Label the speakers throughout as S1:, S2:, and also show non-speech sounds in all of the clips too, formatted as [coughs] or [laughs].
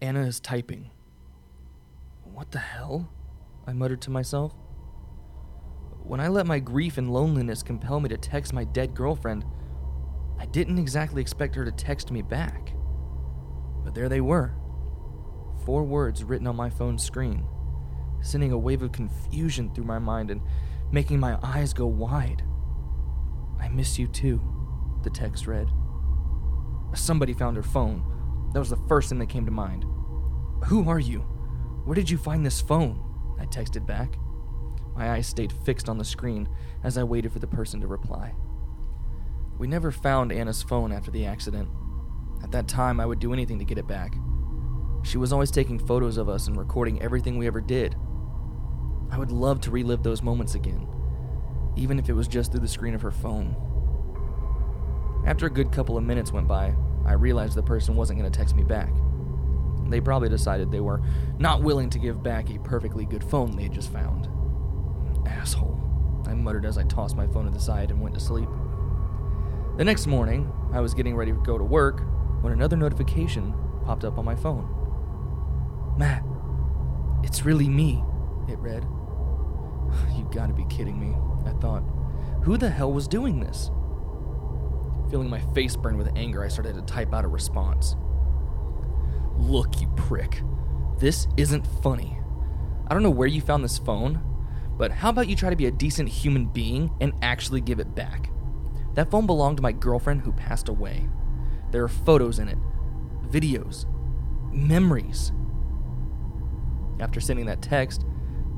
S1: Anna is typing. What the hell? I muttered to myself. When I let my grief and loneliness compel me to text my dead girlfriend, I didn't exactly expect her to text me back. But there they were four words written on my phone screen, sending a wave of confusion through my mind and making my eyes go wide. I miss you too, the text read. Somebody found her phone. That was the first thing that came to mind. Who are you? Where did you find this phone? I texted back. My eyes stayed fixed on the screen as I waited for the person to reply. We never found Anna's phone after the accident. At that time, I would do anything to get it back. She was always taking photos of us and recording everything we ever did. I would love to relive those moments again, even if it was just through the screen of her phone. After a good couple of minutes went by, I realized the person wasn't going to text me back. They probably decided they were not willing to give back a perfectly good phone they had just found. Asshole, I muttered as I tossed my phone to the side and went to sleep. The next morning, I was getting ready to go to work when another notification popped up on my phone. Matt, it's really me, it read. [sighs] You gotta be kidding me, I thought. Who the hell was doing this? Feeling my face burn with anger, I started to type out a response. Look, you prick. This isn't funny. I don't know where you found this phone, but how about you try to be a decent human being and actually give it back? That phone belonged to my girlfriend who passed away. There are photos in it, videos, memories. After sending that text,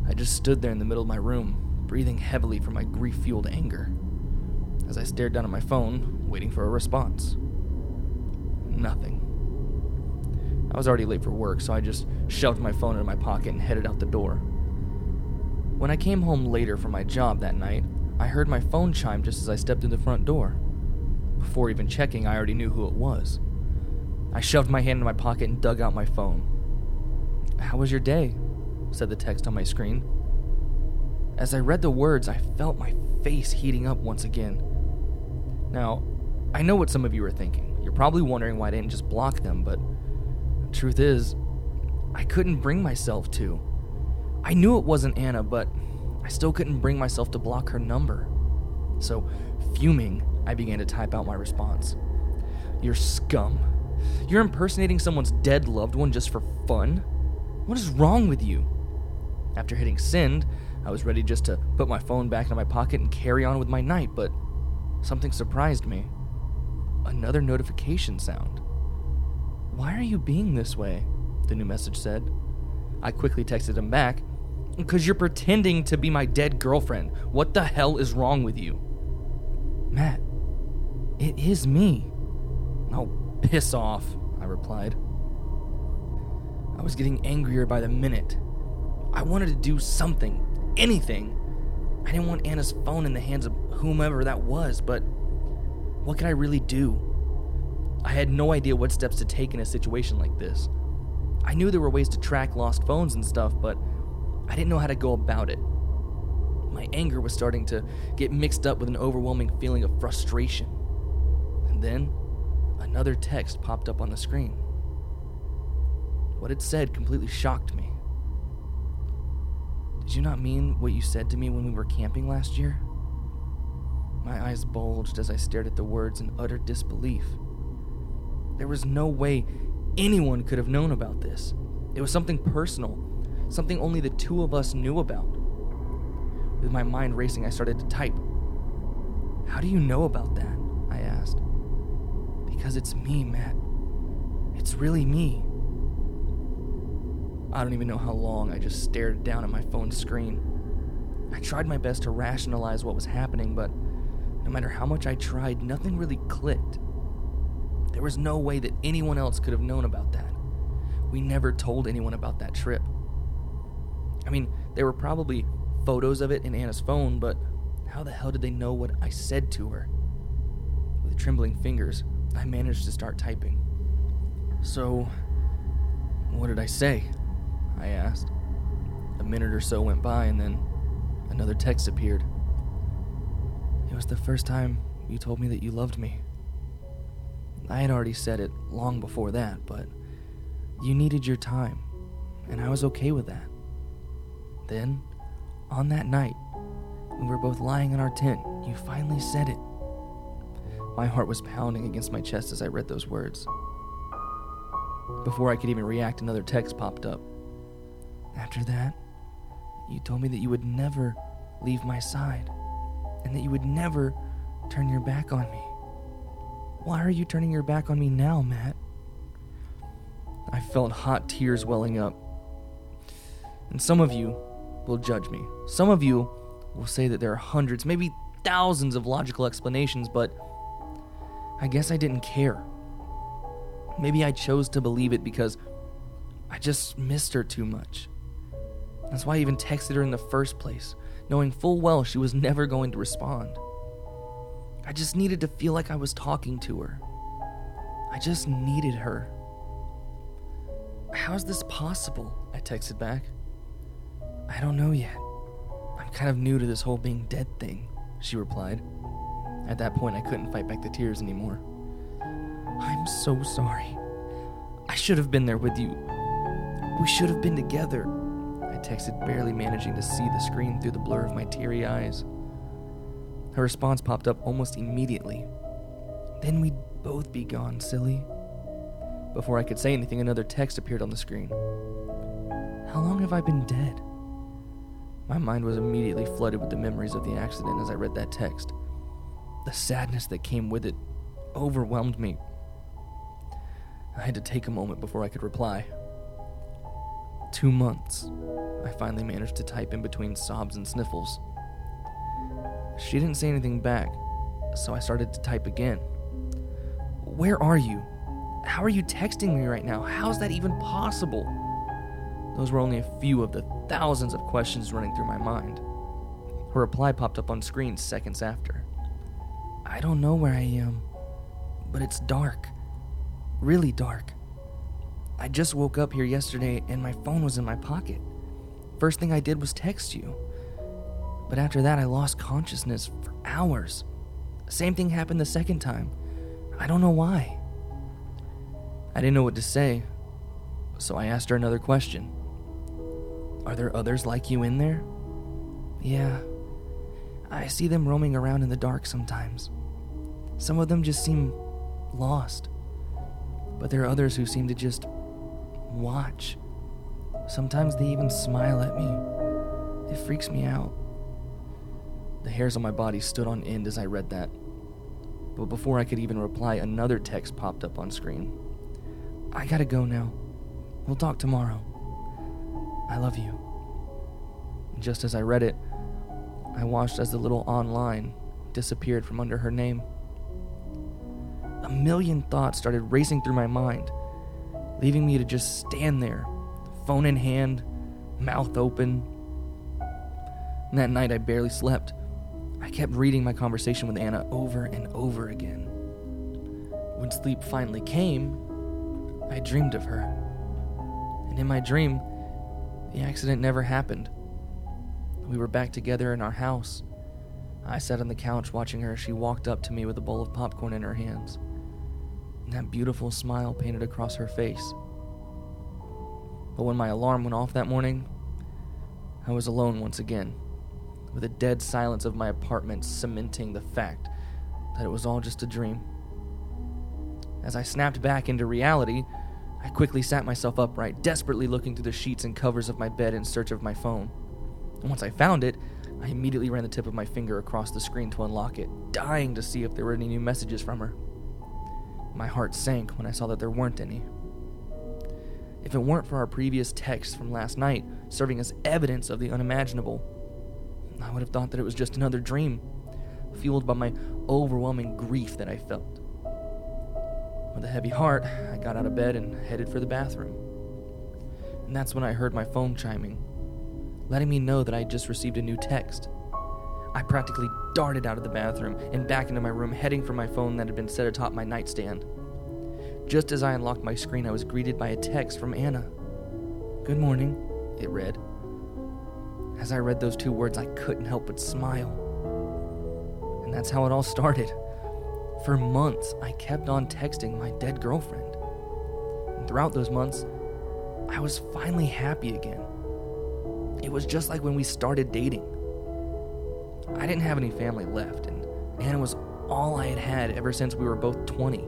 S1: I just stood there in the middle of my room, breathing heavily from my grief fueled anger, as I stared down at my phone, waiting for a response. Nothing. I was already late for work, so I just shoved my phone into my pocket and headed out the door. When I came home later from my job that night, I heard my phone chime just as I stepped in the front door. Before even checking, I already knew who it was. I shoved my hand in my pocket and dug out my phone. How was your day? said the text on my screen. As I read the words, I felt my face heating up once again. Now, I know what some of you are thinking. You're probably wondering why I didn't just block them, but the truth is, I couldn't bring myself to. I knew it wasn't Anna, but I still couldn't bring myself to block her number. So, fuming, I began to type out my response. You're scum. You're impersonating someone's dead loved one just for fun? What is wrong with you? After hitting send, I was ready just to put my phone back in my pocket and carry on with my night, but something surprised me. Another notification sound. Why are you being this way? The new message said. I quickly texted him back. Because you're pretending to be my dead girlfriend. What the hell is wrong with you? Matt, it is me. Oh, piss off, I replied. I was getting angrier by the minute. I wanted to do something, anything. I didn't want Anna's phone in the hands of whomever that was, but what could I really do? I had no idea what steps to take in a situation like this. I knew there were ways to track lost phones and stuff, but I didn't know how to go about it. My anger was starting to get mixed up with an overwhelming feeling of frustration. And then, another text popped up on the screen. What it said completely shocked me. Did you not mean what you said to me when we were camping last year? My eyes bulged as I stared at the words in utter disbelief. There was no way anyone could have known about this. It was something personal, something only the two of us knew about. With my mind racing, I started to type. How do you know about that? I asked. Because it's me, Matt. It's really me. I don't even know how long I just stared down at my phone screen. I tried my best to rationalize what was happening, but no matter how much I tried, nothing really clicked. There was no way that anyone else could have known about that. We never told anyone about that trip. I mean, there were probably photos of it in Anna's phone, but how the hell did they know what I said to her? With trembling fingers, I managed to start typing. So, what did I say? I asked. A minute or so went by, and then another text appeared. It was the first time you told me that you loved me. I had already said it long before that, but You needed your time, and I was okay with that. Then, on that night, we were both lying in our tent. You finally said it. My heart was pounding against my chest as I read those words. Before I could even react, another text popped up. After that, you told me that you would never leave my side and that you would never turn your back on me. Why are you turning your back on me now, Matt? I felt hot tears welling up. And some of you will judge me. Some of you will say that there are hundreds, maybe thousands of logical explanations, but I guess I didn't care. Maybe I chose to believe it because I just missed her too much. That's why I even texted her in the first place, knowing full well she was never going to respond. I just needed to feel like I was talking to her. I just needed her. How's this possible? I texted back. I don't know yet. I'm kind of new to this whole being dead thing, she replied. At that point, I couldn't fight back the tears anymore. I'm so sorry. I should have been there with you. We should have been together. I texted, barely managing to see the screen through the blur of my teary eyes. Her response popped up almost immediately. Then we'd both be gone, silly. Before I could say anything, another text appeared on the screen. How long have I been dead? My mind was immediately flooded with the memories of the accident as I read that text. The sadness that came with it overwhelmed me. I had to take a moment before I could reply. Two months, I finally managed to type in between sobs and sniffles. She didn't say anything back, so I started to type again. Where are you? How are you texting me right now? How's that even possible? Those were only a few of the thousands of questions running through my mind. Her reply popped up on screen seconds after. I don't know where I am, but it's dark. Really dark. I just woke up here yesterday and my phone was in my pocket. First thing I did was text you. But after that, I lost consciousness for hours. Same thing happened the second time. I don't know why. I didn't know what to say, so I asked her another question Are there others like you in there? Yeah. I see them roaming around in the dark sometimes. Some of them just seem lost. But there are others who seem to just watch. Sometimes they even smile at me. It freaks me out. The hairs on my body stood on end as I read that. But before I could even reply, another text popped up on screen. I gotta go now. We'll talk tomorrow. I love you. Just as I read it, I watched as the little online disappeared from under her name. A million thoughts started racing through my mind, leaving me to just stand there, phone in hand, mouth open. And that night I barely slept. I kept reading my conversation with Anna over and over again. When sleep finally came, I dreamed of her. And in my dream, the accident never happened. We were back together in our house. I sat on the couch watching her as she walked up to me with a bowl of popcorn in her hands. And that beautiful smile painted across her face. But when my alarm went off that morning, I was alone once again, with the dead silence of my apartment cementing the fact that it was all just a dream. As I snapped back into reality, I quickly sat myself upright, desperately looking through the sheets and covers of my bed in search of my phone. And once I found it, I immediately ran the tip of my finger across the screen to unlock it, dying to see if there were any new messages from her. My heart sank when I saw that there weren't any. If it weren't for our previous texts from last night serving as evidence of the unimaginable, I would have thought that it was just another dream, fueled by my overwhelming grief that I felt. With a heavy heart, I got out of bed and headed for the bathroom. And that's when I heard my phone chiming, letting me know that I had just received a new text. I practically darted out of the bathroom and back into my room, heading for my phone that had been set atop my nightstand. Just as I unlocked my screen, I was greeted by a text from Anna. Good morning, it read. As I read those two words, I couldn't help but smile. And that's how it all started. For months, I kept on texting my dead girlfriend. And throughout those months, I was finally happy again. It was just like when we started dating. I didn't have any family left, and Anna was all I had had ever since we were both 20.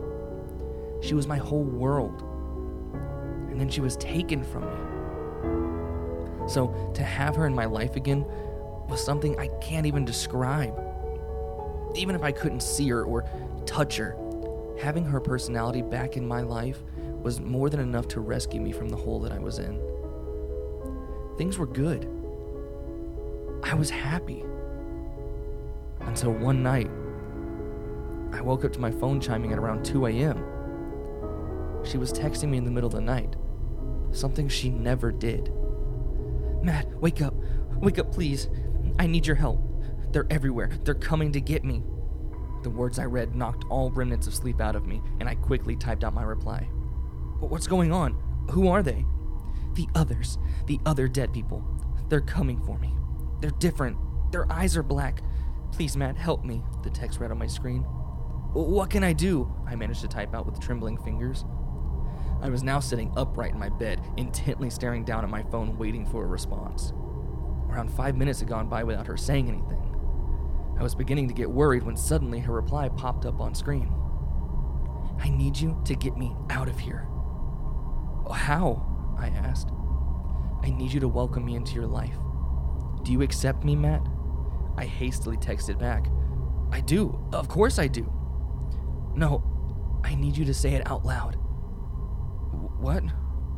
S1: She was my whole world. And then she was taken from me. So to have her in my life again was something I can't even describe. Even if I couldn't see her or touch her, having her personality back in my life was more than enough to rescue me from the hole that I was in. Things were good. I was happy. Until one night, I woke up to my phone chiming at around 2 a.m. She was texting me in the middle of the night, something she never did. Matt, wake up. Wake up, please. I need your help. They're everywhere. They're coming to get me. The words I read knocked all remnants of sleep out of me, and I quickly typed out my reply. What's going on? Who are they? The others. The other dead people. They're coming for me. They're different. Their eyes are black. Please, Matt, help me, the text read on my screen. What can I do? I managed to type out with trembling fingers. I was now sitting upright in my bed, intently staring down at my phone, waiting for a response. Around five minutes had gone by without her saying anything. I was beginning to get worried when suddenly her reply popped up on screen I need you to get me out of here. How? I asked. I need you to welcome me into your life. Do you accept me, Matt? I hastily texted back. I do. Of course I do. No, I need you to say it out loud. What?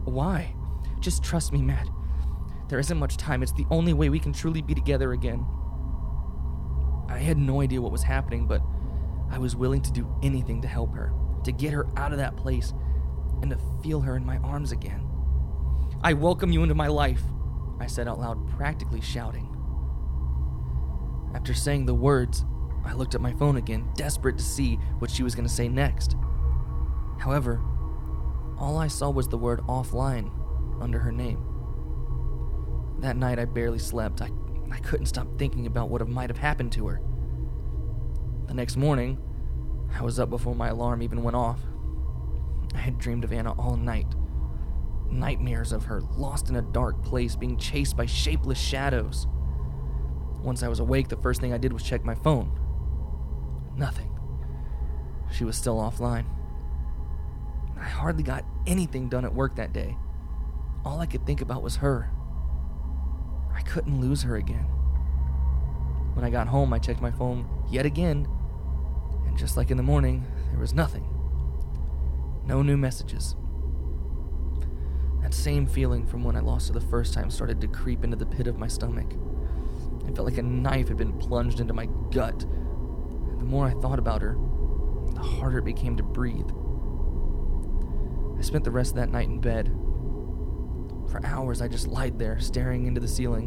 S1: Why? Just trust me, Matt. There isn't much time. It's the only way we can truly be together again. I had no idea what was happening, but I was willing to do anything to help her, to get her out of that place, and to feel her in my arms again. I welcome you into my life, I said out loud, practically shouting. After saying the words, I looked at my phone again, desperate to see what she was going to say next. However, all I saw was the word offline under her name. That night, I barely slept. I, I couldn't stop thinking about what might have happened to her. The next morning, I was up before my alarm even went off. I had dreamed of Anna all night. Nightmares of her lost in a dark place, being chased by shapeless shadows. Once I was awake, the first thing I did was check my phone. Nothing. She was still offline. I hardly got anything done at work that day. All I could think about was her. I couldn't lose her again. When I got home, I checked my phone yet again, and just like in the morning, there was nothing. No new messages. That same feeling from when I lost her the first time started to creep into the pit of my stomach. It felt like a knife had been plunged into my gut. The more I thought about her, the harder it became to breathe. I spent the rest of that night in bed. For hours, I just lied there, staring into the ceiling.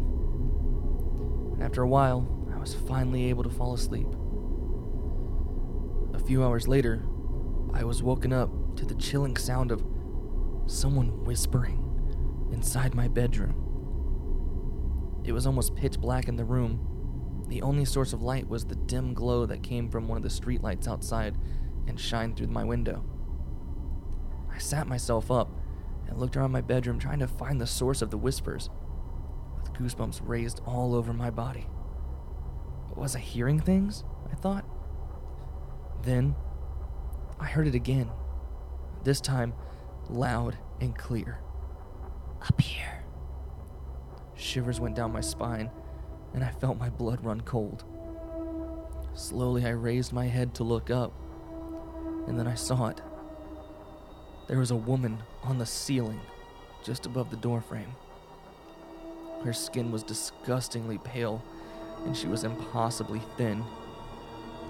S1: And after a while, I was finally able to fall asleep. A few hours later, I was woken up to the chilling sound of someone whispering inside my bedroom. It was almost pitch black in the room. The only source of light was the dim glow that came from one of the streetlights outside and shined through my window. I sat myself up and looked around my bedroom trying to find the source of the whispers, with goosebumps raised all over my body. Was I hearing things? I thought. Then, I heard it again, this time loud and clear. Up here. Shivers went down my spine, and I felt my blood run cold. Slowly, I raised my head to look up, and then I saw it. There was a woman on the ceiling, just above the doorframe. Her skin was disgustingly pale, and she was impossibly thin,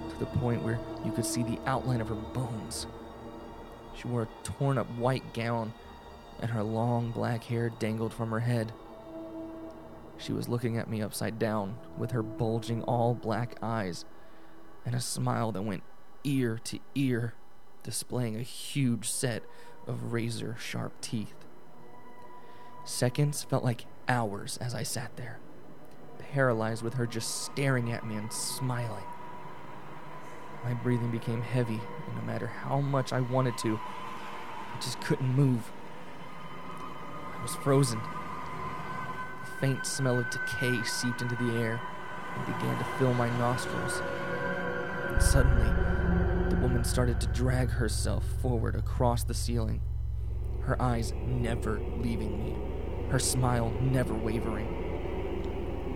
S1: to the point where you could see the outline of her bones. She wore a torn up white gown, and her long black hair dangled from her head. She was looking at me upside down with her bulging all black eyes and a smile that went ear to ear, displaying a huge set of razor sharp teeth. Seconds felt like hours as I sat there, paralyzed with her just staring at me and smiling. My breathing became heavy, and no matter how much I wanted to, I just couldn't move. I
S2: was frozen. A faint smell of decay seeped into the air and began to fill my nostrils. And suddenly, the woman started to drag herself forward across the ceiling, her eyes never leaving me, her smile never wavering.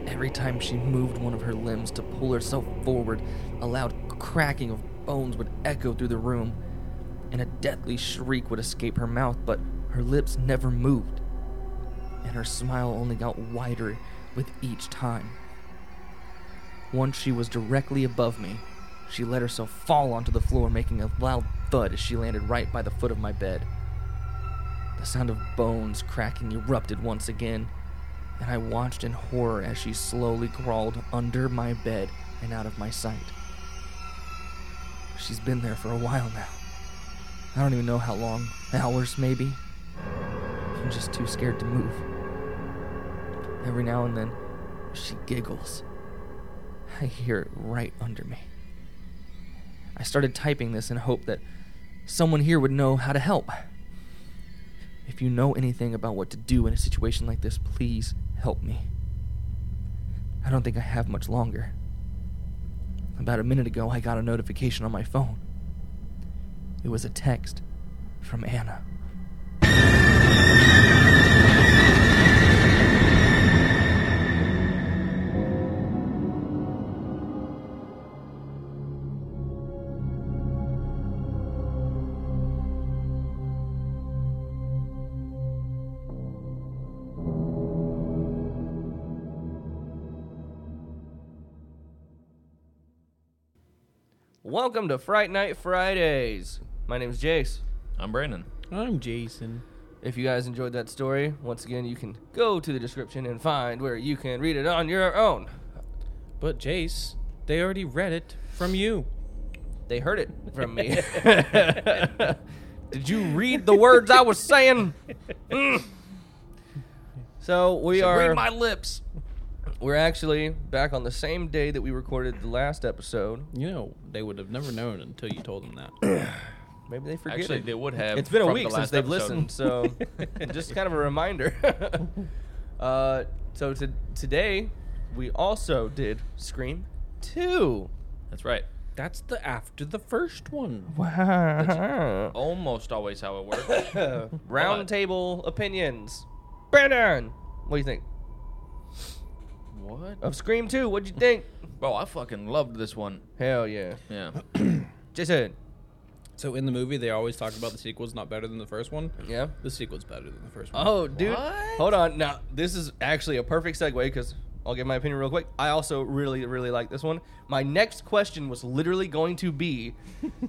S2: Every time she moved one of her limbs to pull herself forward, a loud cracking of bones would echo through the room, and a deathly shriek would escape her mouth, but her lips never moved, and her smile only got wider with each time. Once she was directly above me, she let herself fall onto the floor, making a loud thud as she landed right by the foot of my bed. The sound of bones cracking erupted once again, and I watched in horror as she slowly crawled under my bed and out of my sight. She's been there for a while now. I don't even know how long, hours maybe. I'm just too scared to move. Every now and then, she giggles. I hear it right under me. I started typing this in hope that someone here would know how to help. If you know anything about what to do in a situation like this, please help me. I don't think I have much longer. About a minute ago, I got a notification on my phone. It was a text from Anna.
S1: Welcome to Fright Night Fridays. My name's Jace.
S3: I'm Brandon.
S4: I'm Jason.
S1: If you guys enjoyed that story, once again, you can go to the description and find where you can read it on your own.
S4: But Jace, they already read it from you.
S1: They heard it
S2: [laughs]
S1: from
S4: [laughs]
S1: me. [laughs] Did you read the words I was
S3: [laughs]
S1: saying? Mm. So we are
S3: Read my lips.
S1: we're actually back on the same day that we recorded the last episode.
S4: You know, they would have never known until you told them that.
S1: Maybe they forget
S3: Actually,
S1: it.
S3: they would have.
S1: It's been a
S3: from
S1: week
S3: the
S1: since
S3: last
S1: they've
S3: episode.
S1: listened, so
S3: [laughs]
S1: just kind of a reminder. [laughs] uh, so to, today, we also did Scream 2.
S3: That's right.
S4: [coughs] That's the after the first one.
S1: [laughs] Round
S3: Almost always how
S1: [laughs]
S3: it works. What?
S1: table opinions. Brandon, what do you think
S3: what?
S1: of Scream 2? What'd you think?
S3: Bro, I fucking loved this one.
S1: Hell yeah.
S3: Yeah.
S1: [coughs] Jason.
S4: So in the movie, they always talk about the sequel's not better than the first one.
S1: Yeah.
S4: The sequel's better than the first one.
S1: Oh, dude.
S3: What?
S1: Hold on. Now, this is actually a perfect segue because I'll give my opinion real quick. I also really, really like this one. My next question was literally going to
S3: [laughs]
S1: be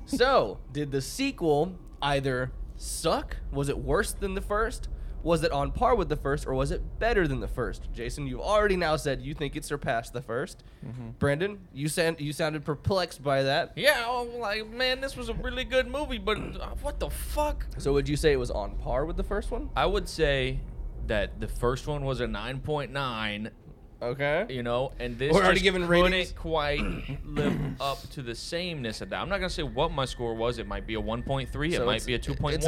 S1: So, did the sequel either suck? Was it worse than the first? Was it on par with the first, or was it better than the first? Jason, you've already now said you think it surpassed the 1st Brandon, you sound you sounded perplexed by that.
S3: Mm-hmm. yeah, oh, like, man, this was a really good movie, but uh, what the fuck?
S1: So, would you say it was on par with the first one?
S3: I would say that the first one was a 9.9,
S1: Okay.
S3: you know, and this
S1: We're already
S3: just
S1: giving
S3: couldn't
S1: ratings. [coughs]
S3: quite live up to the sameness of that. I'm not going to say what my score was. It might be a 1.3,
S1: So
S3: it might
S1: it's-
S3: be a 2.1.
S1: It's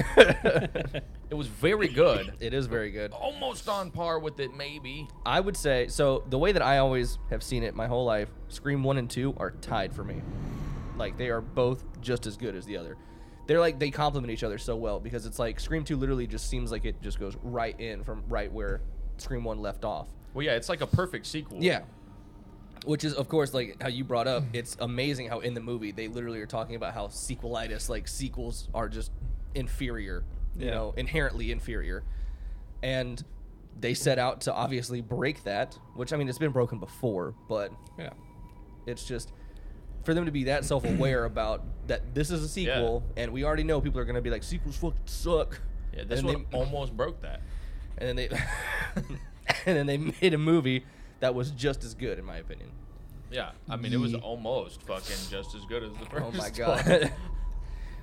S1: a
S3: [laughs]
S1: 9.8.
S3: It was very good.
S1: [laughs] [coughs] it is very good.
S3: Almost on par with it, maybe.
S1: I would say so. The way that I always have seen it my whole life, Scream One and Two are tied for me. Like they are both just as good as the other. They're like they complement each other so well because it's like Scream Two literally just seems like it just goes right in from right where Scream One left off.
S3: Well, yeah, it's like a perfect sequel.
S1: Yeah. Which is, of course, like how you brought up. It's amazing how in the movie they literally are talking about how sequelitis, like sequels, are just inferior, you
S4: Yeah.
S1: know, inherently inferior. And they set out to obviously break that, which I mean, it's been broken before, but
S4: yeah.
S1: it's just for them to be that self
S3: [clears throat]
S1: aware about that this is a sequel, and we already know people are going to be like, sequels fucking suck.
S3: Yeah, this
S1: and
S3: one
S1: they-
S3: almost broke that.
S1: and then they [laughs] and then they made a movie that was just as good in my opinion
S3: Yeah, I mean, it was
S4: Ye-
S3: almost fucking just as good as the
S1: [laughs]
S3: first.
S1: oh my
S3: [laughs] one.
S1: god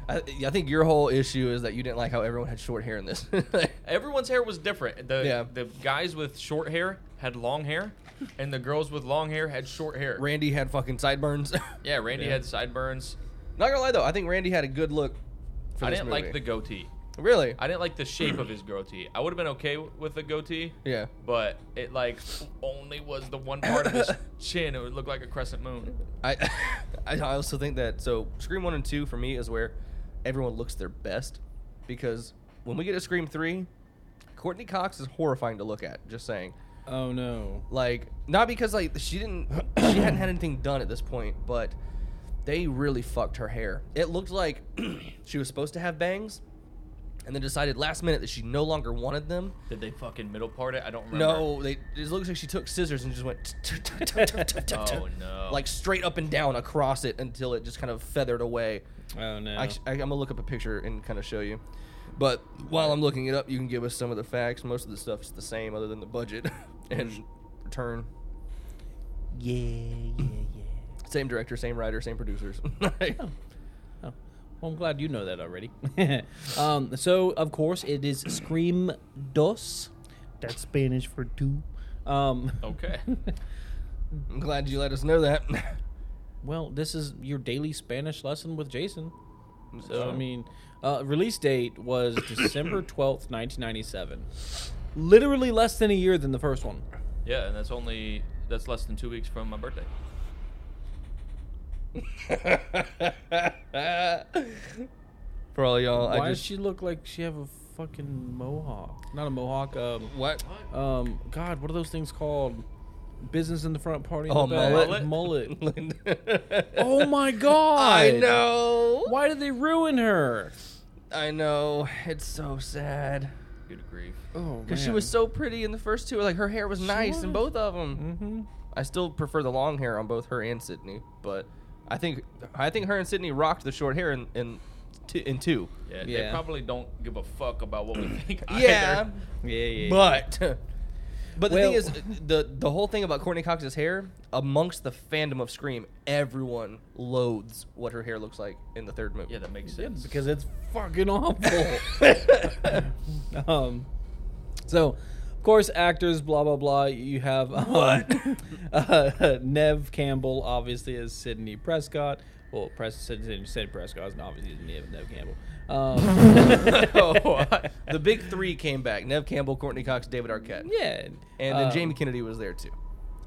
S1: I, I think your whole issue is that you didn't like how everyone had short hair in this [laughs]
S3: Everyone's hair was different. The
S1: Yeah.
S3: the guys with short hair had long hair, and the girls with long hair had short hair.
S1: randy had fucking sideburns [laughs]
S3: yeah, Randy
S4: Yeah.
S3: had sideburns.
S1: not gonna lie though i think randy had a good look for
S3: I
S1: this
S3: didn't like the
S1: movie.
S3: goatee.
S1: Really?
S3: I didn't like the shape of his goatee. I would have been okay w- with a goatee,
S1: Yeah.
S3: but it like only was the one part
S1: [laughs]
S3: of his chin. It would look like a crescent moon.
S1: I [laughs] I also think that so Scream One and Two for me is where everyone looks their best because when we get to Scream Three, Courtney Cox is horrifying to look at. Just saying,
S4: Oh no.
S1: like not because like she didn't she hadn't had anything done at this point, but they really fucked her hair. It looked like [clears throat] she was supposed to have bangs, and then decided last minute that she no longer wanted them.
S3: Did they fucking middle part it? I don't remember.
S1: No, they, it looks like she took scissors and just went
S3: [laughs] Oh no.
S1: like straight up and down across it until it just kind of feathered away.
S4: Oh no.
S1: I, I, I'm gonna look up a picture and kind of show you. But while I'm looking it up, you can give us some of the facts. Most of the stuff's the same, other than the budget [laughs] and return.
S2: Yeah, yeah, yeah.
S1: Same director, same writer, same
S4: [laughs]
S1: producers.
S4: Oh, well, I'm glad you know that [laughs] already. um, so, of course, it is Scream Dos. That's Spanish for two. Um,
S1: [laughs]
S3: okay.
S1: I'm glad you let us know
S4: [laughs]
S1: that.
S4: well, this is your daily Spanish lesson with Jason. So, I mean, uh, release
S1: [coughs]
S4: date was December 12th, 1997. Literally less than a year than the first one.
S3: Yeah, and that's only that's less than two weeks from my birthday.
S1: For all y'all,
S4: Why
S1: I
S4: does
S1: just
S4: she look like she have a fucking mohawk? Not a mohawk. Um,
S1: what?
S4: um, God, what are those things called? Business in the front, party in
S1: Oh,
S4: the back.
S1: mullet?
S4: Mullet.
S1: [laughs]
S4: oh my God!
S1: I know.
S4: Why did they ruin her?
S1: I know. It's so sad.
S3: Good grief.
S4: Oh,
S1: Because she was so pretty in the first two. Like, her hair was nice in both of them.
S4: Mm-hmm.
S1: I still prefer the long hair on both her and Sydney, but I think I think her and Sydney rocked the short hair in in, t- in two.
S3: Yeah, they
S4: Yeah.
S3: probably don't give a fuck about what
S1: [clears throat]
S3: we think.
S1: Yeah,
S3: either.
S4: Yeah, yeah.
S1: but [laughs] but the
S4: Well-
S1: thing is, the the whole thing about Courtney Cox's hair amongst the fandom of Scream, everyone loathes what her hair looks like in the third movie. [laughs]
S3: Yeah, that makes sense.
S4: because it's fucking awful. [laughs] um, so, of course, actors, blah blah blah. You have um, [laughs] uh, Nev Campbell, obviously, as Sydney Prescott. Well, Pres- Sydney, Sydney Prescott is obviously Nev, Nev Campbell.
S1: [laughs] Oh,
S4: Um, [laughs]
S1: the big three came back: Nev Campbell, Courtney Cox, David Arquette,
S4: yeah,
S1: and then
S4: um,
S1: Jamie Kennedy was there too.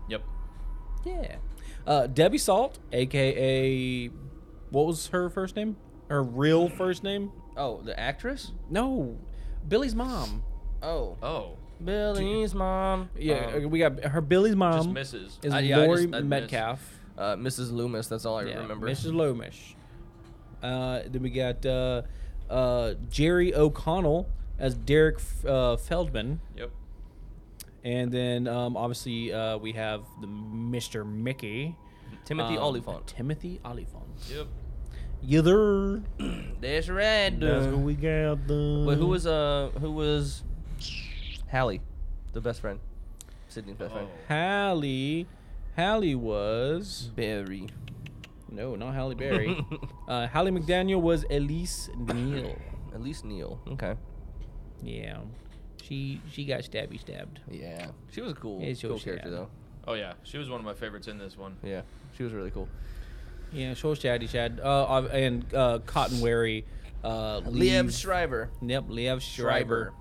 S3: Yep.
S4: Yeah. Uh, Debbie Salt, aka what was her first name? Her real first name?
S1: Oh, the actress?
S4: No, Billy's mom.
S1: Oh,
S3: Oh,
S1: Billy's mom.
S4: Yeah,
S1: Um,
S4: we got her Billy's mom
S3: just misses.
S4: is
S1: I- yeah, I
S4: Lori
S1: just- I missed.
S4: Metcalf.
S1: uh, Mrs. Loomis. That's all I
S4: Yeah,
S1: remember.
S4: Mrs. Lomish. Uh, then we got uh, uh, Jerry O'Connell as Derek uh, Feldman.
S3: Yep.
S4: And then um, obviously uh, we have the Mr. Mickey.
S1: Timothy
S4: um,
S1: Oliphant.
S4: Timothy Oliphant.
S3: Yep.
S4: Yither.
S1: That's right. dude.
S4: we got. The...
S1: Wait, who was uh who was Hallie, the best friend, Sydney's best friend.
S3: Oh.
S4: Hallie. Hallie was
S1: Barry.
S4: no, not
S1: [laughs]
S4: Halle Berry. uh, Hallie McDaniel was Elise Neal.
S1: At least Neil. Okay.
S4: Yeah, she she got stabby stabbed.
S1: Yeah. She was a cool,
S4: Yeah, she
S1: cool
S4: was-
S1: character
S4: yeah.
S1: though.
S3: Oh yeah, she was one of my favorites in this one.
S1: Yeah. She was really cool.
S4: Yeah, she was shabby stabbed. Uh, uh, and uh, Cotton Wary. Uh,
S1: Liev
S4: leaves-
S1: Schreiber.
S4: Yep, Liev Schreiber.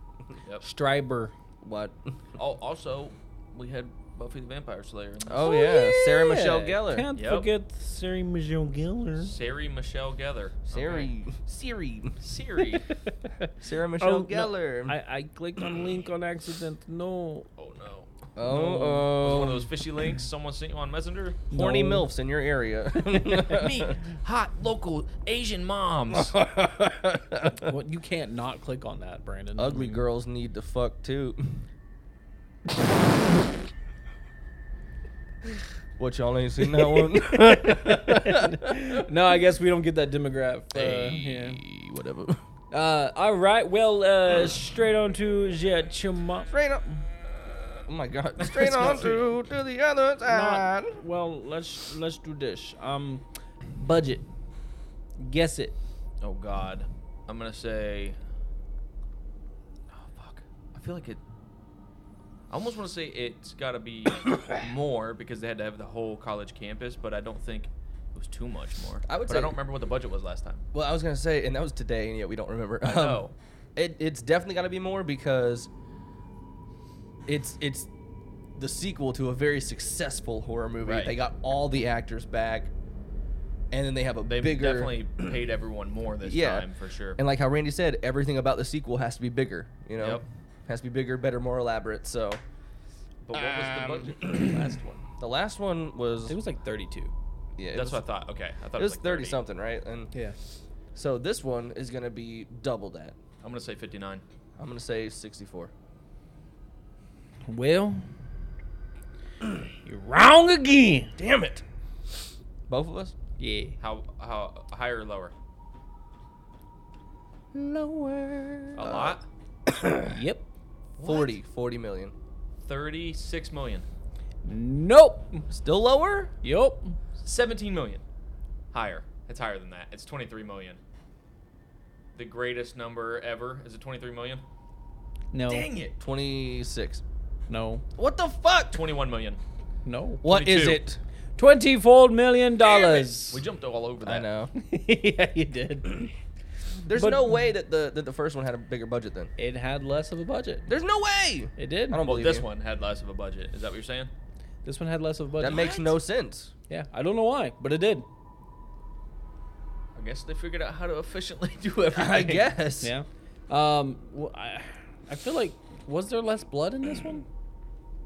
S3: Yep.
S4: Schreiber.
S1: What? [laughs]
S3: Oh, also, we had Buffy the Vampire Slayer. in
S1: Oh, yeah. Sarah Michelle
S4: yeah.
S1: Gellar.
S4: Can't
S3: Yep.
S4: forget Sarah Michelle Gellar. [laughs]
S3: this. Sari Michelle Gellar.
S1: Siri. Siri. [laughs] Oh,
S3: Siri.
S1: Sarah Michelle
S4: Oh, no.
S1: Gellar.
S4: I, I clicked on link on accident. No.
S3: oh no.
S1: oh,
S4: no.
S1: oh.
S3: One of those fishy links someone sent you on Messenger.
S1: horny
S4: [laughs] No.
S1: milfs in your [laughs] area.
S3: Meet hot local Asian
S1: [laughs]
S3: moms.
S4: Well, you can't not click on that, Brandon.
S1: Ugly [laughs] girls need to fuck too. what y'all ain't seen that [laughs]
S4: Uh,
S1: one?
S4: [laughs] no, I guess we don't get that demographic. Uh, yeah.
S1: Hey, Whatever.
S4: Uh, all right. Well, uh, straight on to the chima.
S1: Straight up. Oh my god. [laughs] Straight on through to the other side.
S4: Not, well, let's let's do this. Um, budget. Guess it.
S3: oh God. I'm gonna say. Oh fuck. I feel like it. I almost want to say it's got
S1: [coughs]
S3: to be more because they had to have the whole college campus, but I don't think it was too much more.
S1: I would
S3: but
S1: say-
S3: I don't remember what the budget was last time.
S1: Well, I was gonna say, and that was today, and yet we don't remember. Um,
S3: I know.
S1: It, it's definitely got to be more because it's it's the sequel to a very successful horror movie.
S3: Right.
S1: They got all the actors back, and then they have a
S3: They've
S1: bigger. [clears throat]
S3: definitely paid everyone more this
S1: Yeah.
S3: time for sure.
S1: And like how Randy said, everything about the sequel has to be bigger. You know,
S3: Yep.
S1: has to be bigger, better, more elaborate. So
S3: but what was the
S1: Um,
S3: budget for the last one?
S1: [clears throat] the last one was
S4: It was like 32.
S1: yeah, it was,
S3: That's what I thought. Okay, I thought
S1: It was
S3: like
S1: 30 something, right? And
S4: Yeah.
S1: so this one is going to be double that.
S3: I'm gonna say 59.
S1: I'm going to say 64.
S4: Well, you're wrong again.
S1: Damn it. Both of us?
S4: Yeah.
S3: How how higher or lower?
S1: Lower.
S3: A lot.
S4: Oh, Yep.
S1: 40, 40 million.
S3: 36 million.
S4: Nope.
S1: Still lower?
S4: Yep.
S3: 17 million. Higher. It's higher than that. It's 23 million. The greatest number ever. Is it 23 million?
S4: No.
S3: Dang it.
S1: 26.
S4: No.
S1: What the fuck?
S3: 21 million.
S4: No.
S1: What is
S3: 22.
S1: it?
S4: Twenty-four million
S3: Damn it.
S4: dollars. [laughs]
S3: We jumped all over that.
S1: I
S3: [laughs]
S1: know.
S4: yeah, you did.
S1: There's
S4: But-
S1: no way that the that the first one had a bigger budget then.
S4: It had less of a budget.
S1: There's no way.
S4: It did.
S1: I don't
S3: Well,
S1: believe
S3: this
S1: you.
S3: one had less of a budget. Is that what you're saying?
S4: This one had less of a budget.
S1: That makes no
S4: [laughs]
S1: sense.
S4: yeah, I don't know why, but it did.
S3: I guess they figured out how to efficiently do everything.
S1: I guess.
S4: Yeah. Um, well, I, I feel like was there less blood in this one?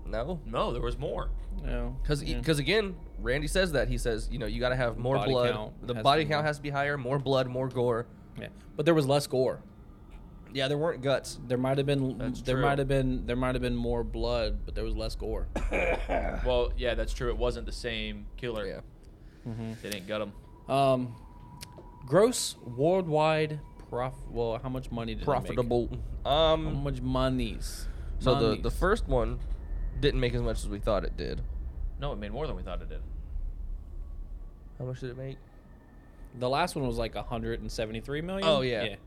S1: No.
S4: Mm-hmm.
S3: No, there was more.
S4: No.
S1: Because
S4: yeah.
S1: again, Randy says that he says you know you got to have more
S4: Body
S1: blood.
S4: count
S1: the
S4: has
S1: body
S4: to be
S1: count
S4: more.
S1: has to be higher. More blood, more gore.
S4: Yeah. but there was less gore.
S1: Yeah, there weren't guts.
S4: There might have been
S3: That's
S4: there
S3: true.
S4: might have been there might have been more blood, but there was less gore.
S3: Well, yeah, that's true. It wasn't the same killer.
S1: Yeah.
S3: They didn't gut him.
S4: Um, gross worldwide prof. Well, how much money did it Mm-hmm. make?
S1: Profitable.
S4: How
S1: Um.
S4: much monies?
S1: So the the
S4: Monies.
S1: first one didn't make as much as we thought it did.
S3: No, it made more than we thought it did.
S1: How much did it make?
S4: the last one was like 173 million.
S1: Oh, yeah.
S3: I'm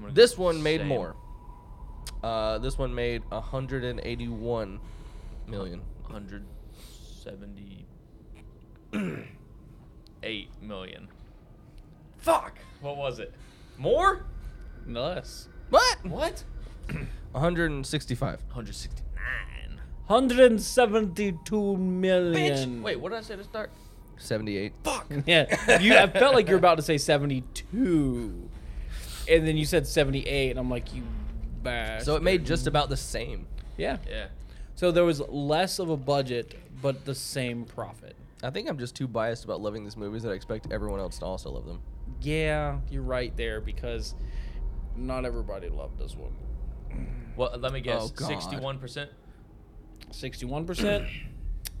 S3: gonna
S1: This
S3: go
S1: one made
S3: same.
S1: more. Uh, this one made 181 million.
S3: 178 million. Fuck! What was it? More?
S4: less.
S1: What? [clears throat]
S3: What?
S1: 165.
S3: 169.
S4: 172 million.
S3: Bitch! Wait, what did I say to start?
S1: 78.
S3: Fuck!
S4: Yeah, you. I felt like you were about to say 72, and then you said 78, and I'm like, you bastard.
S1: So it made just about the same.
S4: yeah.
S3: Yeah.
S4: So there was less of a budget, but the same profit.
S1: I think I'm just too biased about loving these movies that I expect everyone else to also love [laughs] them.
S4: Yeah, you're right there because not everybody loved this one.
S3: Well, let me guess.
S1: Oh, God.
S3: 61%?
S4: 61 percent.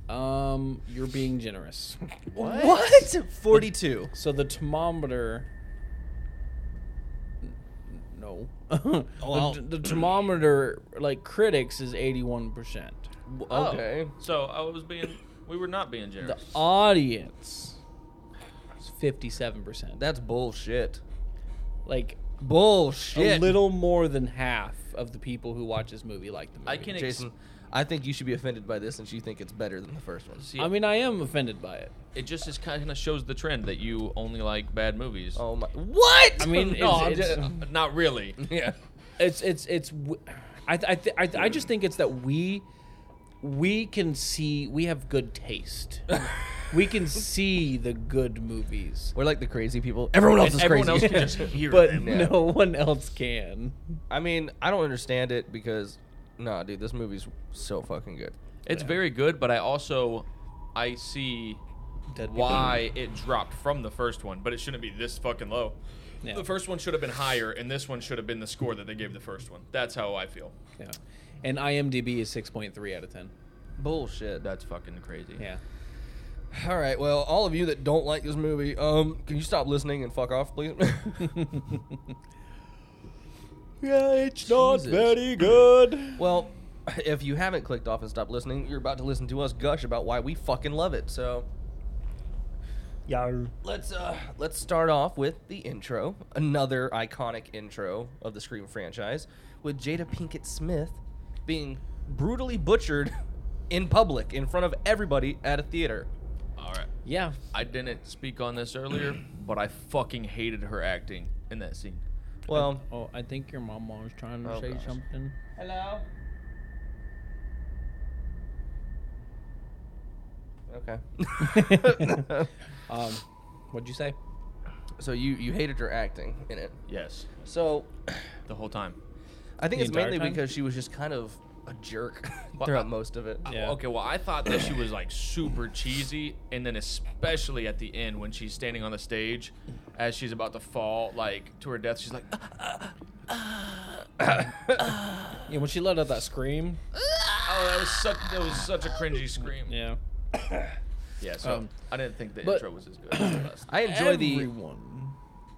S4: Um, you're being generous.
S3: What?
S1: 42.
S4: So the thermometer. N- No.
S3: Oh,
S4: the,
S1: wow.
S4: the thermometer, like critics, is eighty-one percent.
S3: Oh,
S1: Okay.
S3: So I was being. We were not being
S4: The
S3: generous.
S4: audience is fifty-seven percent.
S1: That's bullshit.
S4: Like
S1: Bullshit.
S4: a little more than half of the people who watch this movie like the movie.
S3: I can ex-
S1: Jason, I think you should be offended by this since you think it's better than the first one.
S3: see.
S4: I mean, I am offended by it.
S3: it just is kind of shows the trend that you only like bad movies.
S1: Oh my. What?
S4: I mean,
S3: [laughs] no, I'm
S4: it's,
S3: just,
S4: it's,
S3: not really.
S1: yeah.
S4: it's it's it's w- I th- I, th- I, th- I just think it's that we we can see we have good taste. we can see the good movies,
S1: We're like the crazy people. Everyone else
S3: And
S1: is
S3: everyone
S1: crazy.
S3: else can [laughs] just hear
S4: but
S3: them.
S1: yeah.
S4: no [laughs] one else can.
S1: I mean, I don't understand it because, nah, dude, this movie's so fucking good.
S3: It's very good, but I also I see
S4: Dead people.
S3: why it dropped from the first one, but it shouldn't be this fucking low.
S4: Yeah.
S3: The first one should have been higher, and this one should have been the score that they gave the first one. That's how I feel.
S4: Yeah. And IMDb is six point three out of ten.
S1: Bullshit.
S3: That's fucking crazy.
S4: Yeah.
S1: All right, well, all of you that don't like this movie, um, can you stop listening and fuck off, please? [laughs]
S4: Yeah, it's
S1: not Jesus. very
S4: good.
S1: well, [clears throat] if you haven't clicked off and stopped listening, you're about to listen to us gush about why we fucking love it. So
S4: Yeah.
S1: let's uh, let's start off with the intro, another iconic intro of the Scream franchise, with Jada Pinkett Smith being brutally butchered [laughs] in public in front of everybody at a theater.
S3: All right.
S4: Yeah.
S3: [clears throat] I didn't speak on this earlier, but I fucking hated her acting in that scene.
S1: Well,
S4: Oh, I think your mama was trying to
S1: Oh,
S4: say
S1: gosh.
S4: something.
S1: hello. Okay. [laughs]
S4: Um, what'd you say?
S1: so you you hated her acting in it.
S3: Yes,
S1: So
S3: the whole time.
S1: I think
S4: The
S1: it's
S4: entire
S1: mainly
S4: time?
S1: because she was just kind of a jerk [laughs]
S3: Well,
S1: throughout
S3: I-
S1: most of it.
S4: Yeah.
S3: Okay, well, I thought that she was like super cheesy, and then especially at the end when she's standing on the stage, as she's about to fall like to her death, she's like,
S4: Yeah, when she let out that scream.
S3: "Oh, that was such that was such a cringy scream."
S4: Yeah.
S3: Yeah, so
S4: Um,
S3: I didn't think the
S4: but-
S3: intro was as good as the last.
S1: I enjoy the
S4: everyone.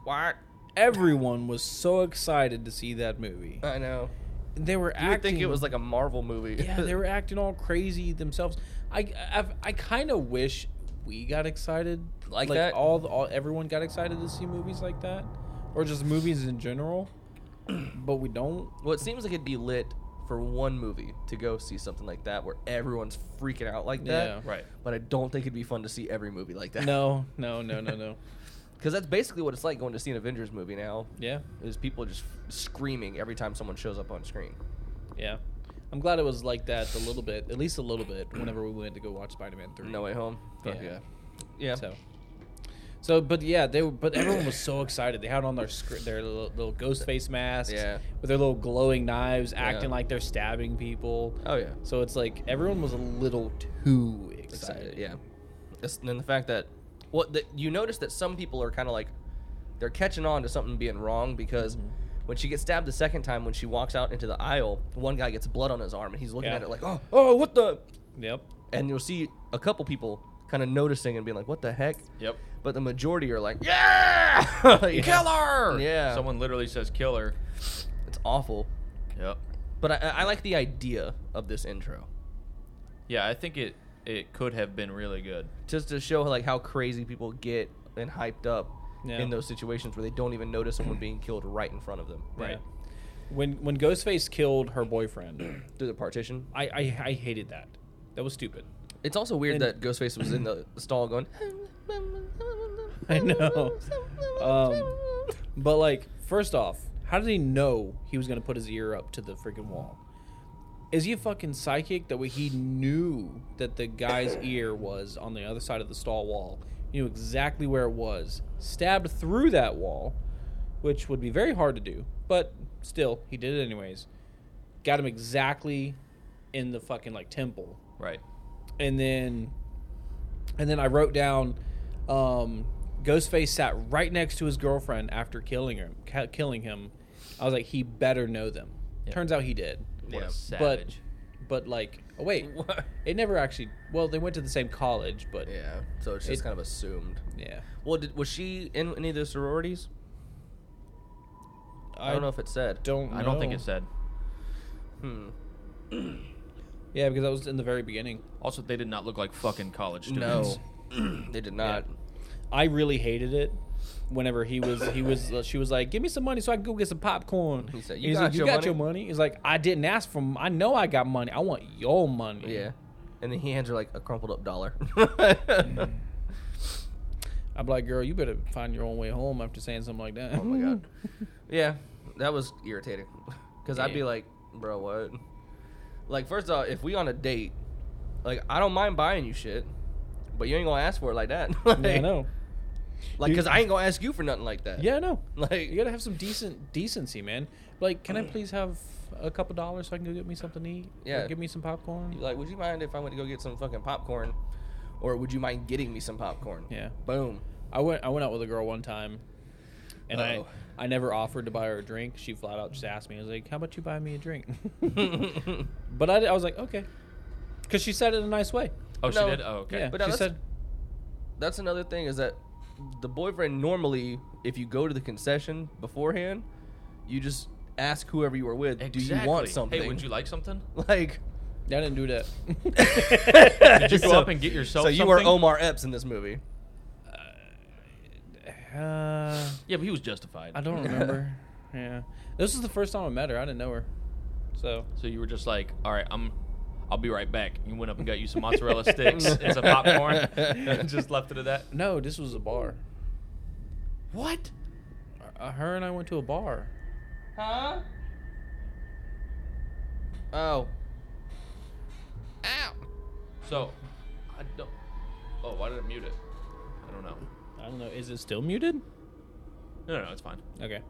S1: what
S4: Everyone was so excited to see that movie.
S1: I know.
S4: They were
S1: I
S4: acting.
S1: Uh, would think it was like [laughs] a Marvel movie. [laughs]
S4: Yeah, they were acting all crazy themselves. I I've, I kind of wish we got excited
S1: Like that?
S4: All, the, all everyone got excited to see movies like that, or just movies in general.
S1: [clears throat]
S4: but we don't.
S1: Well, it seems like it'd be lit for one movie to go see something like that where everyone's freaking out like that.
S4: Yeah.
S3: Right.
S1: But I don't think it'd be fun to see every movie like that.
S4: No, no, no, no, [laughs] no.
S1: Because that's basically what it's like going to see an Avengers movie now.
S4: Yeah,
S1: Is people just screaming every time someone shows up on screen.
S4: yeah. I'm glad it was like that a little bit, at least a little bit. Whenever we went to go watch Spider-Man Three.
S1: No Way Home. Fuck
S4: Yeah.
S1: yeah. Yeah.
S4: So, so but yeah, they were, but everyone was so excited. They had on their script, their little, little ghost face masks,
S1: Yeah.
S4: with their little glowing knives, acting
S1: Yeah.
S4: like they're stabbing people.
S1: Oh yeah.
S4: So it's like everyone was a little too excited.
S1: Excited. Yeah. It's, and the fact that well, the, you notice that some people are kind of like they're catching on to something being wrong because when she gets stabbed the second time when she walks out into the aisle, one guy gets blood on his arm and he's looking
S4: Yeah.
S1: at it like, "Oh, oh, what the?"
S4: Yep.
S1: And you'll see a couple people kind of noticing and being like, "What the heck?"
S3: Yep.
S1: But the majority are like, "Yeah! [laughs] Like,
S3: Kill her!
S1: Yeah.
S3: Someone literally says kill her.
S1: It's awful."
S3: Yep.
S1: But I, I like the idea of this intro,
S3: Yeah, I think it it could have been really good.
S1: just to show like how crazy people get and hyped up
S4: Yeah.
S1: in those situations where they don't even notice someone being killed right in front of them,
S4: Yeah. When when Ghostface killed her boyfriend, [clears throat]
S1: through the partition.
S4: I, I I hated that. That was stupid.
S1: It's also weird
S4: And-
S1: that Ghostface was in the stall going.
S4: I know. Um, But like, first off, how did he know he was gonna put his ear up to the freaking wall? Is he a fucking psychic that way he knew that the guy's ear was on the other side of the stall wall, knew exactly where it was, stabbed through that wall, which would be very hard to do, but still, he did it anyways. Got him exactly in the fucking like temple
S3: Right.
S4: and then and then I wrote down um, Ghostface sat right next to his girlfriend after killing him. Ca- killing him, I was like, he better know them.
S3: Yeah.
S4: Turns out he did,
S3: What
S1: Yeah.
S3: a
S1: But-
S3: savage.
S4: but but like, oh wait,
S1: [laughs] What?
S4: it never actually. Well, they went to the same college, but yeah,
S1: [laughs] Yeah, so it's just
S4: It-
S1: kind of assumed.
S4: yeah.
S1: Well, did, was she in any of the sororities? I, don't know if it said.
S4: don't.
S3: I don't think
S4: know.
S3: it said.
S1: Hmm.
S4: [clears throat] Yeah, because that was in the very beginning.
S3: Also, they did not look like fucking college students.
S1: No, they did not.
S4: I really hated it. Whenever he was, he
S1: [laughs]
S4: was, she was like, "Give me some money so I can go get some popcorn."
S1: He said,
S4: And
S1: "You
S4: he's
S1: got
S4: like,
S1: your
S4: got
S1: money?"
S4: your money." He's like, "I didn't ask for. m- I know I got money. I want your money."
S1: Yeah, and then he hands her like a crumpled up dollar. [laughs]
S4: Mm. I'm like, "Girl, you better find your own way home after saying something like that."
S1: Oh my
S4: [laughs]
S1: god.
S4: Mm-hmm.
S1: Yeah, that was irritating. Cause I'd be
S3: Yeah.
S1: like, bro, what? Like, first off, if we on a date, like, I don't mind buying you shit, but you ain't gonna ask for it like that. [laughs] like,
S4: yeah, I know.
S1: Like, cause I ain't gonna ask you for nothing like that.
S4: Yeah, I know.
S1: [laughs] Like,
S4: You gotta have some decent decency, man. Like, can I please have a couple dollars so I can go get me something to eat? Or
S1: Yeah.
S4: give me some popcorn.
S1: like, would you mind if I went to go get some fucking popcorn, or would you mind getting me some popcorn?
S4: Yeah. [laughs]
S1: Boom. [laughs]
S4: I went. I went out with a girl one time, and
S1: Uh-oh.
S4: I I never offered to buy her a drink. She flat out just asked me. I was like, "How about you buy me a drink?" [laughs]
S1: but
S4: But I, I was like, okay. Because she said it in a nice way.
S3: Oh,
S1: No.
S3: she did. Oh, okay.
S4: Yeah.
S1: But
S4: But
S1: now
S4: she
S1: that's-
S4: said,
S1: that's another thing is that the boyfriend normally, if you go to the concession beforehand, you just ask whoever you were with, do you want
S3: Exactly.
S1: something?
S3: Hey, would you like something?
S1: [laughs] like?
S4: yeah, I didn't do
S1: [laughs]
S4: that. [laughs]
S3: Did you go
S1: So-
S3: up and get yourself?
S1: so you were
S3: something?
S1: Omar Epps in this movie.
S4: uh,
S3: Yeah, but he was justified.
S4: I [laughs] don't remember. yeah. This was the first time I met her. I didn't know her. So,
S3: [laughs] So you were just like, all right, I'm, I'll be right back. You went up and got you some [laughs] mozzarella sticks and some [laughs] popcorn, and just left it at that.
S4: no, this was a bar.
S3: What?
S4: Uh, her and I went to a bar.
S1: Huh? Oh. Ow.
S3: So, I don't. Oh, why did it mute it? I don't know.
S4: I don't know. Is it still muted?
S3: No, no, no it's fine.
S4: Okay.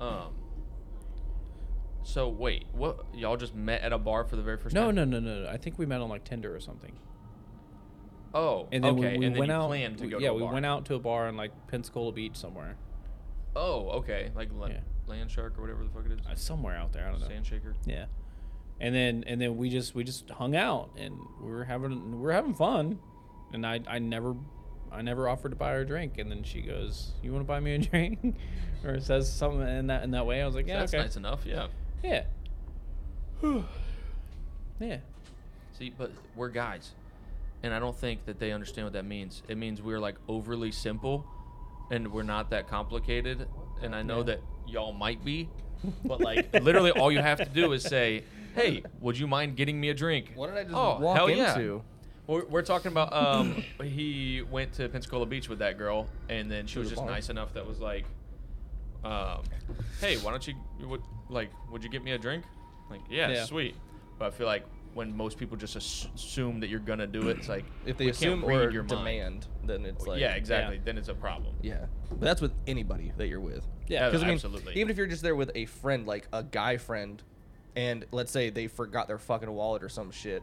S3: Um. So wait, what? Y'all just met at a bar for the very first
S4: No,
S3: time?
S4: no, no, no, no. I think we met on like Tinder or something.
S3: Oh,
S4: And then
S3: okay.
S4: we, we
S3: and then
S4: went
S3: you
S4: out.
S3: planned to
S4: we-
S3: go.
S4: yeah,
S3: to a
S4: we
S3: bar.
S4: went out to a bar in like Pensacola Beach somewhere,
S3: Oh, okay. Like la-
S4: Yeah.
S3: land shark or whatever the fuck it is.
S4: Uh, somewhere out there. I don't know.
S3: Sand shaker.
S4: Yeah. And then and then we just we just hung out and we were having we were having fun, and I I never I never offered to buy her a drink and then she goes you want to buy me a [laughs] drink or says something in that in that way I was like yeah
S3: That's
S4: okay
S3: nice enough. Yeah.
S4: yeah
S3: [sighs]
S4: yeah
S3: See, but we're guys, and I don't think that they understand what that means. It means we're like overly simple, and we're not that complicated. And I know
S4: Yeah.
S3: that y'all might be, but like literally, all you have to do is say, "Hey, would you mind getting me a drink?"
S1: What did I just
S3: oh,
S1: walk
S3: hell Yeah.
S1: into?
S3: We're, we're talking about
S1: [laughs]
S3: um, he went to Pensacola Beach with that girl, and then she was
S1: the
S3: just
S1: bar.
S3: nice enough that was like, um, "Hey, why don't you would, like would you get me a drink?" Like, yeah,
S4: Yeah.
S3: sweet. But I feel like when most people just ass- assume that you're gonna do it, it's like
S1: If they
S3: we can't
S1: assume
S3: read
S1: or
S3: your mind.
S1: demand, then it's like
S3: yeah, exactly.
S4: Yeah.
S3: Then it's a problem.
S1: Yeah, but that's with anybody that you're with.
S4: Yeah,
S1: 'Cause, I mean,
S3: absolutely.
S1: Even if you're just there with a friend, like a guy friend, and let's say they forgot their fucking wallet or some shit,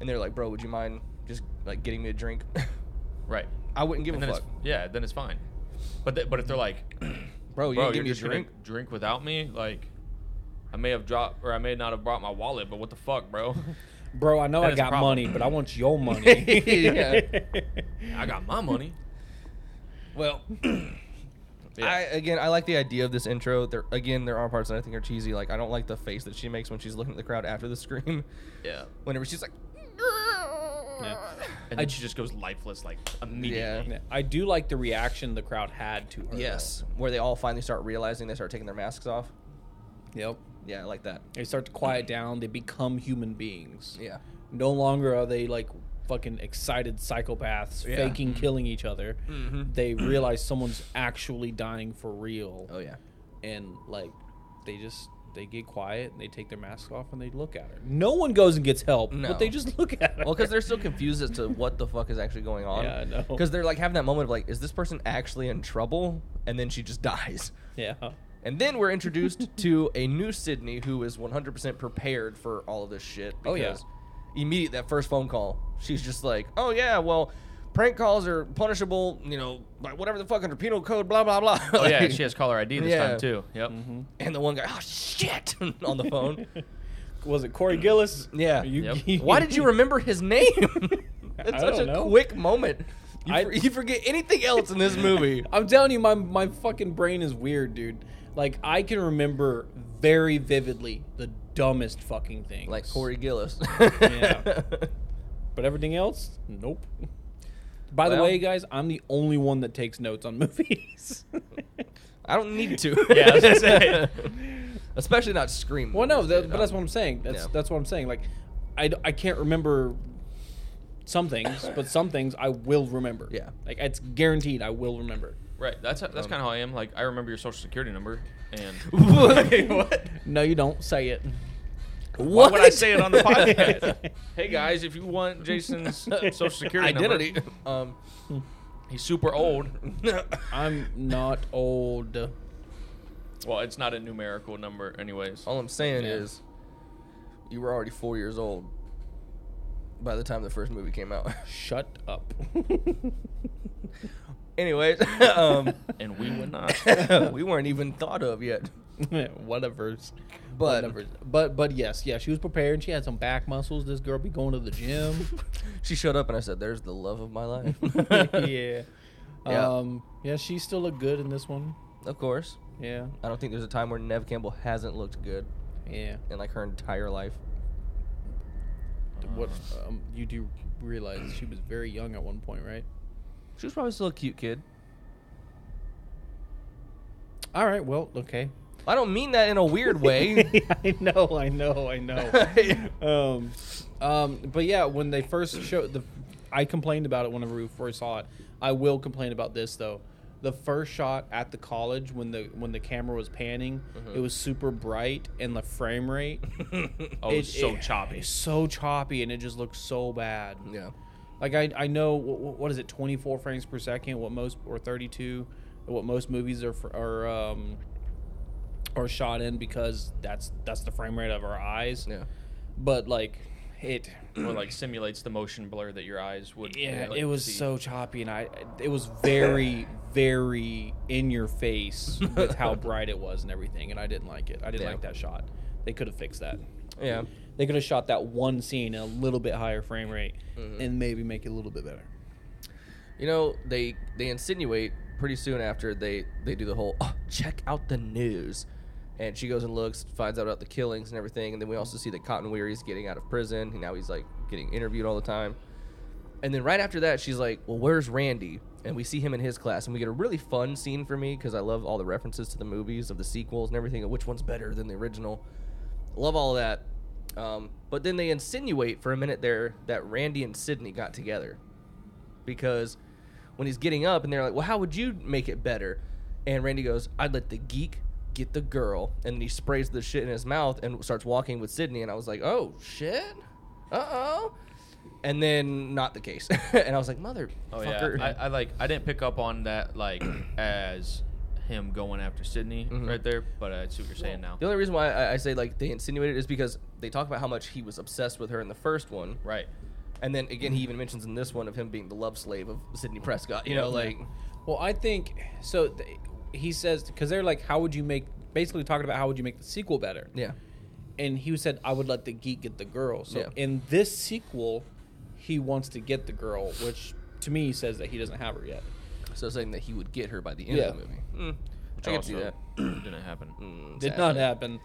S1: and they're like, "Bro, would you mind just like getting me a drink?" [laughs]
S3: Right.
S1: I wouldn't give
S3: And
S1: a
S3: then it's,
S1: fuck,
S3: yeah, then it's fine. But th- but if they're like,
S1: bro. You didn't
S3: bro, you're
S1: give me a
S3: just
S1: drink.
S3: gonna drink without me, like. I may have dropped, or I may not have brought my wallet, but what the
S1: [laughs]
S3: fuck, bro?
S4: bro I know
S3: That
S4: I
S3: is a
S4: got
S3: problem.
S4: money but I want
S3: [laughs]
S4: your money
S1: Yeah.
S3: I got my money. [clears throat]
S1: Well, [clears throat]
S3: Yeah.
S1: I again, I like the idea of this intro. There again, there are parts that I think are cheesy. Like I don't like the face that she makes when she's looking at the crowd after the scream. [laughs]
S3: Yeah.
S1: Whenever she's like,
S4: Yeah.
S3: And then she just goes lifeless, like immediately.
S1: Yeah.
S4: I do like the reaction the crowd had to her though.
S1: "Yes," where they all finally start realizing they start taking their masks off.
S4: yep
S1: Yeah, I like that.
S4: they start to quiet down they become human beings
S1: Yeah.
S4: No longer are they like fucking excited psychopaths
S1: Yeah. Mm-hmm.
S4: faking killing each other.
S1: [clears throat]
S4: They realize someone's actually dying for real,
S1: Oh yeah.
S4: and like they just they get quiet and they take their mask off and they look at her. No one goes and gets help,
S1: No.
S4: but they just look at her.
S1: Well, because they're still confused as to what the fuck is actually going on.
S4: Yeah, I know.
S1: Because they're like having that moment of like, is this person actually in trouble? And then she just dies.
S4: [laughs] yeah.
S1: And then we're introduced
S4: [laughs]
S1: to a new Sydney who is 100% prepared for all of this shit.
S4: Oh, yeah.
S1: Immediate that first phone call, she's just like, oh yeah, well, prank calls are punishable, you know, by whatever the fuck under penal code, blah blah blah. [laughs]
S3: Oh yeah, she has caller ID this
S1: Yeah.
S3: time too. Yep.
S1: And the one guy, oh shit, [laughs] on the
S4: [laughs]
S1: phone.
S4: Was it Corey Gillis?
S1: Yeah.
S3: Yep.
S4: [laughs]
S1: Why did you remember his name? [laughs]
S4: I
S1: it's such
S4: don't
S1: a
S4: know.
S1: quick moment. You,
S4: I-
S1: for- you forget anything else in
S3: [laughs]
S1: this movie.
S4: I'm telling you, my my fucking brain is weird, dude. Like I can remember very vividly the dumbest fucking things.
S1: like Corey [laughs] Gillis.
S4: Yeah. But everything else, [laughs] nope. By the
S1: Well-
S4: way, guys, I'm the only one that takes notes on [laughs] movies.
S1: I don't need to.
S3: [laughs] Yeah, I was gonna say.
S1: [laughs] Especially not Scream.
S4: well, no,
S1: movies,
S4: that,
S1: dude.
S4: but that's what I'm saying. That's
S1: Yeah.
S4: that's what I'm saying. Like, I, d- I can't remember some [coughs] things, but some things I will remember.
S1: Yeah.
S4: like it's guaranteed I will remember.
S3: Right. That's that's
S1: Um,
S3: kind of how I am. Like I remember your social security number,
S1: [laughs]
S3: and
S1: Wait, what?
S4: No, you don't say it.
S3: why
S1: What?
S3: would I say it
S1: [laughs]
S3: on the podcast? hey guys, if you want Jason's social security
S1: Identity.
S3: number, [laughs]
S1: Um,
S3: he's super old.
S4: I'm not old.
S3: Well, it's not a numerical number, anyways.
S1: all I'm saying
S4: Yeah.
S1: is, you were already four years old by the time the first movie came out. [laughs]
S4: Shut [laughs] up.
S1: Anyways, [laughs] um,
S3: And we
S1: [laughs]
S3: would not.
S1: we weren't even thought of yet.
S4: [laughs] Whatever's.
S1: But-
S4: Whatever's. but but yes, yeah, she was prepared. and She had some back muscles. This girl be going to the gym.
S1: She showed up and I said, "There's the love of my life."
S4: [laughs] yeah.
S1: Yeah.
S4: Um, [laughs] yeah, she still looked good in this one.
S1: Of course,
S4: Yeah.
S1: I don't think there's a time where Nev Campbell hasn't looked good
S4: Yeah.
S1: in like her entire life.
S4: What um, you do realize she was very young at one point, right?
S1: She was probably still a cute kid.
S4: All right. Well, okay.
S1: I don't mean that in a weird way.
S4: [laughs] I know, I know, I [laughs] know. um, um, but yeah, when they first showed the, I complained about it whenever we first saw it. I will complain about this though. the first shot at the college when the when the camera was panning, it was super bright and the frame rate
S3: Oh,
S4: it-
S3: it's so
S4: it-
S3: choppy.
S4: it's so choppy, and it just looks so bad.
S1: [laughs] Yeah.
S4: Like I, I know what, what is it, 24 frames per second? What most or 32? What most movies are fr- are um are shot in because that's that's the frame rate of our eyes.
S1: Yeah.
S4: But like
S1: [clears throat]
S4: it,
S3: Or like simulates the motion blur that your eyes would.
S4: yeah,
S3: like,
S4: it was
S3: see.
S4: so choppy, and I it was very very in your face
S1: [laughs]
S4: with how bright it was and everything, and I didn't like it. I didn't
S1: Yeah.
S4: like that shot. They could have fixed that.
S1: Yeah.
S4: They could have shot that one scene at a little bit higher frame rate
S1: Mm-hmm.
S4: and maybe make it a little bit better.
S1: You know, they they insinuate pretty soon after they they do the whole oh, check out the news, and she goes and looks, finds out about the killings and everything, and then we also see that Cotton Weary's getting out of prison, and now he's like getting interviewed all the time, and then right after that she's like, well, where's Randy? And we see him in his class, and we get a really fun scene for me because I love all the references to the movies of the sequels and everything, of which one's better than the original. Love all that. Um, but then they insinuate for a minute there that Randy and Sydney got together because when he's getting up and they're like, "Well, how would you make it better?" And Randy goes, "I'd let the geek get the girl," and then he sprays the shit in his mouth and starts walking with Sydney. And I was like, "Oh shit, uh oh," and then not the case. [laughs] and I was like, "Motherfucker."
S3: Oh yeah,
S1: [laughs]
S3: I, I like. I didn't pick up on
S1: [clears throat]
S3: that like as him going after Sydney
S1: Mm-hmm.
S3: right there, but uh, I see what you're saying now.
S1: the only reason why I, I say like they insinuated is because they talk about how much he was obsessed with her in the first one,
S3: Right.
S1: And then again, he even mentions in this one of him being the love slave of Sydney Prescott. You know, like
S4: Well, I think so. Th- he says because they're like, "How would you make?" Basically, talking about how would you make the sequel better?
S1: yeah,
S4: And he said, "I would let the geek get the girl." So
S1: Yeah.
S4: in this sequel, he wants to get the girl, which to me says that he doesn't have her yet.
S1: so saying that he would get her by the end of
S4: Yeah.
S1: the movie. Mm,
S3: Which
S1: I could
S3: also
S1: see that. [clears throat] Mm.
S3: didn't happen.
S4: Did not happen.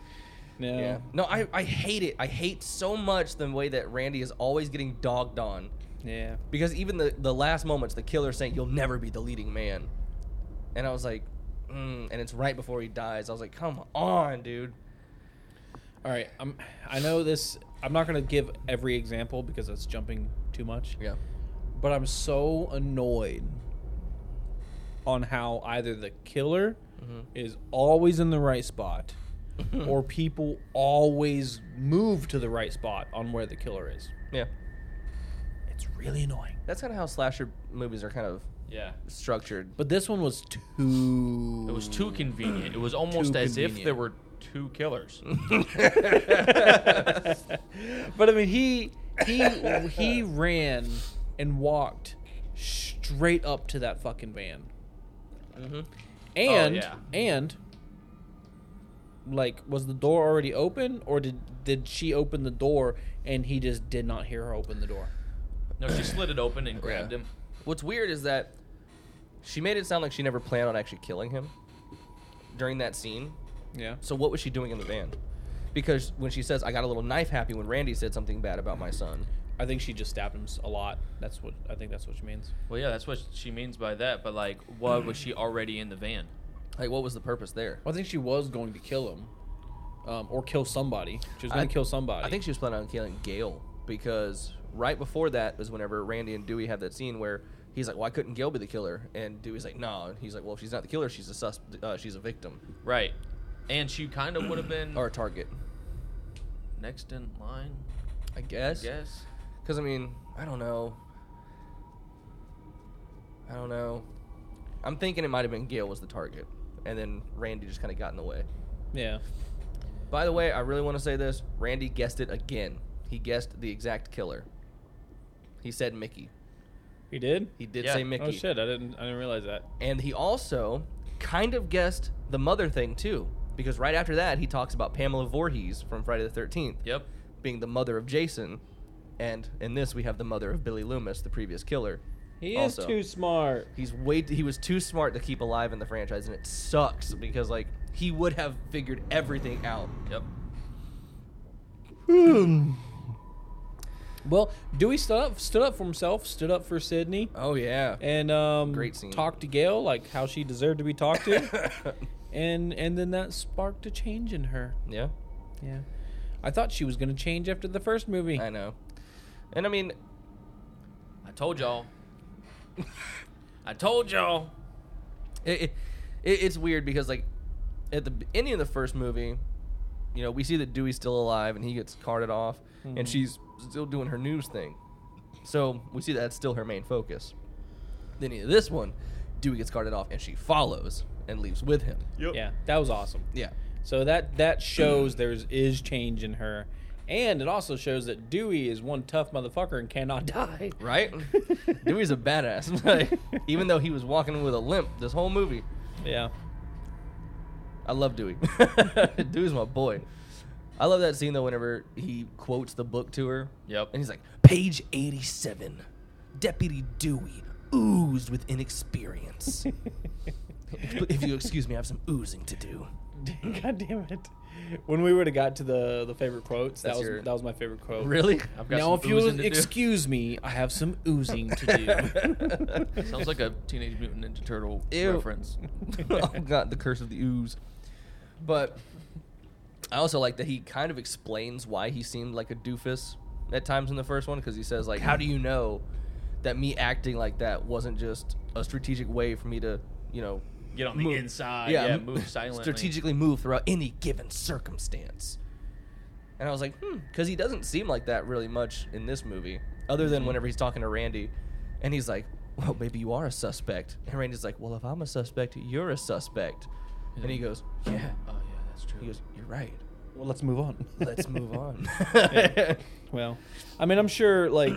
S4: No.
S1: Yeah. No, I, I hate it. I hate so much the way that Randy is always getting dogged on.
S4: Yeah.
S1: Because even the, the last moments, the killer saying, You'll never be the leading man. And I was like, mm, And it's right before he dies. I was like, Come on, dude.
S4: All right. I'm. I know this. I'm not gonna give every example because that's jumping too much.
S1: Yeah.
S4: but I'm so annoyed on how either the killer
S3: Mm-hmm.
S4: is always in the
S3: [laughs]
S4: right spot or people always move to the right spot on where the killer is.
S1: Yeah.
S4: It's really annoying.
S1: That's kind of how slasher movies are kind of
S3: Yeah.
S1: structured.
S4: But this one was too.
S3: It was too convenient. It was almost as if
S1: convenient.
S3: there were two
S1: [laughs]
S3: killers.
S4: but I mean, he he he ran and walked straight up to that fucking van, Mm-hmm. and
S3: yeah.
S4: and like was the door already open, or did did she open the door and he just did not hear her open the door?
S3: no, she slid it open and grabbed
S1: Yeah.
S3: him.
S1: What's weird is that she made it sound like she never planned on actually killing him during that scene.
S4: Yeah.
S1: So what was she doing in the van? Because when she says, I got a little knife happy when Randy said something bad about my son.
S4: I think she just stabbed him s- a lot. That's what I think. That's what she means.
S3: Well, yeah, that's what she means by that. But like, why was she already in the van?
S1: Like, what was the purpose there?
S4: Well, I think she was going to kill him, um, or kill somebody. She was going to kill somebody.
S1: I think she was planning on killing Gail because right before that was whenever Randy and Dewey had that scene where he's like, "Why couldn't Gail be the killer?" And Dewey's like, "No." And he's like, "Well, if she's not the killer, she's a sus- uh, she's a victim
S3: Right. And she kind of would have been
S1: or a target,
S3: next in line,
S1: I
S3: I
S1: guess."
S3: guess.
S1: Because I mean, I don't know. I don't know. I'm thinking it might have been Gail was the target, and then Randy just kind of got in the way.
S4: Yeah.
S1: By the way, I really want to say this. Randy guessed it again. He guessed the exact killer. He said Mickey.
S4: He did.
S1: He did
S3: Yeah.
S1: say Mickey.
S4: Oh shit! I didn't. I didn't realize that.
S1: And he also kind of guessed the mother thing too, because right after that he talks about Pamela Voorhees from Friday the Thirteenth
S3: Yep.
S1: being the mother of Jason, and in this we have the mother of Billy Loomis, the previous killer.
S4: He
S1: is Also. too
S4: smart.
S1: He's way he was too smart to keep alive in the franchise, and it sucks because like he would have figured everything out.
S3: Yep.
S4: Well, Dewey stood up, stood up for himself, stood up for Sydney,
S1: Oh yeah,
S4: and um,
S1: Great scene.
S4: talked to Gail like how she deserved to be talked to, [laughs] and and then that sparked a change in her.
S1: yeah,
S4: Yeah, I thought she was gonna change after the first movie.
S1: I know. And I mean, [laughs]
S3: I told y'all. I told y'all.
S1: It, it, it- it's weird because like at the beginning of the first movie, you know, we see that Dewey's still alive and he gets carted off, and she's still doing her news thing. So we see that that's still her main focus. Then in this one, Dewey gets carted off and she follows and leaves with him.
S5: Yep.
S4: Yeah, that was awesome.
S1: Yeah.
S4: So that that shows there's is change in her, and it also shows that Dewey is one tough motherfucker and cannot [laughs] die.
S1: Right? Dewey's a badass. [laughs] Like, even though he was walking with a limp this whole movie.
S4: Yeah.
S1: I love Dewey. [laughs] Dewey's my boy. I love that scene though. Whenever he quotes the book to her,
S3: Yep.
S1: and he's like, "Page eighty-seven, Deputy Dewey oozed with inexperience. if you excuse me, I have some oozing to do." [laughs]
S4: [laughs] God damn it! When we would have got to the the favorite quotes,
S1: That's
S4: that was
S1: your-
S4: that was my favorite quote.
S1: Really?
S3: I've got
S4: Now,
S3: some
S4: if you'll
S3: oozing to do.
S4: excuse me, I have some oozing to
S3: [laughs] Sounds
S1: [laughs]
S3: like a Teenage Mutant Ninja Turtle
S1: Ew.
S3: reference.
S1: oh God, the curse of the ooze. But I also like that he kind of explains why he seemed like a doofus at times in the first one because he says like, "How do you know that me acting like that wasn't just a strategic way for me to, you know,
S5: Get on the
S1: move-
S5: inside. Yeah.
S1: m- [laughs]
S3: move silently."
S1: strategically move throughout any given circumstance." And I was like, hmm, because he doesn't seem like that really much in this movie, other than whenever he's talking to Randy, and he's like, "Well, maybe you are a suspect." And Randy's like, "Well, if I'm a suspect, you're a suspect." And he goes, "Yeah."
S3: Oh [laughs] yeah, that's true.
S1: He goes, "You're right.
S4: well, let's move on.
S1: Let's move
S4: [laughs]
S1: on."
S4: Well, I mean, I'm sure like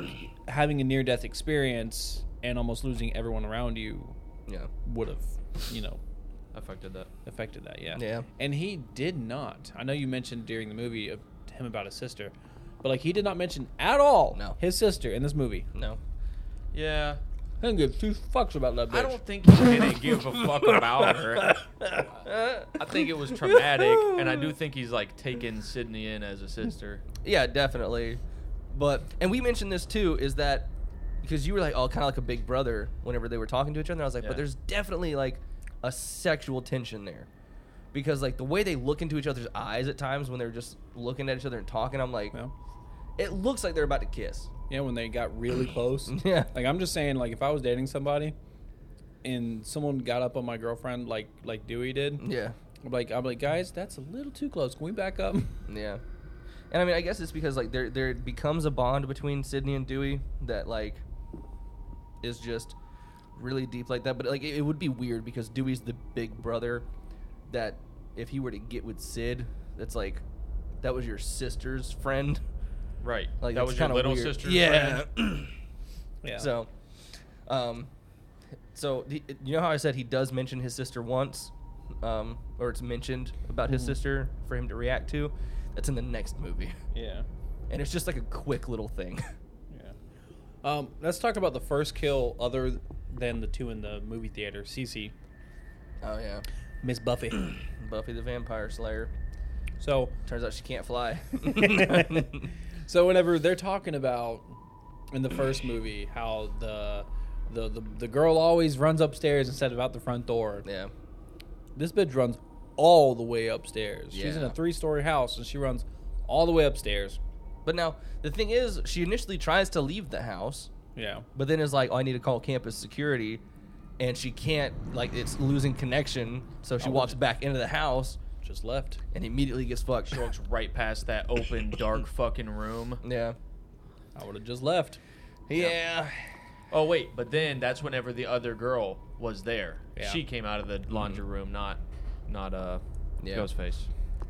S4: having a near death experience and almost losing everyone around you
S1: yeah.
S4: would have, you know,
S3: I fucked did that.
S4: affected that. Yeah.
S1: Yeah.
S4: And he did not. I know you mentioned during the movie of him about his sister, but like he did not mention at all
S1: No.
S4: his sister in this movie.
S1: No.
S3: Yeah.
S4: I didn't give two fucks about that bitch.
S3: I don't
S1: [laughs]
S3: think he didn't give a fuck about her. I think it was traumatic, and I do think he's like taking Sydney in as a sister.
S1: Yeah, definitely. But and we mentioned this too is that because you were like, oh, kind of like a big brother whenever they were talking to each other. I was like,
S3: Yeah.
S1: but there's definitely like a sexual tension there because like the way they look into each other's eyes at times when they're just looking at each other and talking, I'm like,
S4: Well,
S1: it looks like they're about to kiss.
S4: yeah, when they got really close.
S1: Yeah.
S4: Like I'm just saying, like if I was dating somebody and someone got up on my girlfriend like like Dewey did,
S1: Yeah.
S4: I'm like I'm like, guys, that's a little too close. Can we back up? [laughs]
S1: Yeah. And I mean, I guess it's because like there there becomes a bond between Sydney and Dewey that like is just really deep like that. But like it, it would be weird because Dewey's the big brother that if he were to get with Sid, that's like that was your sister's friend.
S3: Right.
S1: Like
S3: that
S1: that's
S3: was your
S1: kinda
S3: little
S1: weird.
S3: sister.
S1: Yeah.
S4: Yeah.
S1: So, um, so the, you know how I said he does mention his sister once, um, or it's mentioned about his sister for him to react to. That's in the next movie.
S4: Mm-hmm. yeah.
S1: and it's just like a quick little thing. [laughs]
S4: Yeah. Um, let's talk about the first kill other than the two in the movie theater. Cece,
S1: Oh yeah,
S4: Miss Buffy.
S1: Buffy the Vampire Slayer.
S4: so,
S1: Turns out she can't [laughs] fly.
S4: [laughs] so whenever they're talking about in the first movie how the the, the, the girl always runs upstairs instead of out the front door.
S1: yeah,
S4: This bitch runs all the way upstairs. She's in a
S1: Yeah.
S4: three story house and she runs all the way upstairs.
S1: but now the thing is, she initially tries to leave the house,
S4: Yeah.
S1: but then is like, "Oh, I need to call campus security," and she can't. Like it's losing connection, so she walks back into the house
S4: Just left.
S1: and immediately gets fucked.
S3: She walks right past that open, dark fucking room.
S1: Yeah,
S4: I would have just left.
S1: yeah,
S3: Oh wait, but then that's whenever the other girl was there.
S4: Yeah.
S3: She came out of the laundry room, not not uh
S1: Mm-hmm. Yeah.
S3: Ghostface.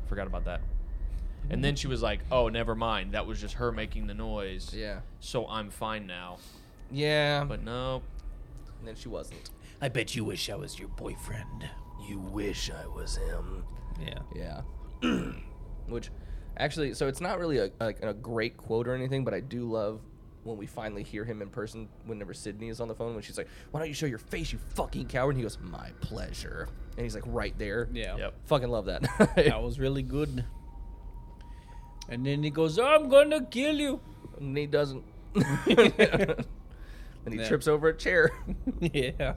S3: Forgot about that. And then she was like, "Oh, never mind. That was just her making the noise.
S1: yeah,
S3: So I'm fine now."
S1: yeah. But
S3: But no,
S1: then she wasn't.
S4: I bet you wish I was your boyfriend.
S1: You wish I was him.
S4: Yeah.
S1: Yeah. [clears throat] Which actually, so it's not really a, a, a great quote or anything, but I do love when we finally hear him in person whenever Sydney is on the phone when she's like, Why don't you show your face, you fucking coward? And he goes, My pleasure. And he's like, Right there.
S4: Yeah.
S3: yep.
S1: Fucking love that.
S4: that was really good. And then he goes, I'm gonna kill you.
S1: [laughs]
S4: [laughs]
S1: and he doesn't. [laughs] and he
S4: Yeah.
S1: trips over a chair. [laughs]
S4: yeah.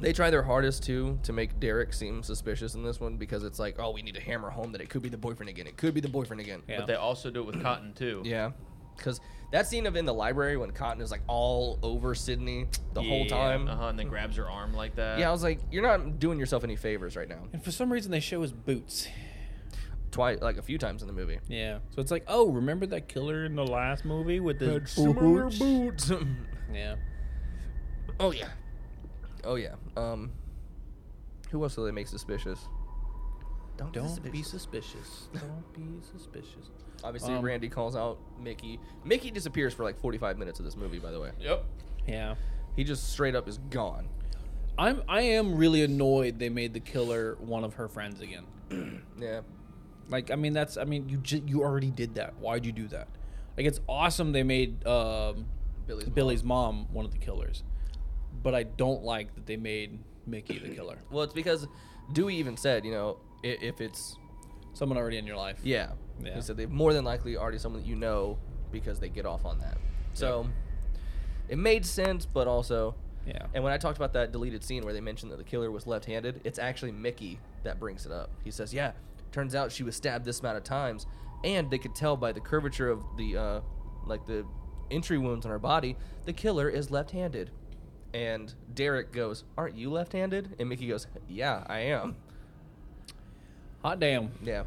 S1: they try their hardest too to make Derek seem suspicious in this one because it's like, oh, we need to hammer home that it could be the boyfriend again. It could be the boyfriend again.
S4: Yeah.
S3: But they also do it with Cotton too.
S1: Yeah. Because that scene of in the library when Cotton is like all over Sydney the whole time.
S4: uh-huh.
S3: Uh huh. And then grabs her arm like that.
S1: Yeah, I was like, you're not doing yourself any favors right now.
S4: And for some reason, they show his boots.
S1: Twice, like a few times in the movie.
S4: Yeah. So it's like, oh, remember that killer in the last movie with the boots? [laughs]
S1: boots.
S4: Yeah.
S1: oh yeah, oh yeah. Um, who else do they make suspicious?
S4: Don't be suspicious. Don't be suspicious.
S1: Obviously,
S4: Um,
S1: Randy calls out Mickey. Mickey disappears for like 45 minutes of this movie. By the way,
S3: Yep.
S4: Yeah.
S1: he just straight up is gone.
S4: I'm I am really annoyed they made the killer one of her friends again.
S1: Yeah,
S4: Like I mean that's I mean you ju- you already did that. Why'd you do that? Like it's awesome they made um,
S1: Billy's
S4: Billy's,
S1: mom.
S4: mom. one of the killers, but I don't like that they made Mickey the killer.
S1: Well, it's because Dewey even said, you know, i- if it's
S4: Someone already in your life.
S1: yeah,
S4: Yeah.
S1: he said they more than likely already someone that you know because they get off on that. So it made sense, but also,
S4: Yeah.
S1: And when I talked about that deleted scene where they mentioned that the killer was left-handed, it's actually Mickey that brings it up. He says, "Yeah, turns out she was stabbed this amount of times, and they could tell by the curvature of the uh, like the entry wounds on her body, the killer is left-handed." And Derek goes, "Aren't you left-handed?" And Mickey goes, "Yeah, I am."
S4: Hot damn.
S1: Yeah.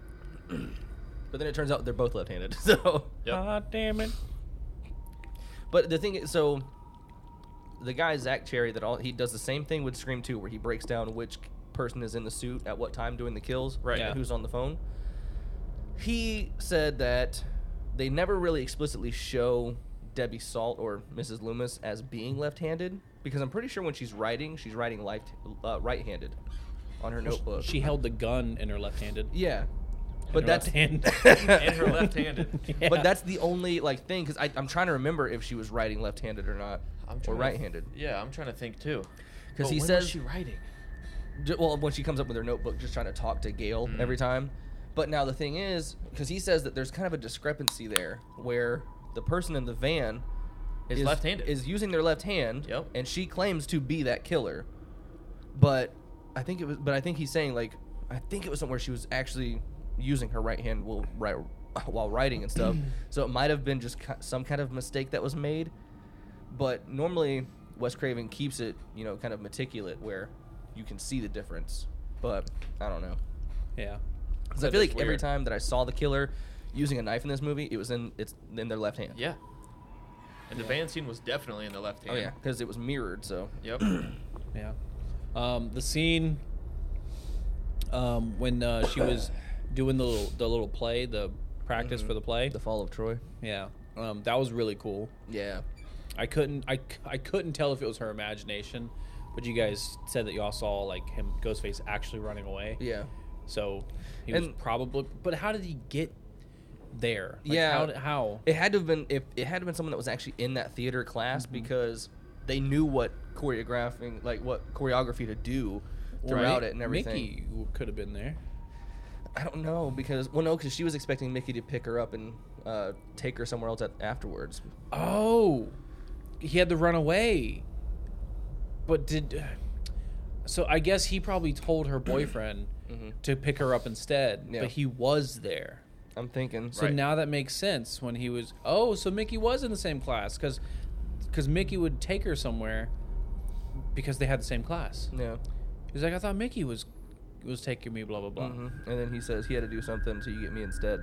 S1: [clears throat] but then it turns out they're both left-handed. [laughs] So,
S3: Yep.
S4: Hot damn it.
S1: but the thing is, so the guy Zach Cherry that all he does the same thing with Scream 2, where he breaks down which person is in the suit at what time doing the kills,
S3: Right.
S1: and
S4: Yeah.
S1: who's on the phone. He said that they never really explicitly show Debbie Salt or Mrs. Loomis as being left-handed because I'm pretty sure when she's writing, she's writing life, uh, right-handed on her notebook.
S4: She held the gun in her left handed.
S1: yeah, but [laughs]
S4: her
S1: that's
S4: left hand.
S1: [laughs]
S3: And her left-handed.
S1: But that's the only like thing because I'm trying to remember if she was writing left-handed or not,
S3: I'm
S1: or
S3: trying to-
S1: right-handed.
S3: Yeah, I'm trying to think too.
S1: 'Cause
S3: But
S1: he
S3: when was
S1: says-
S3: she writing.
S1: Ju- Well, when she comes up with her notebook, just trying to talk to Gail
S3: Mm-hmm.
S1: every time. But now the thing is, because he says that there's kind of a discrepancy there where the person in the van
S3: Is left-handed.
S1: is using their left hand,
S3: Yep.
S1: and she claims to be that killer. But I think it was. But I think he's saying like I think it was somewhere she was actually using her right hand while right, [coughs] while writing and
S3: [clears throat]
S1: stuff. so it might have been just ki- some kind of mistake that was made. But normally Wes Craven keeps it you know kind of meticulate where you can see the difference. But I don't know.
S4: yeah.
S1: 'Cause I
S3: That
S1: feel
S3: is
S1: like every
S3: weird.
S1: time that I saw the killer using a knife in this movie, it was in it's in their left hand.
S3: Yeah. And the van scene was definitely in the left
S1: Oh
S3: hand.
S1: yeah, because it was mirrored. So
S3: Yep.
S4: Yeah. Um, the scene um, when uh, she was doing the little, the little play, the practice for the play.
S1: Mm-hmm. the fall of Troy.
S4: yeah. Um, that was really cool.
S1: Yeah.
S4: I couldn't I, c- I couldn't tell if it was her imagination, but you guys said that y'all saw like him Ghostface actually running away.
S1: Yeah.
S4: So he was
S1: And-
S4: probably but how did he get there? Like,
S1: Yeah.
S4: How, did- how?
S1: It had to have been if it had to have been someone that was actually in that theater class
S4: Mm-hmm.
S1: because they knew what choreographing like what choreography to do throughout
S4: Right?
S1: it and everything.
S4: Mickey could have been there.
S1: I don't know because well no because she was expecting Mickey to pick her up and uh, take her somewhere else at, afterwards.
S4: Oh, he had to run away. But did uh, so? I guess he probably told [clears throat] her boyfriend to pick her up instead.
S1: Yeah.
S4: But he was there,
S1: I'm thinking.
S4: so
S3: Right.
S4: now that makes sense. When he was oh, so Mickey was in the same class because because Mickey would take her somewhere because they had the same class.
S1: Yeah.
S4: He's like, I thought Mickey was was taking me, blah blah blah.
S1: hmm And then he says he had to do something, so you get me instead.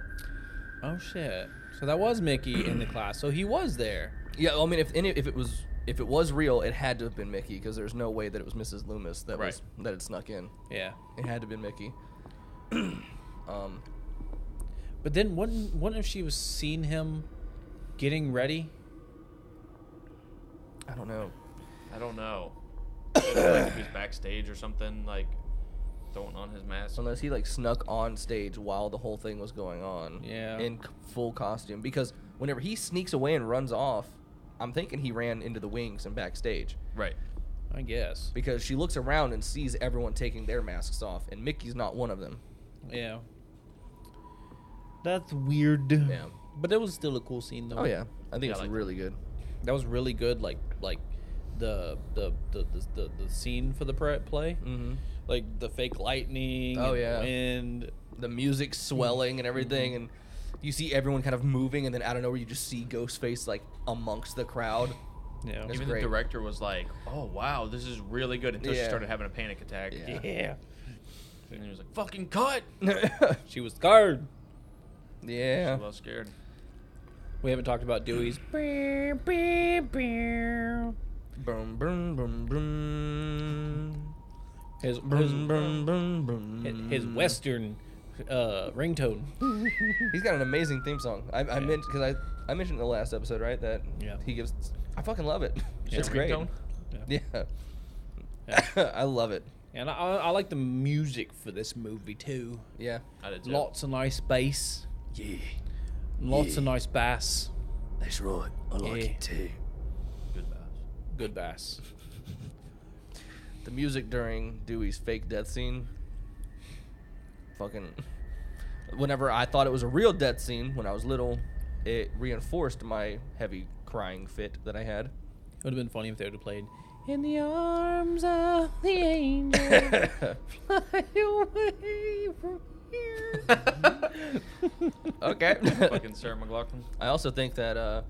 S4: Oh shit! So that was Mickey in the class. So he was there.
S1: Yeah, I mean, if any, if it was if it was real, it had to have been Mickey because there's no way that it was Mrs. Loomis that was that had snuck in.
S4: Yeah.
S1: It had to have been Mickey. [clears throat] um,
S4: But then wouldn't wouldn't if she was seen him getting ready?
S1: I don't know.
S3: I don't know. like if he was backstage or something, like throwing on his mask.
S1: Unless he like snuck on stage while the whole thing was going on.
S4: Yeah.
S1: In c- full costume because whenever he sneaks away and runs off, I'm thinking he ran into the wings and backstage
S3: Right.
S4: I guess.
S1: because she looks around and sees everyone taking their masks off and Mickey's not one of them.
S4: Yeah. That's weird.
S1: Yeah.
S4: But that was still a cool scene though.
S1: Oh yeah, I think
S3: Yeah,
S1: it's
S3: I like
S1: really good.
S4: That was really good like like the the the the, the, the scene for the pre- play.
S1: Mm-hmm.
S4: Like the fake lightning
S1: Oh,
S4: and
S1: yeah.
S4: wind.
S1: The music swelling and everything and you see everyone kind of moving, and then out of nowhere, you just see Ghostface like amongst the crowd. [laughs]
S4: Yeah.
S1: It's
S3: Even
S1: great.
S3: the director was like, "Oh wow, this is really good." Until she
S1: Yeah.
S3: started having a panic attack.
S1: Yeah.
S4: yeah.
S3: [laughs] And he was like, "Fucking cut!"
S4: She was scarred.
S3: I
S1: yeah.
S3: was scared.
S4: We haven't talked about Dewey's.
S1: Boom, boom, boom, boom.
S4: His his, uh,
S1: Boom, boom, boom, boom.
S4: his Western uh, ringtone.
S1: He's got an amazing theme song. I, I meant because I, I mentioned in the last episode, right? That
S4: Yeah.
S1: he gives. I fucking love it. [laughs]
S4: Yeah.
S1: It's great.
S3: Ringtone?
S1: Yeah, [laughs] I love it.
S4: And I, I like the music for this movie too.
S1: Yeah.
S3: I did too.
S4: Lots of nice bass.
S1: Yeah,
S4: Lots of nice bass.
S1: that's right. I
S4: like Yeah. it
S1: too.
S3: Good bass.
S1: [laughs]
S4: Good bass.
S1: The music during Dewey's fake death scene. Fucking. Whenever I thought it was a real death scene when I was little, it reinforced my heavy crying fit that I
S4: [laughs]
S1: had. [laughs]
S4: It would have been funny if they would have played "In the Arms of the Angel."
S1: [laughs]
S4: Fly away from here.
S1: [laughs] okay.
S3: Fucking Sarah McLaughlin.
S1: I also think that uh,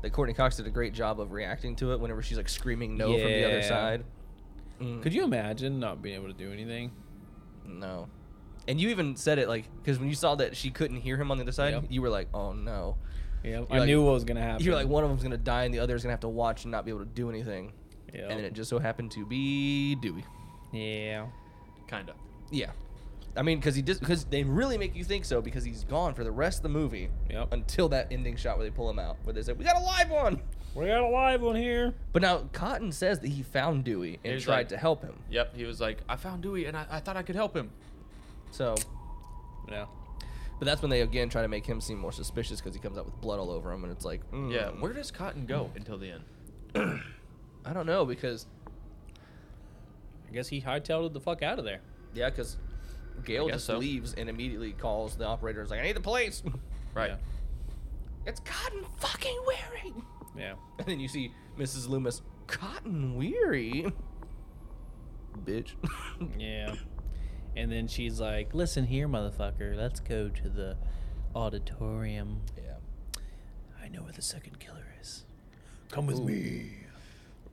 S1: that Courtney Cox did a great job of reacting to it whenever she's like screaming no from the other
S4: Yeah.
S1: side. Mm.
S4: Could you imagine not being able to do anything?
S1: No. And you even said it like because when you saw that she couldn't hear him on the other side,
S4: Yep.
S1: you were like, "Oh no!"
S4: Yeah, I
S1: You're like-
S4: knew what was gonna happen.
S1: You were like, "One of them's gonna die, and the other's gonna have to watch and not be able to do anything."
S4: Yeah.
S1: And then it just so happened to be Dewey.
S4: yeah.
S3: Kinda.
S1: Yeah, I mean, because he just because they really make you think so because he's gone for the rest of the movie
S4: Yep.
S1: until that ending shot where they pull him out where they say, "We got a live one."
S4: We got a live one here.
S1: But now Cotton says that he found Dewey and
S3: He's
S1: tried
S3: like-
S1: to help him.
S3: Yep. He was like, "I found Dewey, and I, I thought I could help him."
S1: So,
S4: Yeah.
S1: but that's when they again try to make him seem more suspicious because he comes out with blood all over him, and it's like,
S3: Yeah.
S1: mm.
S3: Where does Cotton go until the end?
S1: I don't know because
S4: I guess he hightailed it the fuck out of there.
S1: yeah, because Gail
S3: I guess
S1: just
S3: so.
S1: leaves and immediately calls the operator. Is like, I need the police. [laughs]
S3: Right.
S4: Yeah.
S1: it's Cotton fucking Weary. [laughs]
S4: Yeah.
S1: And then you see Mrs. Loomis, Cotton Weary, bitch. [laughs]
S4: Yeah. And then she's like, "Listen here, motherfucker. Let's go to the auditorium.
S1: yeah.
S4: I know where the second killer is. Come with me."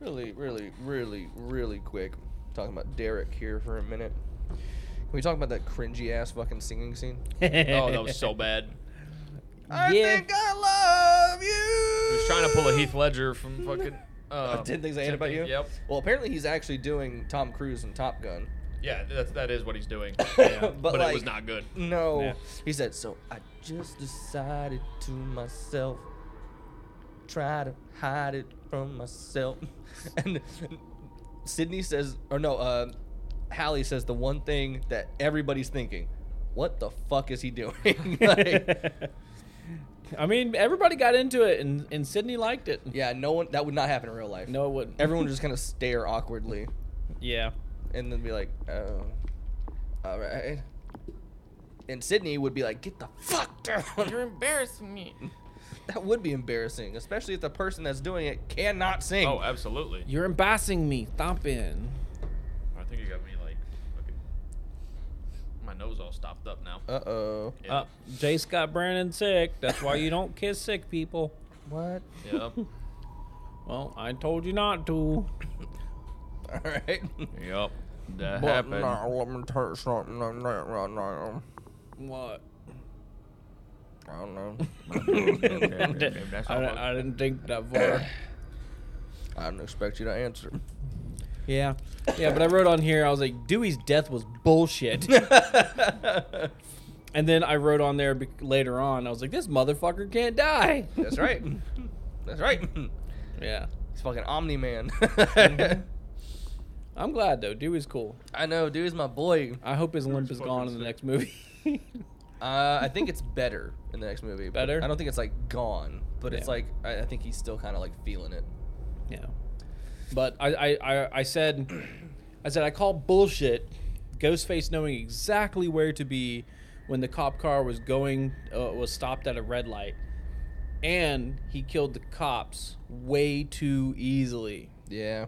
S1: Really, really, really, really quick. Talking about Derek here for a minute. Can we talk about that cringy ass fucking singing scene?
S3: Oh, that
S4: [laughs]
S3: was so bad.
S1: I
S4: Yeah.
S1: think I love you.
S3: He was trying to pull a Heath Ledger from fucking. Uh,
S1: Ten things [laughs] I hate about you.
S3: Yep.
S1: Well, apparently he's actually doing Tom Cruise and Top Gun.
S3: Yeah, that's, that is what
S1: [coughs]
S3: he's doing.
S1: [laughs] but
S3: but
S1: like,
S3: it was
S1: [laughs]
S3: not good.
S1: No.
S4: Yeah.
S1: He said, so I just decided to myself, try to hide it from myself. [laughs] and Sydney says, or no, uh, Hallie says the one thing that everybody's thinking. What the fuck is he doing? [laughs] like,
S4: [laughs] I mean, everybody got into it, and, and Sydney liked it.
S1: yeah, no one, that would not happen in real life.
S4: No, it wouldn't.
S1: Everyone just kind of stare awkwardly
S4: yeah.
S1: and then be like, oh, all right. And Sydney would be like, get the fuck down. [laughs]
S3: embarrassing me.
S1: That would be embarrassing, especially if the person that's doing it cannot sing.
S3: Oh, absolutely.
S4: You're embarrassing me. Stop it.
S3: I think it got me like. fucking My nose all stopped up now.
S1: uh oh.
S3: Yeah.
S4: Uh, Jay Scott Brandon sick. That's why you don't kiss sick people.
S1: What? [laughs]
S3: Yep.
S4: Well, I told you not to.
S1: All right.
S3: yep. That
S1: But
S3: happened. [laughs]
S1: now let me tell you something I'm not right now.
S4: What?
S1: I don't know.
S4: I, did,
S3: That's all
S4: I,
S3: I-
S4: didn't think that far.
S1: I didn't expect you to answer.
S4: yeah. Yeah, but I wrote on here, I was like, Dewey's death was
S3: [laughs]
S4: bullshit. and then I wrote on there be- later on, I was like, this motherfucker can't die.
S1: That's right. That's right.
S4: yeah.
S1: He's fucking Omni Man.
S4: I'm glad, though. Dewey's cool.
S1: [laughs] I know, dude. He's my boy.
S4: I hope his limp
S3: Dewey's
S4: is gone
S3: fucking
S4: in the
S3: sick.
S4: next movie. [laughs]
S1: Uh, I think it's better in the next movie. but
S4: Better?
S1: I don't think it's like gone, but it's
S4: Yeah.
S1: like I, I think he's still kind of like feeling it.
S4: Yeah. But I, I, I, I said, [clears throat] I said I call bullshit. Ghostface knowing exactly where to be when the cop car was going uh, was stopped at a red light, and he killed the cops way too easily.
S1: Yeah.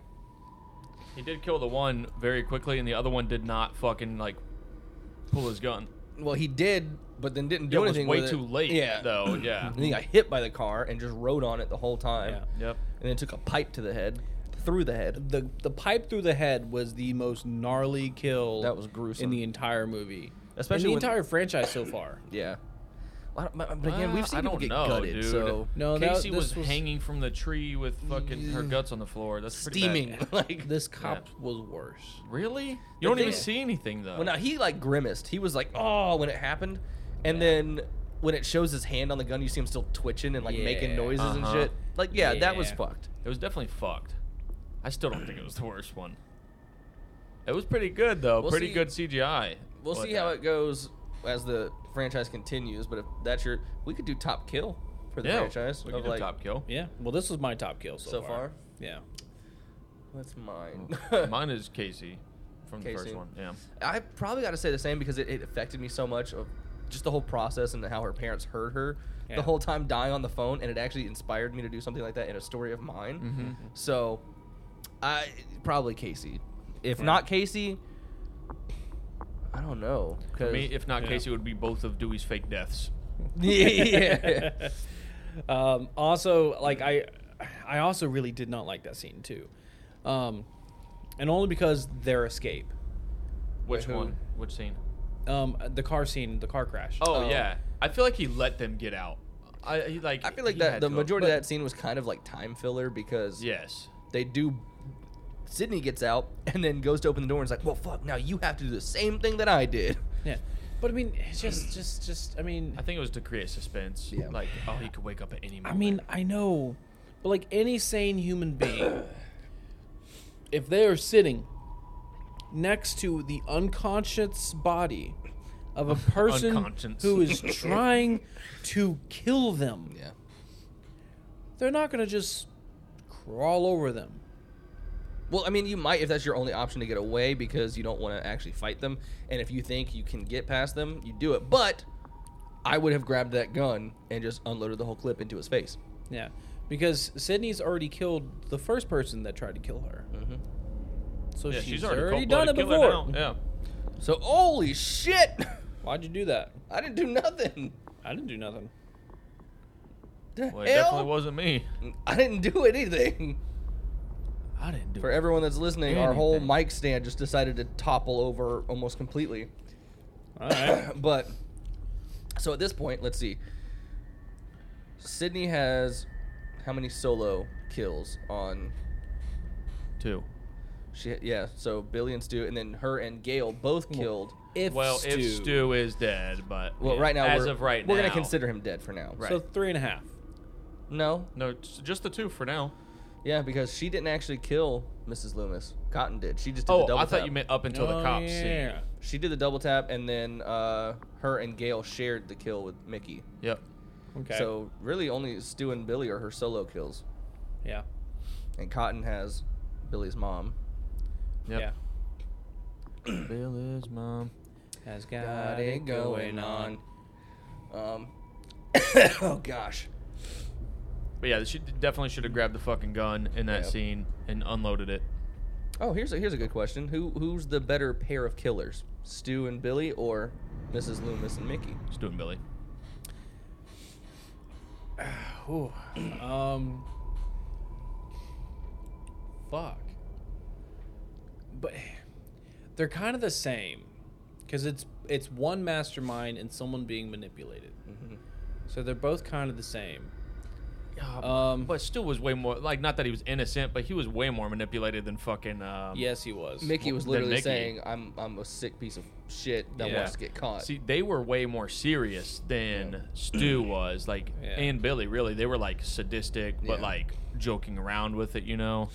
S3: He did kill the one very quickly, and the other one did not fucking like pull his gun.
S1: Well, he did, but then didn't do
S3: it was
S1: anything.
S3: way
S1: with
S3: too late,
S1: Yeah.
S3: though.
S1: [laughs]
S3: Yeah.
S1: And he got hit by the car and just rode on it the whole time.
S4: Yeah.
S3: yep.
S1: And then took a pipe to the head, through the head.
S4: the the pipe through the head was the most gnarly kill
S1: That was gruesome.
S4: in the entire movie,
S1: Especially
S4: in the
S1: when-
S4: entire franchise so far.
S1: Yeah. Well, I don't- but but again, we've
S3: Uh,
S1: seen
S3: I
S1: people
S3: don't
S1: get
S3: know,
S1: gutted.
S3: dude.
S1: So
S4: No, that-
S3: Casey was,
S4: this was-
S3: hanging from the tree with fucking her guts on the floor. That's pretty
S1: Mm.
S3: bad.
S1: steaming [laughs] like
S4: This cop was worse.
S3: Really? You don't even
S1: thing-
S3: see anything though.
S1: Well, now he like grimaced. He was like, "Oh," when it happened, and then when it shows his hand on the gun, you see him still twitching and like making
S4: Yeah.
S1: noises and
S3: Uh-huh.
S1: shit. Like, yeah, that was
S4: Yeah.
S1: fucked.
S3: It was definitely fucked. I still don't think it was the worst one. It was pretty good though.
S1: We'll
S3: pretty
S1: see-
S3: good CGI.
S1: We'll
S3: But,
S1: see how
S3: uh,
S1: it goes as the franchise continues. But if that's your, we could do top kill for the
S3: yeah,
S1: franchise.
S3: We
S1: of,
S3: could do
S1: like, [laughs]
S3: top kill.
S4: Yeah. Well, this was my top kill so,
S1: So
S4: far.
S1: far? [laughs]
S4: Yeah.
S1: That's mine.
S3: Mm.
S1: [laughs]
S3: Mine is Casey from the
S1: Casey.
S3: first one. Yeah.
S1: I probably got to say the same because it, it affected me so much of just the whole process and how her parents heard her
S4: Yeah.
S1: the whole time dying on the phone, and it actually inspired me to do something like that in a story of mine.
S3: Mm-hmm.
S1: So, I probably Casey. If not Casey, I don't know.
S3: For
S1: 'cause-
S3: me, if not
S4: Yeah.
S3: Casey, it would be both of Dewey's fake deaths.
S1: yeah,
S4: um, also, like I, I also really did not like that scene too, um, and only because their escape,
S3: Which
S1: who?
S3: one? Which scene?
S4: um, the car scene, the car crash.
S3: Oh,
S1: Oh.
S3: yeah. I feel like he let them get out. I he, like.
S1: I feel like
S3: he
S1: that
S3: had
S1: the
S3: to-
S1: majority of
S4: but-
S1: that scene was kind of like time filler because
S3: Yes.
S1: they do. Sydney gets out [laughs] and then goes to open the door and is like, "Well, fuck! Now you have to do the same thing that I
S3: [laughs]
S1: did."
S4: yeah. But I mean, it's just, just, just. I mean,
S3: I think it was to create suspense.
S1: Yeah.
S3: Like, oh, he could wake up at any
S4: I
S3: moment.
S4: mean, I know, but like any sane human being, if they are sitting next to the unconscious body of
S3: [laughs]
S4: a person
S3: Unconscious.
S4: who is trying to kill them,
S1: Yeah.
S4: they're not going to just crawl over them.
S1: Well, I mean, you might if that's your only option to get away because you don't want to actually fight them. And if you think you can get past them, you do it. But I would have grabbed that gun and just unloaded the whole clip into his face.
S4: Yeah. Because Sydney's already killed the first person that tried to kill her.
S3: Mm-hmm.
S4: So
S3: yeah,
S4: she's,
S3: she's
S4: already,
S3: already,
S4: done it
S3: cold-blooded killer
S4: before.
S3: now. Yeah.
S1: So, holy shit! [laughs]
S4: Why'd you do that?
S1: I didn't do nothing.
S4: I didn't do nothing.
S1: The
S3: Well, it
S1: hell?
S3: definitely wasn't me.
S1: I didn't do
S3: [laughs]
S1: anything.
S3: I didn't do
S1: For everyone that's listening, our
S3: Anything.
S1: whole mic stand just decided to topple over almost completely.
S4: All right.
S1: But so at this point, let's see. Sydney has how many solo kills on
S3: two.
S1: She, yeah, so Billy and Stu, and then her and Gail both killed.
S3: [coughs]
S4: if
S3: Well,
S4: Stu,
S3: if Stu is dead, but
S1: Well, right now,
S3: as
S1: we're,
S3: of right
S1: we're
S3: now,
S1: gonna consider him dead for now.
S3: Right.
S4: So three and a half.
S1: No,
S3: No, it's just the two for now.
S1: yeah, because she didn't actually kill Mrs. Loomis. Cotton did. She just did the
S3: Oh,
S1: double
S3: I thought
S1: tap.
S3: you meant up until the
S4: Oh,
S3: cops
S4: yeah.
S3: scene.
S1: she did the double tap, and then uh, her and Gail shared the kill with Mickey.
S3: Yep.
S4: Okay.
S1: So really, only Stu and Billy are her solo kills,
S4: yeah.
S1: and Cotton has Billy's mom.
S3: Yep. [clears throat] Yeah. Billy's mom.
S4: Yeah. Has got, it going on.
S1: Um. oh gosh.
S3: But yeah, she definitely should have grabbed the fucking gun in that
S1: Yep.
S3: scene and unloaded it.
S1: Oh, here's a here's a good question. Who who's the better pair of killers, Stu and Billy, or Mrs. Loomis and Mickey?
S3: Just doing Billy.
S4: Ooh. Um. Fuck. But they're kind of the same, because it's it's one mastermind and someone being manipulated. So they're both kind of the same. Um,
S3: but still was way more like not that he was innocent, but he was way more manipulated than fucking. Um,
S4: yes, he was.
S1: Mickey was
S3: Then
S1: literally
S3: Mickey.
S1: saying, "I'm I'm a sick piece of shit that
S4: Yeah.
S1: wants to get caught."
S3: See, they were way more serious than [clears throat] Stu was, like,
S4: Yeah.
S3: and Billy. Really, they were like sadistic, but
S1: Yeah.
S3: like joking around with it, you know.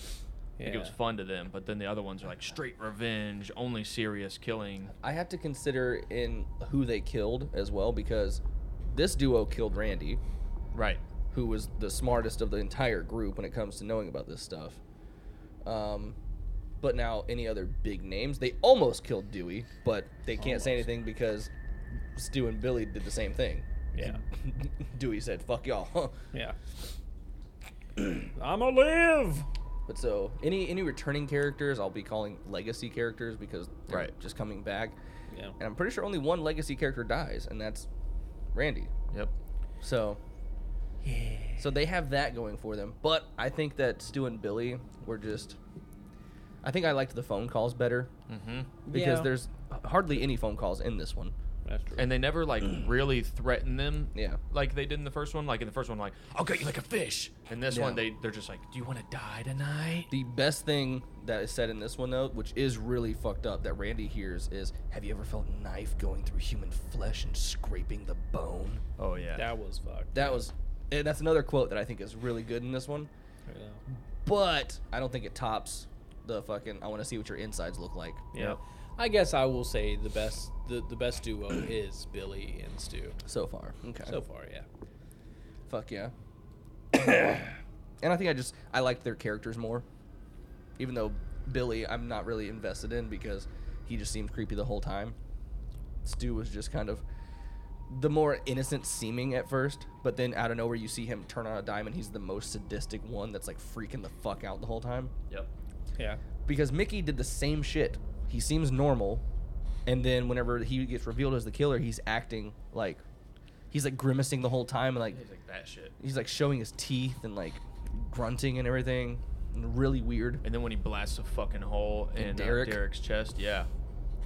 S4: Yeah.
S3: Like it was fun to them, but then the other ones are like straight revenge, only serious killing.
S1: I have to consider in who they killed as well because this duo killed Randy,
S3: Right.
S1: who was the smartest of the entire group when it comes to knowing about this stuff. Um, but now any other big names? They almost killed Dewey, but they can't say anything because Stu and Billy did the same thing. [laughs]
S4: Yeah.
S3: [clears throat]
S1: Dewey said, "Fuck y'all."
S4: Yeah. I'ma live.
S1: [laughs] But so any any returning characters, I'll be calling legacy characters because they're
S3: Right.
S1: just coming back.
S4: Yeah.
S1: And I'm pretty sure only one legacy character dies, and that's Randy.
S3: Yep.
S1: So So they have that going for them. But I think that Stu and Billy were just I think I liked the phone calls better
S3: Mm-hmm.
S1: because
S4: Yeah.
S1: there's hardly any phone calls in this one.
S4: That's true.
S3: And they never like really threaten them.
S1: Yeah.
S3: Like they did in the first one. Like in the first one, like I'll cut you like a fish. And this
S1: Yeah.
S3: one, they they're just like, do you want to die tonight?
S1: The best thing that is said in this one though, which is really fucked up that Randy hears is have you ever felt a knife going through human flesh and scraping the bone?
S3: Oh yeah.
S4: that was fucked.
S1: That was eh, that's another quote that I think is really good in this one.
S4: Yeah.
S1: But I don't think it tops the fucking I want to see what your insides look like.
S3: Yep.
S4: I guess I will say the best the, the best duo is Billy and Stu.
S1: So far. Okay.
S4: So far, yeah.
S1: Fuck yeah. and I think I just I liked their characters more. Even though Billy I'm not really invested in because he just seemed creepy the whole time. Stu was just kind of the more innocent seeming at first, but then out of nowhere you see him turn on a dime and he's the most sadistic one that's like freaking the fuck out the whole time.
S3: Yep.
S4: Yeah.
S1: Because Mickey did the same shit. He seems normal, and then whenever he gets revealed as the killer, he's acting like he's like grimacing the whole time and like
S3: He's like that shit.
S1: he's like showing his teeth and like grunting and everything and really weird
S3: And then when he blasts a fucking hole in
S1: And
S3: uh,
S1: Derek.
S3: Derek's chest, yeah.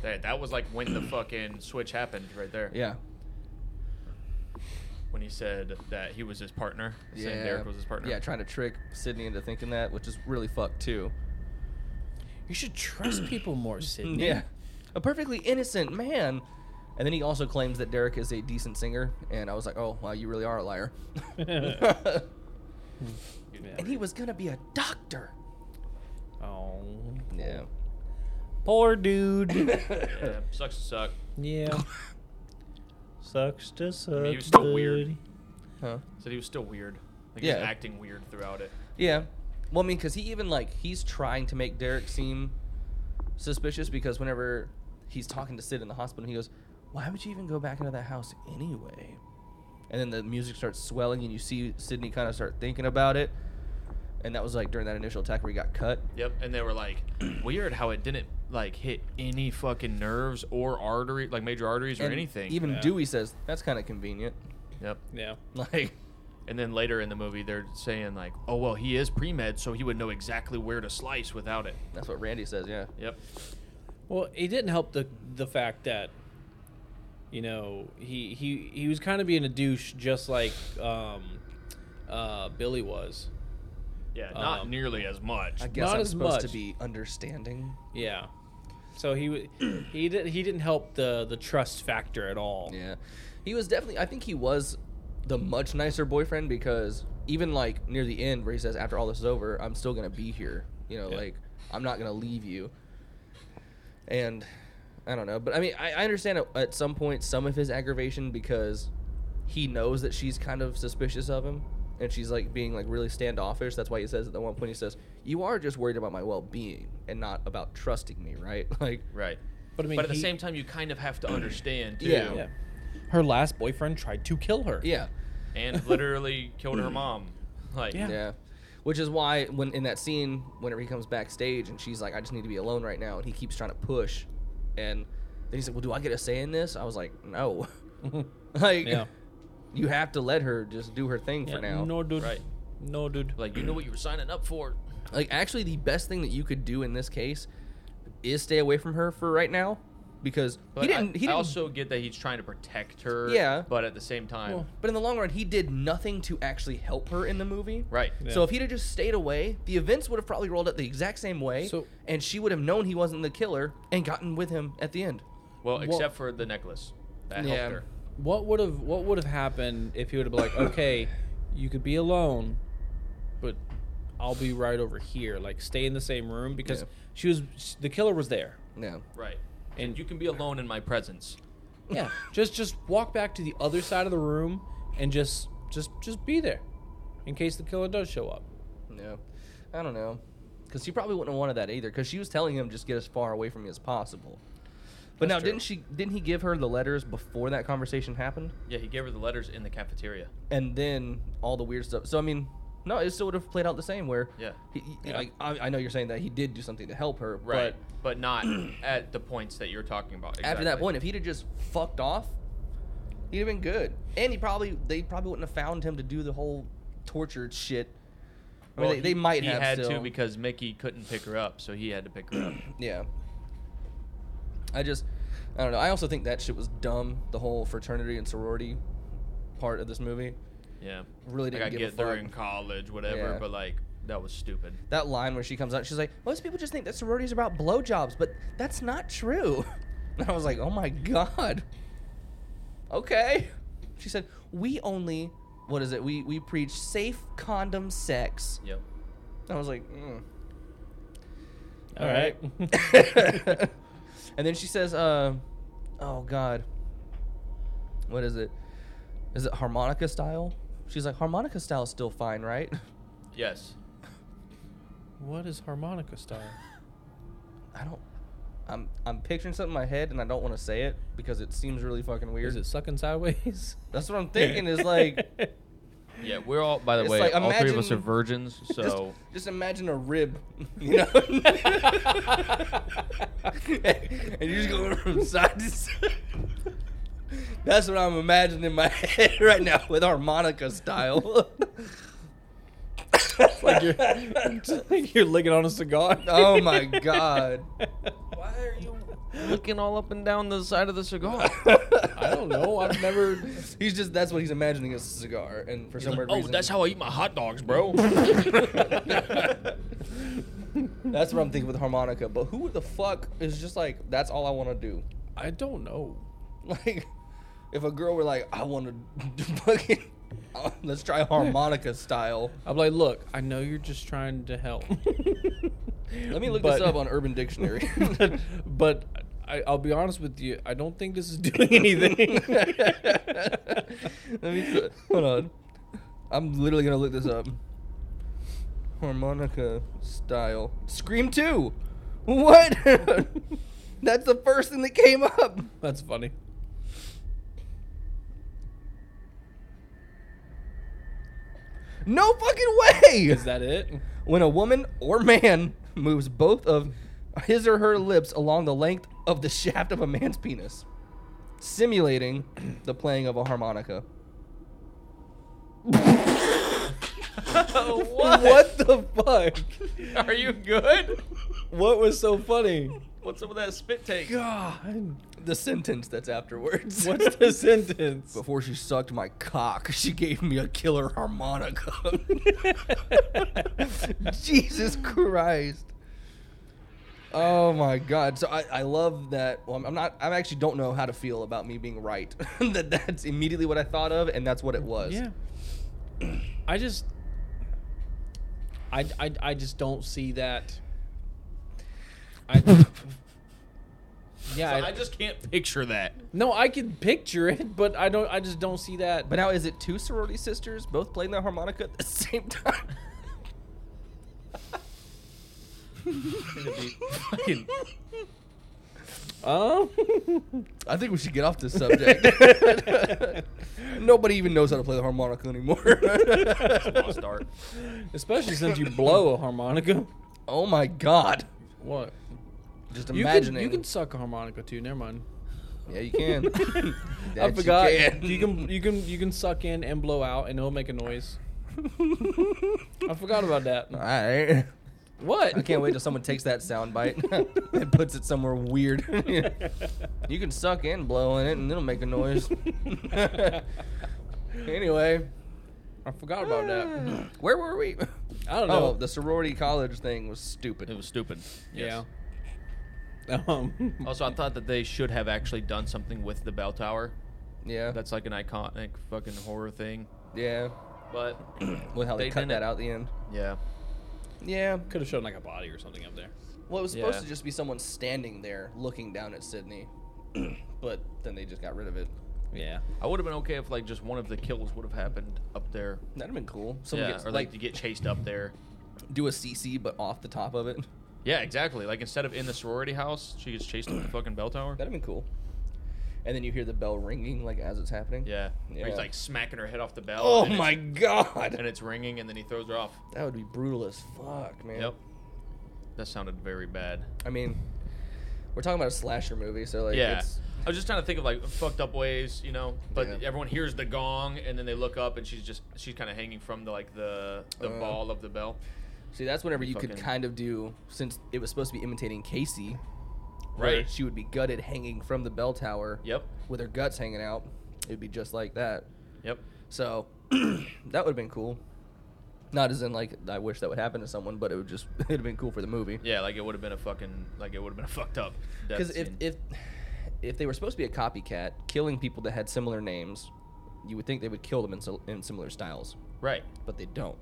S3: That, that was like when the fucking switch happened right there.
S1: yeah
S3: When he said that he was his partner, saying
S1: yeah
S3: Derek was his partner.
S1: yeah trying to trick sydney into thinking that which is really fucked too
S4: You should trust people more, Sydney.
S1: yeah a perfectly innocent man and then he also claims that derek is a decent singer and i was like oh wow you really are a
S3: [laughs]
S1: liar [laughs] and he was gonna be a doctor
S4: Oh.
S1: yeah
S4: Poor dude.
S3: Yeah, Sucks to suck.
S4: yeah. Sucks to suck.
S3: mean, he was still weird.
S4: dude.
S1: [laughs] huh
S3: Said he was still weird. Like he was
S1: Yeah.
S3: acting weird throughout it.
S1: Yeah. Well, I mean, because he even like he's trying to make Derek seem suspicious because whenever he's talking to Sid in the hospital, he goes, "Why would you even go back into that house anyway?" And then the music starts swelling, and you see Sydney kind of start thinking about it. And that was like during that initial attack where he got cut.
S3: Yep. And they were like, [clears throat] weird how it didn't like hit any fucking nerves or artery, like major arteries or
S1: And
S3: anything.
S1: Even
S4: Yeah.
S1: Dewey says that's kind of convenient. [laughs]
S3: Yep.
S4: Yeah.
S1: Like,
S3: And then later in the movie, they're saying like, oh well, he is pre med, so he would know exactly where to slice without it.
S1: that's what Randy says. Yeah.
S3: Yep.
S4: Well, it didn't help the the fact that you know he he he was kind of being a douche, just like um, uh, Billy was.
S3: Yeah. Not
S4: Um,
S3: nearly as much.
S1: I guess
S4: Not
S1: I'm
S4: as
S1: supposed to
S4: much.
S1: be understanding.
S4: Yeah. So he wa-
S1: [clears throat]
S4: he did he didn't help the the trust factor at all.
S1: Yeah. He was definitely I think he was the much nicer boyfriend because even like near the end where he says after all this is over, I'm still going to be here. You know,
S4: Yeah.
S1: like I'm not going to leave you. And I don't know, but I mean, I, I understand at, at some point some of his aggravation because he knows that she's kind of suspicious of him and she's like being like really standoffish. That's why he says at the one point he says, "You are just worried about my well-being and not about trusting me, right?" [laughs] Like
S3: Right.
S4: But I mean,
S3: but at
S4: he-
S3: the same time, you kind of have to understand too.
S1: Yeah.
S4: yeah. Her last boyfriend tried to kill her.
S1: yeah.
S3: And literally killed her [laughs] mom. Like.
S4: Yeah.
S1: Yeah. Which is why when in that scene, whenever he comes backstage and she's like, I just need to be alone right now, and he keeps trying to push. And then he's like, Well, do I get a say in this? I was like,
S3: [laughs]
S1: No. [laughs] like
S4: Yeah.
S1: you have to let her just do her thing
S4: Yeah,
S1: for now.
S4: No dude.
S3: Right.
S4: No dude.
S3: Like you know what you were signing up for.
S1: Like actually the best thing that you could do in this case is stay away from her for right now. Because
S3: But
S1: he didn't he
S3: I,
S1: didn't
S3: I also get that he's trying to protect her.
S1: Yeah.
S3: But at the same time,
S4: Well,
S1: but in the long run he did nothing to actually help her in the movie.
S3: right.
S4: Yeah.
S1: So if he'd have just stayed away, the events would have probably rolled out the exact same way,
S4: So-
S1: and she would have known he wasn't the killer and gotten with him at the end.
S3: Well,
S4: Well-
S3: except for the necklace that
S1: Yeah.
S3: helped her.
S4: What would have What would have happened if he would have been like, okay, you could be alone, but I'll be right over here. Like, stay in the same room because
S1: Yeah.
S4: she was the killer was [laughs] there.
S1: Yeah.
S3: Right.
S4: And-
S3: And you can be alone in my presence.
S4: Yeah, just just walk back to the other side of the room and just just just be there in case the killer does show up.
S1: Yeah. I don't know. Because she probably wouldn't have wanted that either, because she was telling him just get as far away from me as possible. But
S4: That's
S1: now
S4: true.
S1: didn't she didn't he give her the letters before that conversation happened?
S3: Yeah, he gave her the letters in the cafeteria.
S1: And then all the weird stuff. So I mean, No, it still would have played out the same. Where
S3: Yeah.
S1: he, he-
S4: Yeah.
S1: like I, I know you're saying that he did do something to help her,
S3: Right.
S1: But
S3: But, not [clears throat] at the points that you're talking about.
S1: after that
S3: exactly.
S1: point, if he'd have just fucked off, he'd have been good. And he probably they probably wouldn't have found him to do the whole tortured shit. I mean,
S3: Well,
S1: they, they might
S3: he
S1: have
S3: had
S1: still.
S3: to because Mickey couldn't pick her up, so he had to
S1: [clears throat]
S3: pick her up.
S1: yeah. I just I don't know. I also think that shit was dumb. The whole fraternity and sorority part of this movie.
S3: Yeah.
S1: Really
S3: Like,
S1: didn't
S3: I
S1: give a
S3: get they're
S1: fuck.
S3: in college, whatever,
S1: Yeah.
S3: but like that was stupid.
S1: That line where she comes out, she's like, "Most people just think that sororities are about blowjobs, but that's not true." [laughs] And I was like, "Oh my god." Okay. She said, "We only, what is it? We we preach safe condom sex."
S3: Yep.
S1: I was like, mm.
S4: All right. [laughs]
S1: "Mm." [laughs] and then she says, uh, "Oh God, what is it? Is it harmonica style?" She's like, "Harmonica style is still fine, right?"
S3: Yes.
S4: what is
S1: [laughs]
S4: harmonica style?
S1: I don't. I'm I'm picturing something in my head, and I don't want to say it because it seems really fucking weird.
S4: Is it sucking sideways?
S1: That's what I'm [laughs] thinking. Is like
S3: Yeah, we're all. By the
S1: It's
S3: way,
S1: like,
S3: all three of us are
S1: imagine-
S3: virgins,
S1: [laughs]
S3: so
S1: just, just imagine a rib, [laughs] you know, and you're just going from side to side. That's what I'm imagining in my head [laughs] right now with harmonica style.
S4: [laughs] like you're, [laughs] like you're licking on a cigar.
S1: oh my god!
S4: [laughs]
S3: why are you looking all up and down the side of the cigar?
S4: [laughs] I don't know. I've never.
S1: [laughs] He's just that's what he's imagining is a cigar, and for some weird
S3: oh,
S1: reason,
S3: that's how I eat my hot
S1: [laughs]
S3: dogs, bro. [laughs]
S1: That's what I'm thinking with harmonica. But who the fuck is just like, that's all I want to do?
S4: I don't know.
S1: [laughs] Like, if a girl were like, I want to [laughs] fucking, [laughs] let's try harmonica
S4: [laughs]
S1: style.
S4: I'm like, look, I know you're just trying to help.
S1: Let me look
S4: But-
S1: this up on Urban
S4: [laughs]
S1: Dictionary.
S4: but but I, I'll be honest with you, I don't think this is [laughs] doing [laughs] anything.
S1: [laughs] Let me see. Hold on. I'm literally going to look this up. Harmonica style. Scream 2. What? [laughs] that's the first thing that came up.
S4: That's funny.
S1: No fucking way.
S4: Is that it?
S1: when a woman or man [laughs] moves both of his or her lips along the length of the [laughs] shaft of a man's penis, simulating [clears throat] the playing of a harmonica. [laughs]
S3: what?
S4: What the fuck?
S3: Are you good?
S4: What was so funny?
S3: What's up with that spit take?
S4: God,
S1: The sentence that's afterwards.
S4: what's [laughs] the sentence?
S1: Before she sucked my cock, she gave me a killer harmonica. [laughs] Jesus Christ. Oh my God! So I, I love that. Well, I'm not. I actually don't know how to feel about me being right. [laughs] that that's immediately what I thought of, and that's what it was.
S4: Yeah. [clears throat] I just, I, I, I just don't see that. [laughs] I.
S3: So
S4: Yeah, I,
S3: I just can't picture that.
S4: no, I can picture it, but I don't. I just don't see that.
S1: But now, is it two sorority sisters both playing the harmonica at the [laughs] same time?
S3: Fucking-
S4: Oh,
S1: [laughs]
S4: [laughs]
S1: I think we should get off this subject. [laughs] Nobody even knows how to play the harmonica
S4: [laughs]
S1: anymore.
S3: lost art.
S4: especially since you blow a harmonica.
S1: oh my god!
S4: What?
S1: Just
S4: You can,
S1: imagining.
S4: you can suck a harmonica too. Never mind.
S1: yeah, you
S4: [laughs]
S1: can.
S4: I
S1: That
S4: forgot.
S1: You
S4: You
S1: can.
S4: can. you can you can suck in and blow out, and it'll make a noise. I forgot about that.
S1: All right.
S4: What?
S1: I can't wait till someone takes that sound bite [laughs] and puts it somewhere weird. [laughs] you
S4: [laughs]
S1: can suck and blow in it, and it'll make a [laughs] noise. anyway,
S4: I forgot about that.
S1: [sighs] where were we?
S4: I don't know.
S1: Oh, the sorority college thing was stupid.
S3: It was stupid.
S4: yeah.
S3: Yes.
S4: Um, [laughs]
S3: Also, I thought that they should have actually done something with the bell tower.
S1: Yeah.
S3: That's like an iconic fucking horror thing.
S1: yeah.
S3: But [clears throat]
S1: With how they,
S3: They
S1: cut
S3: didn't-
S1: that out at the end.
S3: yeah,
S1: Yeah.
S4: could have shown like a body or something up there.
S1: Well, it was supposed
S3: Yeah.
S1: to just be someone standing there looking down at Sydney, [clears throat] but then they just got rid of it.
S4: Yeah.
S3: I would have been okay if like just one of the kills would have happened up there.
S1: That'd have been cool. Someone
S3: yeah,
S1: gets,
S3: or like,
S1: like,
S3: you get chased up there.
S1: do a CC but off the top of it. [laughs] [clears throat]
S3: Yeah, exactly. Like instead of in the sorority house, she gets chased up the fucking bell tower.
S1: That'd have been cool. and then you hear the bell ringing like as it's happening.
S3: Yeah. Where
S1: Yeah.
S3: He's like smacking her head off the bell.
S1: Oh
S3: and it's-
S1: my
S3: And
S1: god,
S3: it's ringing, and then he throws her off.
S1: that would be brutal as fuck, man.
S3: Yep. That sounded very bad.
S1: I mean, we're talking about a slasher movie, so like,
S3: yeah.
S1: it's,
S3: I was just trying to think of like fucked up ways, you know. But
S1: Yeah.
S3: everyone hears the gong, and then they look up, and she's just she's kind of hanging from the like the the
S1: Uh.
S3: ball of the bell.
S1: see, that's whenever you could
S3: Fucking-
S1: kind of do since it was supposed to be imitating Casey, where
S3: Right.
S1: She would be gutted hanging from the bell tower.
S3: Yep.
S1: With her guts hanging out, it'd be just like that.
S3: Yep.
S1: So [clears throat] that would have been cool. Not as in like I wish that would happen to someone, but it would just [laughs] it'd have been cool for the movie.
S3: Yeah. Like it would have been a fucking like it would have been a [laughs] fucked up. death
S1: Because if,
S3: scene.
S1: if if they were supposed to be a copycat, killing people that had similar names, you would think they would kill them in, sil- in similar styles,
S3: right,
S1: but they don't.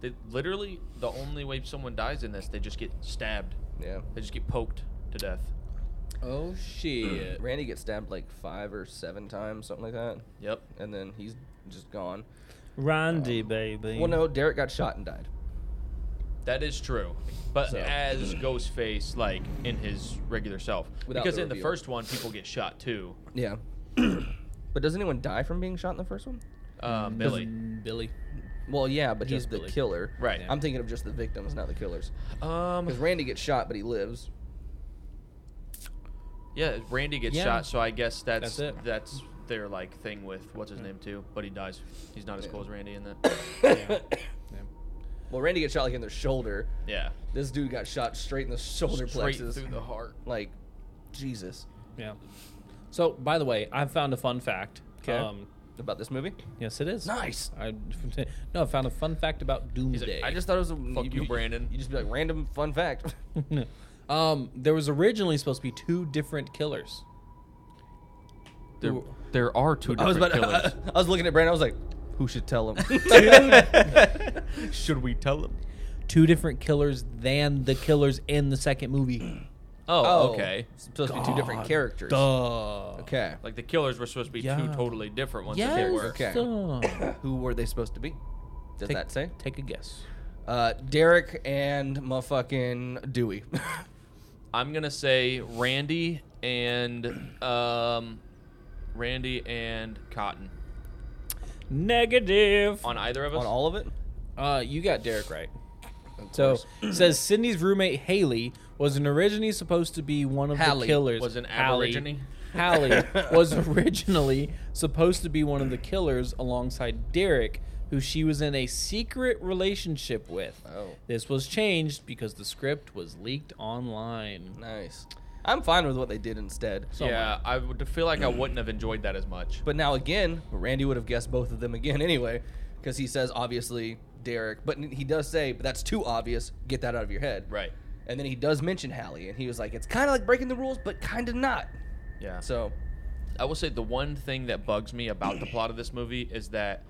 S3: they literally the only way someone dies in this, they just get stabbed.
S1: Yeah.
S3: They just get poked to death.
S4: Oh
S1: [clears throat]
S4: shit.
S1: Randy gets stabbed like five or seven times, something like that,
S3: Yep.
S1: and then he's just gone.
S4: Randy, baby.
S1: Well, no, Derek got shot and died.
S3: That is true. But
S1: So- [clears throat]
S3: as Ghostface, like in his regular self,
S1: Without
S3: because
S1: the
S3: in the
S1: reveal.
S3: first one, people get shot too.
S1: Yeah. [clears throat] but does anyone die from being shot in the first one?
S3: Uh,
S1: Mm.
S3: Billy.
S1: [coughs]
S4: Billy.
S1: Well, yeah, but he's
S4: Just
S1: the
S4: Billy.
S1: killer.
S3: Right.
S1: I'm thinking of just the victims, not the
S3: [sighs]
S1: killers. Because
S3: Um,
S1: Randy gets shot, but he lives.
S3: yeah, Randy gets
S4: Yeah.
S3: shot, so I guess that's
S4: That's
S3: that's,
S4: it.
S3: their like thing with what's his name too. But he dies. He's not as cool as Randy in that.
S4: Yeah.
S1: Well, Randy gets shot like in the shoulder.
S3: Yeah,
S1: This dude got shot straight in the shoulder
S3: straight
S1: plexus.
S3: through the heart.
S1: Like, Jesus.
S4: yeah. So, by the way, I found a fun fact. Um,
S1: 'Kay. About this movie?
S4: yes, it is.
S1: Nice.
S4: I [laughs] no, I found a fun fact about
S3: like,
S4: Doomsday.
S1: I just thought it was a
S3: Fuck you, Brandon.
S1: You just be like random fun fact. [laughs]
S4: um, there was originally supposed to be two different killers.
S3: There, there are two
S1: [laughs] I was
S3: different
S1: about.
S3: killers.
S1: I, was looking at Brandon. I was like, who should tell him?
S3: [laughs]
S1: [laughs]
S3: Should we tell them?
S4: Two different killers than the killers in the
S1: [coughs]
S4: second movie.
S3: Oh, okay.
S1: It's supposed to be two different
S4: God,
S1: characters.
S4: Duh.
S1: Okay.
S3: Like the killers were supposed to be two
S4: Yeah.
S3: totally different ones. that
S4: Yes.
S3: they were.
S1: Okay.
S4: duh.
S1: Who were they supposed to be? Does
S4: Take-
S1: that say?
S4: Take a guess.
S1: Uh, Derek and motherfucking Dewey. [laughs]
S3: I'm gonna say Randy and um, Randy and Cotton
S4: Negative.
S3: on either of us.
S1: On all of it?
S4: Uh, you got Derek right. So it says Sydney's roommate Haley was an originally supposed to be one of the
S1: Hallie
S4: killers.
S3: was an
S4: Hallie-
S3: aborigine?
S4: Hallie was originally supposed to be one of the killers alongside Derek, who she was in a secret relationship with.
S1: Oh.
S4: This was changed because the script was leaked online.
S1: Nice. I'm fine with what they did instead.
S3: yeah, I would feel like I wouldn't have enjoyed that as much.
S1: But now again, Randy would have guessed both of them again [laughs] anyway, because he says obviously Derek, but he does say, but that's too obvious. Get that out of your head.
S3: Right.
S1: And then he does mention Hallie, and he was like, it's kind of like breaking the rules, but kind of not.
S3: Yeah. So
S1: So,
S3: I will say the one thing that bugs me about the plot of this movie is that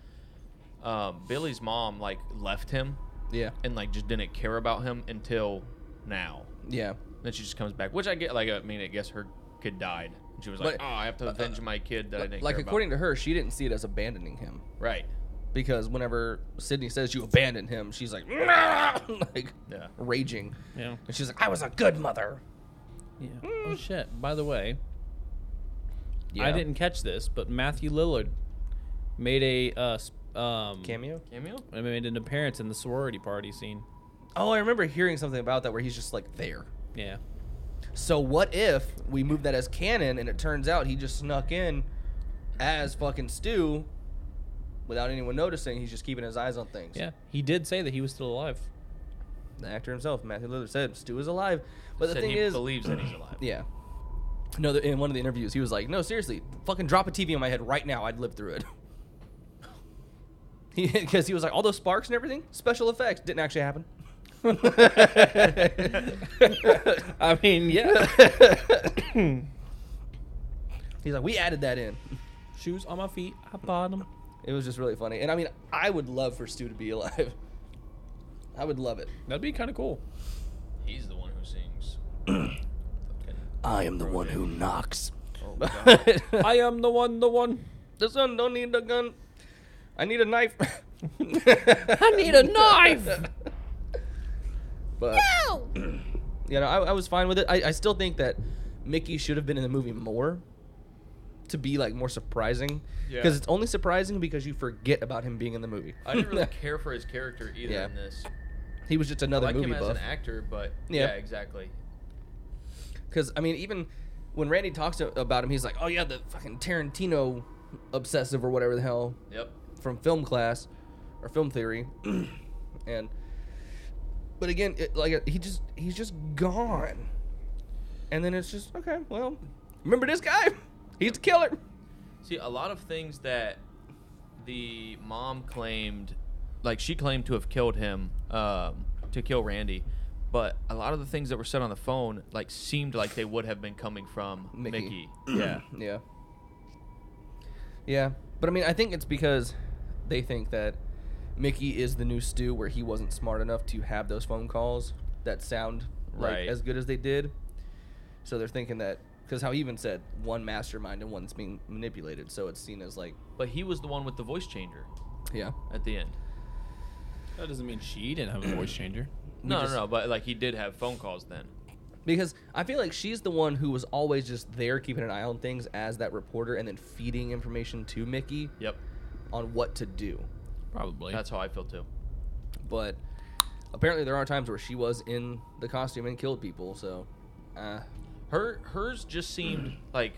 S3: um, Billy's mom like left him
S1: yeah,
S3: and like just didn't care about him until now.
S1: yeah.
S3: Then she just comes back, which I get. Like I mean, I guess her kid died. She was like,
S1: But- uh,
S3: "Oh, I have to avenge my kid that I didn't."
S1: like
S3: care
S1: according to her, she didn't see it as abandoning him
S3: about. right.
S1: because whenever Sydney says you abandoned him, she's like, [laughs] like
S3: Yeah.
S1: raging,
S4: Yeah.
S1: and she's like, I was a good mother.
S4: Yeah. Oh shit. By the way,
S1: Yeah.
S4: I didn't catch this, but Matthew Lillard made a uh, sp- um
S1: cameo.
S3: Cameo.
S4: I made an appearance in the sorority party scene.
S1: Oh, I remember hearing something about that where he's just like there.
S4: Yeah.
S1: So what if we move that as canon and it turns out he just snuck in as fucking Stu without anyone noticing? He's just keeping his eyes on things.
S4: Yeah. He did say that he was still
S3: [laughs]
S4: alive.
S1: The actor himself, Matthew Lillard, said Stu is alive. But the
S3: Said
S1: thing
S3: he
S1: is,
S3: believes that he's alive.
S1: yeah. No, the- in one of the interviews, he was like, "No, seriously, fucking drop a TV on my head right now. I'd live through it." [laughs] Because he was like, all those sparks and everything, special effects didn't actually
S3: [laughs]
S1: happen.
S4: I mean, yeah.
S1: He's like, we added that in.
S4: Shoes on my feet. I bought them.
S1: It was just really funny. And I mean, I would love for Stu to be alive. I would love it.
S4: That'd be kind of cool.
S3: He's the one
S1: [coughs]
S3: who sings.
S1: I am the one who knocks.
S3: Oh,
S1: [laughs]
S4: I am the one, the one.
S1: the son don't need a gun. I need a knife.
S4: [laughs] I need a knife.
S1: [laughs] But [clears throat] no! you know, I, I was fine with it. I, I still think that Mickey should have been in the movie more to be like more surprising
S3: Yeah.
S1: because it's only surprising because you forget about him being in the movie.
S3: I didn't
S1: [laughs]
S3: really care for his character either
S1: Yeah.
S3: in this.
S1: he was just
S3: I
S1: another
S3: like
S1: movie
S3: him as
S1: buff.
S3: an actor, but
S1: Yeah.
S3: yeah, exactly.
S1: Because I mean, even when Randy talks a- about him, he's like, "Oh yeah, the fucking Tarantino obsessive or whatever the hell
S3: Yep.
S1: from film class or film theory," and but again, it, like he just he's just gone, and then it's just okay. Well, remember this guy? [laughs] He's a killer.
S3: See, a lot of things that the mom claimed, like she claimed to have killed him, um, to kill Randy, but a lot of the things that were said on the phone, like, seemed like they would have been coming from
S1: Mickey. [clears throat]
S3: Mickey. Yeah.
S1: Yeah. Yeah, but I mean, I think it's because they think that Mickey is the new Stu, where he wasn't smart enough to have those phone calls that sound like
S3: Right.
S1: as good as they did. So they're thinking that because how he even said one mastermind and one's being manipulated, so it's seen as like,
S3: But he was the one with the voice changer
S1: yeah,
S3: at the end.
S4: That doesn't mean she didn't have a [clears throat] voice changer.
S3: No,
S1: just-
S3: no, no, but like he did have phone calls then.
S1: because I feel like she's the one who was always just there keeping an eye on things as that reporter and then feeding information to Mickey
S3: Yep.
S1: on what to do.
S4: Probably.
S3: That's how I feel too.
S1: but apparently there are times where she was in the costume and killed people. So, uh,
S3: Her hers just seemed like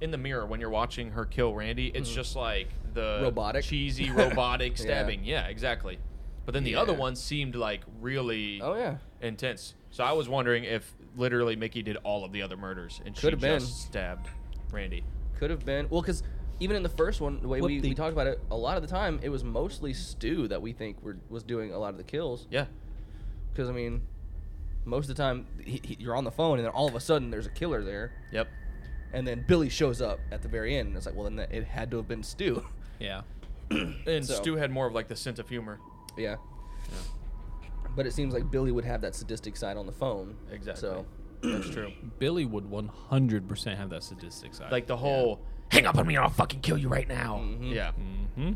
S3: in the mirror when you're watching her kill Randy, it's just like the
S1: Mm-hmm. Robotic. [laughs]
S3: cheesy robotic
S1: Yeah.
S3: stabbing. Yeah, exactly. But then the other
S1: Yeah.
S3: one seemed like really
S1: oh yeah,
S3: intense. So I was wondering if literally Mickey did all of the other murders and
S1: Could've
S3: she
S1: been.
S3: just stabbed Randy.
S1: could have been well because even in the first one, the way
S4: What
S1: we,
S4: the-
S1: we talked about it, a lot of the time it was mostly Stu that we think were, was doing a lot of the kills.
S3: Yeah.
S1: Because I mean, most of the time he, he, you're on the phone and then all of a sudden there's a killer there,
S3: Yep.
S1: and then Billy shows up at the very end and it's like, well then that- it had to have been Stu. [laughs]
S4: yeah.
S3: And
S1: So-
S3: Stu had more of like the sense of humor.
S1: yeah. But it seems like Billy would have that sadistic side on the phone.
S3: Exactly.
S1: So
S3: That's
S1: [clears throat]
S3: true.
S4: Billy would 100% have that sadistic side.
S3: Like the whole
S5: Hang up on me or I'll fucking kill you right now.
S3: yeah.
S4: mm-hmm.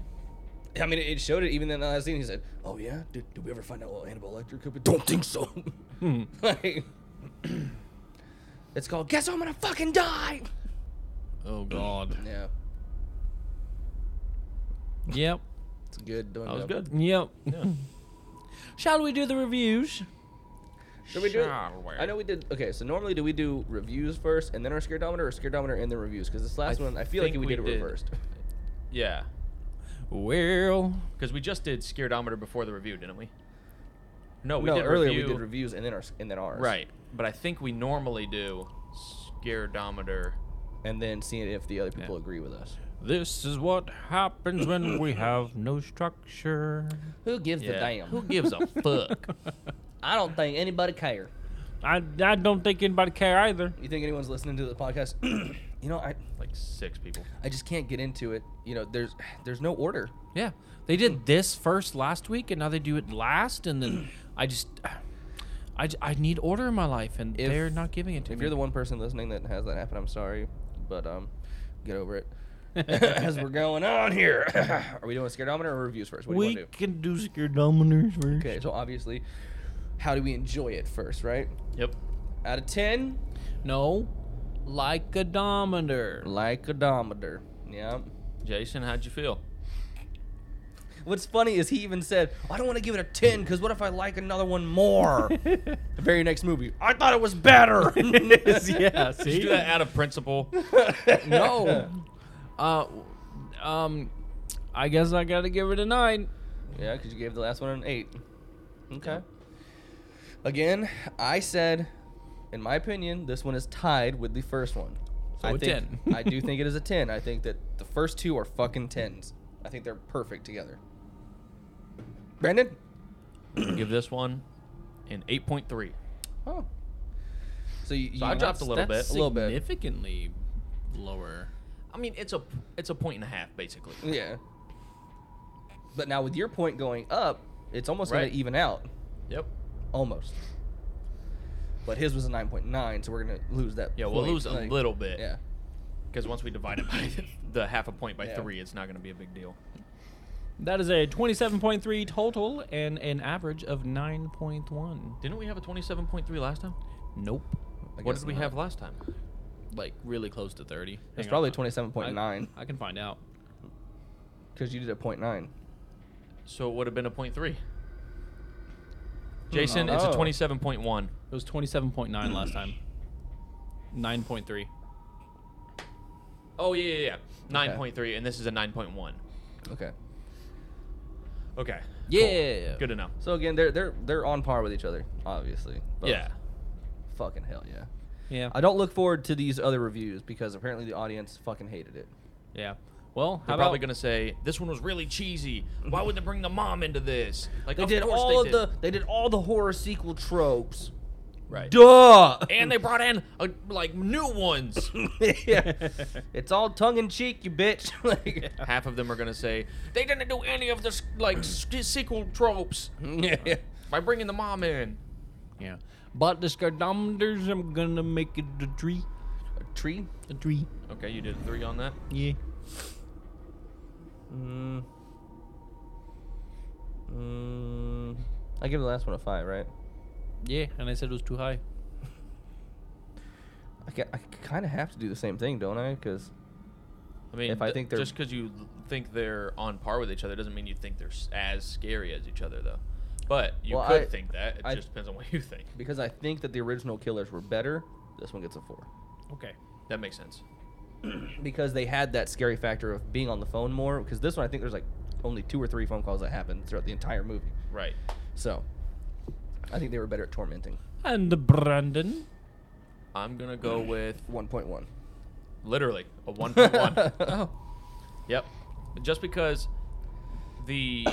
S1: I mean, it showed it even in the last scene. He said, "Oh yeah, did, did we ever find out what Hannibal Lecter could be?" [laughs] Don't think so.
S3: Hmm.
S1: [laughs] like, [clears throat] it's called "Guess I'm Gonna Fucking Die."
S3: [clears throat]
S4: Oh, God.
S1: Yeah,
S4: yep.
S1: it's good. Doing
S3: That was good.
S4: Yep. [laughs] Shall we do the reviews?
S1: Should we do? it?
S3: Shall we?
S1: I know we did. Okay, so normally do we do reviews first and then our scaredometer, or scaredometer and then reviews? Because this last
S3: I
S1: one, I feel like
S3: think
S1: we,
S3: we
S1: did it
S3: did.
S1: reversed.
S3: Yeah.
S4: Well,
S3: Because we just did Scaredometer before the review, didn't we? No, we
S1: no,
S3: did
S1: earlier
S3: review.
S1: we did reviews and then our and then ours.
S3: Right, but I think we normally do Scaredometer.
S1: and then seeing if the other people agree with us.
S4: this is what happens when we have no structure.
S1: Who gives the
S3: Yeah.
S1: damn?
S3: Who gives a fuck? [laughs]
S1: I don't think anybody care.
S4: I, I don't think anybody care either.
S1: You think anyone's listening to the podcast? [clears throat] you know, I
S3: like
S1: [clears throat]
S3: six people.
S1: I just can't get into it. You know, there's [sighs] there's no order.
S4: Yeah. They did this first last week, and now they do it last, and then I just. I, j- I need order in my life, and
S1: If-
S4: they're not giving it to
S1: If
S4: me.
S1: you're the one person listening that has that happen, I'm sorry, but um, get over it. [laughs] As we're going on here, [coughs] are we doing a scaredometer or reviews first? What do you
S4: we
S1: want to do?
S4: can do scaredometers first.
S1: Okay, so obviously, how do we enjoy it first, right?
S3: Yep.
S1: Out of ten,
S4: No, like a dometer.
S1: like a dometer. Yeah.
S3: Jason, how'd you
S4: [laughs]
S3: feel?
S1: What's funny is he even said, "I don't want to give it a ten because what if I like another one more?"
S4: [laughs]
S1: the very next movie, I thought it was better. [laughs]
S4: yeah,
S3: Did you do that out of principle?
S4: no. Uh, um, I guess I gotta give it a nine.
S1: Yeah, because you gave the last one an eight. Okay. Again, I said, in my opinion, this one is tied with the first one.
S4: So
S1: I
S4: a
S1: think, [laughs]
S3: [laughs]
S4: 10.
S1: I do think it is a ten. I think that the first two are fucking tens. I think they're perfect together. Brandon.
S3: Give this one an eight point three.
S1: Oh. So you,
S3: So I
S1: you-
S3: dropped a little
S4: That's
S3: bit.
S1: A little bit.
S4: significantly lower.
S3: I mean, it's a it's a point and a half basically.
S1: Yeah. But now with your point going up, it's almost
S3: Right.
S1: gonna even out.
S3: Yep.
S1: Almost. But his was a nine point nine, so we're gonna lose that.
S3: Yeah, we'll
S1: point,
S3: lose a
S1: like-
S3: little bit.
S1: Yeah.
S3: Because once we divide it by [laughs] the half a point by
S1: Yeah.
S3: three, it's not going to be a big deal.
S4: That is a twenty-seven point three total and an average of nine point one.
S3: Didn't we have a twenty-seven point three last time?
S4: Nope.
S1: I
S3: what
S1: guess
S3: did we
S1: not.
S3: have last time?
S4: like really close to 30.
S1: It's
S4: Hang
S1: probably
S4: on.
S1: twenty seven point nine
S4: I, I can find out.
S1: because you did a point nine.
S3: So it would have been a point three. Jason,
S1: no.
S3: it's
S1: Oh.
S3: a twenty-seven point one.
S4: It was 27.9 last time. 9.3.
S3: Oh yeah, yeah, yeah. Nine point three, and this is a nine point one.
S1: Okay.
S3: Okay.
S4: Yeah.
S3: Good to know.
S1: So again, they're they're they're on par with each other, obviously. Both.
S3: Yeah.
S1: Fucking hell yeah.
S4: Yeah.
S1: I don't look forward to these other reviews because apparently the audience fucking hated it.
S4: yeah. Well,
S3: They're
S4: how
S3: probably
S4: about [laughs]
S3: gonna say this one was really cheesy. Why would they bring the mom into this? Like
S1: They
S3: of
S1: did
S3: course
S1: all
S3: they
S1: of
S3: did.
S1: the they did all the horror sequel tropes.
S3: right.
S4: [laughs]
S1: Duh.
S3: and they brought in uh like new ones.
S1: [laughs] yeah. It's all tongue in cheek, you bitch. [laughs] like,
S3: Half of them are gonna say they didn't do any of this like s- sequel tropes
S1: yeah. yeah.
S3: by bringing the mom in.
S4: Yeah. But the scardometers, I'm gonna make it a tree.
S1: A tree.
S4: A tree.
S3: Okay, you did a three on that.
S4: Yeah.
S1: Mm. Mm. I give the last one a five, right?
S4: Yeah. And I said it was too high.
S1: I, ca- I kind of have to do the same thing, don't I? Because
S3: I mean,
S1: If I
S3: th-
S1: think they're-
S3: just because you think they're on par with each other doesn't mean you think they're s- as scary as each other, though. But you
S1: Well,
S3: could
S1: I-
S3: think that. It
S1: I-
S3: just depends on what you think.
S1: because I think that the original killers were better. This one gets a four
S4: Okay.
S3: That makes sense.
S1: because they had that scary factor of being on the phone more. Because this one, I think there's like only two or three phone calls that happened throughout the entire movie.
S3: Right.
S1: So I think they were better at tormenting.
S4: And Brandon.
S3: I'm gonna go with
S1: One point one.
S3: literally
S1: [laughs]
S3: a 1.1. Yep. Just because the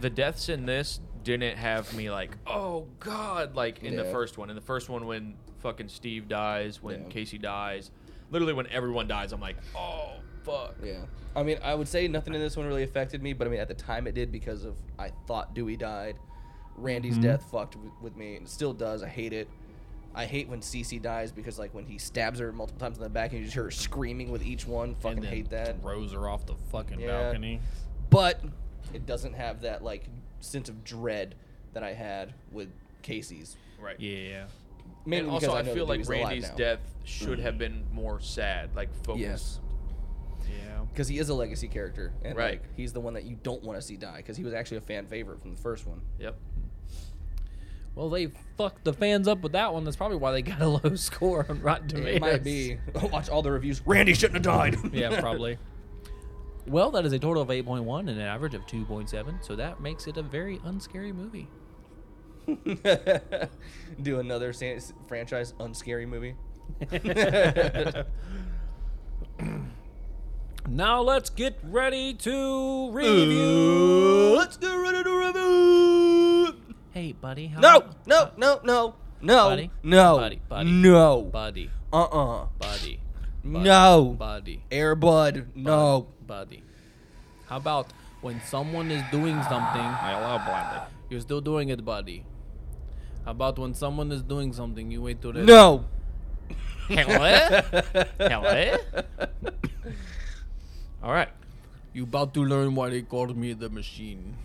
S3: the deaths in this didn't have me like, oh god, like in the
S1: Yeah.
S3: first one. In the first one when fucking Steve dies, when
S1: Yeah.
S3: Casey dies, literally when everyone dies, I'm like, oh fuck.
S1: Yeah. I mean, I would say nothing in this one really affected me, but I mean, at the time it did because of I thought Dewey died. Randy's
S3: Mm-hmm.
S1: death fucked w- with me, and it still does. I hate it. I hate when Cece dies because like when he stabs her multiple times in the back and you just hear her screaming with each one. Fucking
S4: And then
S1: hate that.
S4: Throws her off the fucking
S1: Yeah.
S4: balcony.
S1: But it doesn't have that like sense of dread that I had with Casey's.
S3: Right.
S4: Yeah.
S1: Mainly
S3: and
S1: because
S3: also, I,
S1: know
S3: feel
S1: that
S3: like
S1: Dewey's alive
S3: Randy's
S1: now. Mm-hmm.
S3: death should have been more sad, like focused.
S1: Yes.
S4: Yeah.
S1: Because he is a legacy character, and
S3: Right.
S1: like, he's the one that you don't want to see die. Because he was actually a fan favorite from the first one.
S3: Yep.
S4: Well, they fucked the fans up with that one. That's probably why they got a low [laughs] score on Rotten Tomatoes.
S1: It might be. [laughs] Watch all the reviews. Randy shouldn't have died.
S4: [laughs] yeah, probably. Well, that is a total of 8.1 and an average of 2.7, so that makes it a very unscary movie.
S1: [laughs] Do another san- franchise unscary
S4: [laughs]
S1: movie.
S4: Now let's get ready to review.
S1: Let's get ready to review.
S4: hey, buddy. How
S1: No, no, no, no, no,
S4: Buddy?
S1: no,
S4: Buddy, buddy,
S1: no,
S4: Buddy,
S1: uh, uh
S4: buddy,
S1: no,
S4: buddy,
S1: Air Bud, no.
S4: buddy. How about when someone is doing something? I allow blindly. You're still doing it, buddy. How about when someone is doing something, you wait till they
S1: No.
S3: Hello? Hello? All right.
S4: You about to learn why they called me the
S3: [laughs]
S4: machine.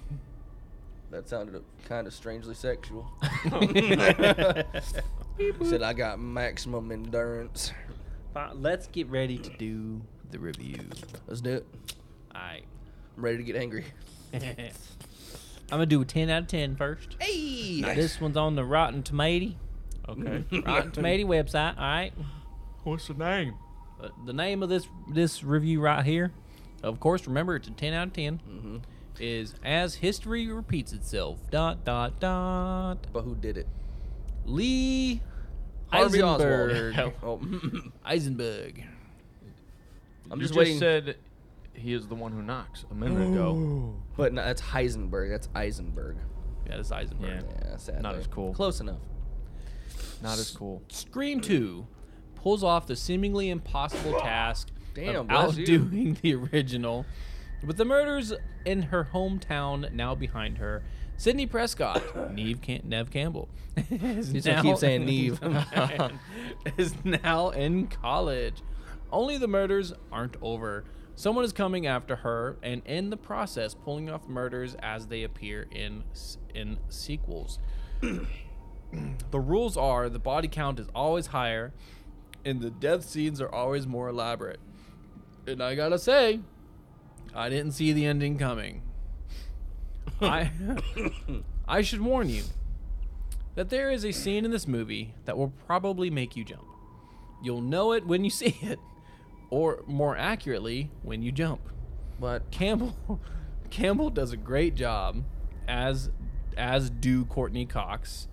S1: That sounded kind of strangely
S4: [laughs]
S1: sexual. Said I got maximum endurance.
S4: Let's get ready to do the review.
S1: Let's do it.
S4: Alright.
S1: I'm ready to get angry.
S4: [laughs] I'm gonna do a 10 out of 10 first.
S1: Hey,
S4: This one's on the Rotten Tomato. Okay. [laughs] Rotten Tomato website. All right.
S3: What's the name?
S4: Uh, the name of this this review right here, of course, remember it's a 10 out of 10.
S1: Mm. Mm-hmm.
S4: Is as history repeats itself. Dot dot dot.
S1: but who did it?
S4: Lee
S1: Harvey Oswald. [laughs]
S4: Eisenberg.
S1: Oh,
S4: Eisenberg.
S1: I'm
S3: you
S1: just
S3: just
S1: waiting.
S3: said he is the one who knocks a minute ago.
S1: but no, that's Heisenberg. That's Eisenberg.
S4: Yeah, that's Eisenberg.
S3: Yeah.
S1: Yeah, sadly.
S3: Not as cool.
S1: Close enough.
S3: Not as cool.
S4: Scream 2 pulls off the seemingly impossible task
S1: Damn,
S4: of
S1: bless you.
S4: outdoing the original. With the murders in her hometown now behind her, Sydney Prescott, Neve Cam- Nev Campbell, [laughs] is
S1: just gonna keep
S4: [laughs]
S1: saying Neve.
S4: is now in college. Only the murders aren't over. Someone is coming after her, and in the process, pulling off murders as they appear in s- in [clears throat] sequels. The rules are the body count is always higher, and the death scenes are always more elaborate. And I gotta say, I didn't see the
S1: [laughs]
S4: ending coming. I [coughs] I should warn you that there is a scene in this movie that will probably make you jump. You'll know it when you [laughs] see it, or more accurately, when you jump. But Campbell [laughs] Campbell does a great job as as do Courtney Cox,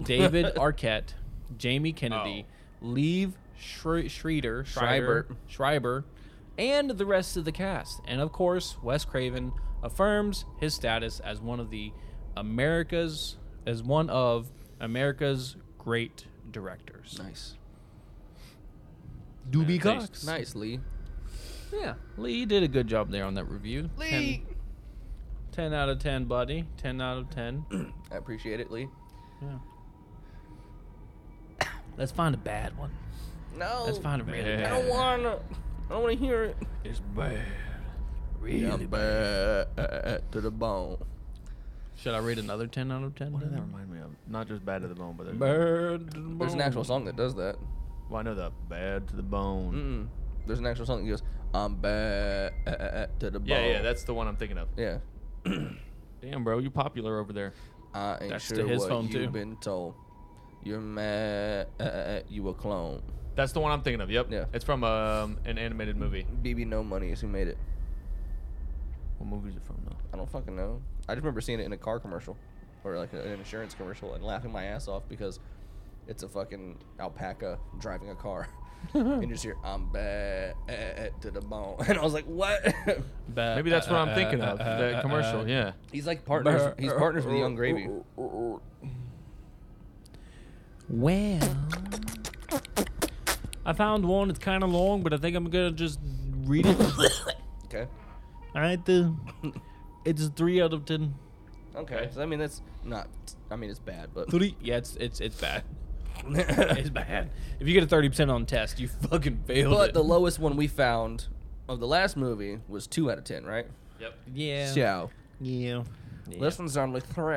S4: David Arquette, Jamie Kennedy, Leave Schre- Schreeder, Schreiber, Schreiber, and the rest of the cast. And of course, Wes Craven affirms his status as one of the America's as one of America's great directors.
S1: Nice.
S4: Doobie
S3: Nice.
S4: Cox.
S1: Nice, Lee.
S4: Yeah, Lee did a good job there on that review.
S1: Lee!
S4: 10, 10 out of 10, buddy. 10 out of 10.
S1: I appreciate it, Lee.
S4: Yeah. Let's find a bad one.
S1: No.
S4: Let's find a really
S3: Man.
S1: I
S4: bad
S1: don't want
S4: one.
S1: to. I don't want to hear it.
S5: It's bad.
S1: Yeah, bad to the bone.
S4: Should I read another 10 out of 10?
S5: What did that remind me of? Not just bad to the bone, but there's,
S4: Bird.
S1: There's an actual song that does that.
S5: well, I know the bad to the bone.
S1: Mm. There's an actual song that goes, "I'm bad to the bone."
S5: Yeah, yeah, that's the one I'm thinking of.
S1: yeah.
S3: Damn, bro, you popular over there.
S1: I ain't
S4: That's to
S1: sure
S4: his
S1: what
S4: phone,
S1: you've
S4: too.
S1: been told. You're mad. you a clone.
S5: That's the one I'm thinking of. Yep.
S1: Yeah.
S5: It's from um, an animated movie.
S1: BB No Money is who made it.
S5: What movie is it from though?
S1: I don't fucking know. I just remember seeing it in a car commercial, or like an insurance commercial, and laughing my ass off because it's a fucking alpaca driving a
S4: [laughs]
S1: car. and you just hear, I'm bad to the bone. [laughs] And I was like, what?
S4: Ba-
S5: Maybe that's what I'm thinking of.
S4: uh, uh,
S5: That
S4: uh,
S5: commercial.
S4: uh,
S5: yeah.
S1: he's like partners. He's partners with Young Gravy.
S4: Well, I found one. It's kind of long, but I think I'm going to just read [coughs] it.
S1: Okay.
S4: All right, then. It's a 3 out of 10.
S1: Okay. So, I mean, that's not, I mean, it's bad, but.
S4: Three. Yeah, it's, it's, it's bad. [laughs]
S1: [laughs]
S4: it's bad. If you get a 30% on test, you fucking failed
S1: But
S4: it.
S1: the lowest one we found of the last movie was 2 out of 10, right?
S4: uh,
S3: Yep.
S4: yeah.
S1: So,
S4: Yeah.
S1: this one's only 3.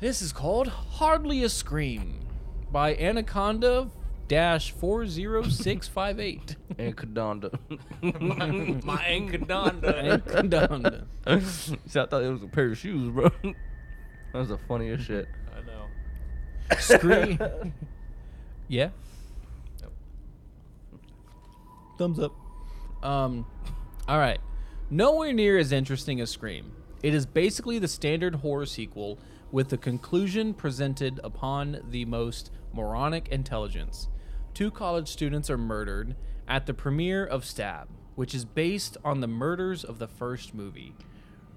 S4: This is called Hardly a Scream by Anaconda dash [laughs] 40658.
S1: And Kadonda.
S3: My Anaconda.
S4: Anaconda.
S1: [laughs] so I thought it was a pair of shoes, bro. [laughs] that was the funniest shit.
S4: uh,
S3: I know.
S4: Scream. Yeah. Thumbs up. Um, all right. Nowhere near as interesting as Scream. It is basically the standard horror sequel with the conclusion presented upon the most moronic intelligence. Two college students are murdered at the premiere of Stab, which is based on the murders of the first movie.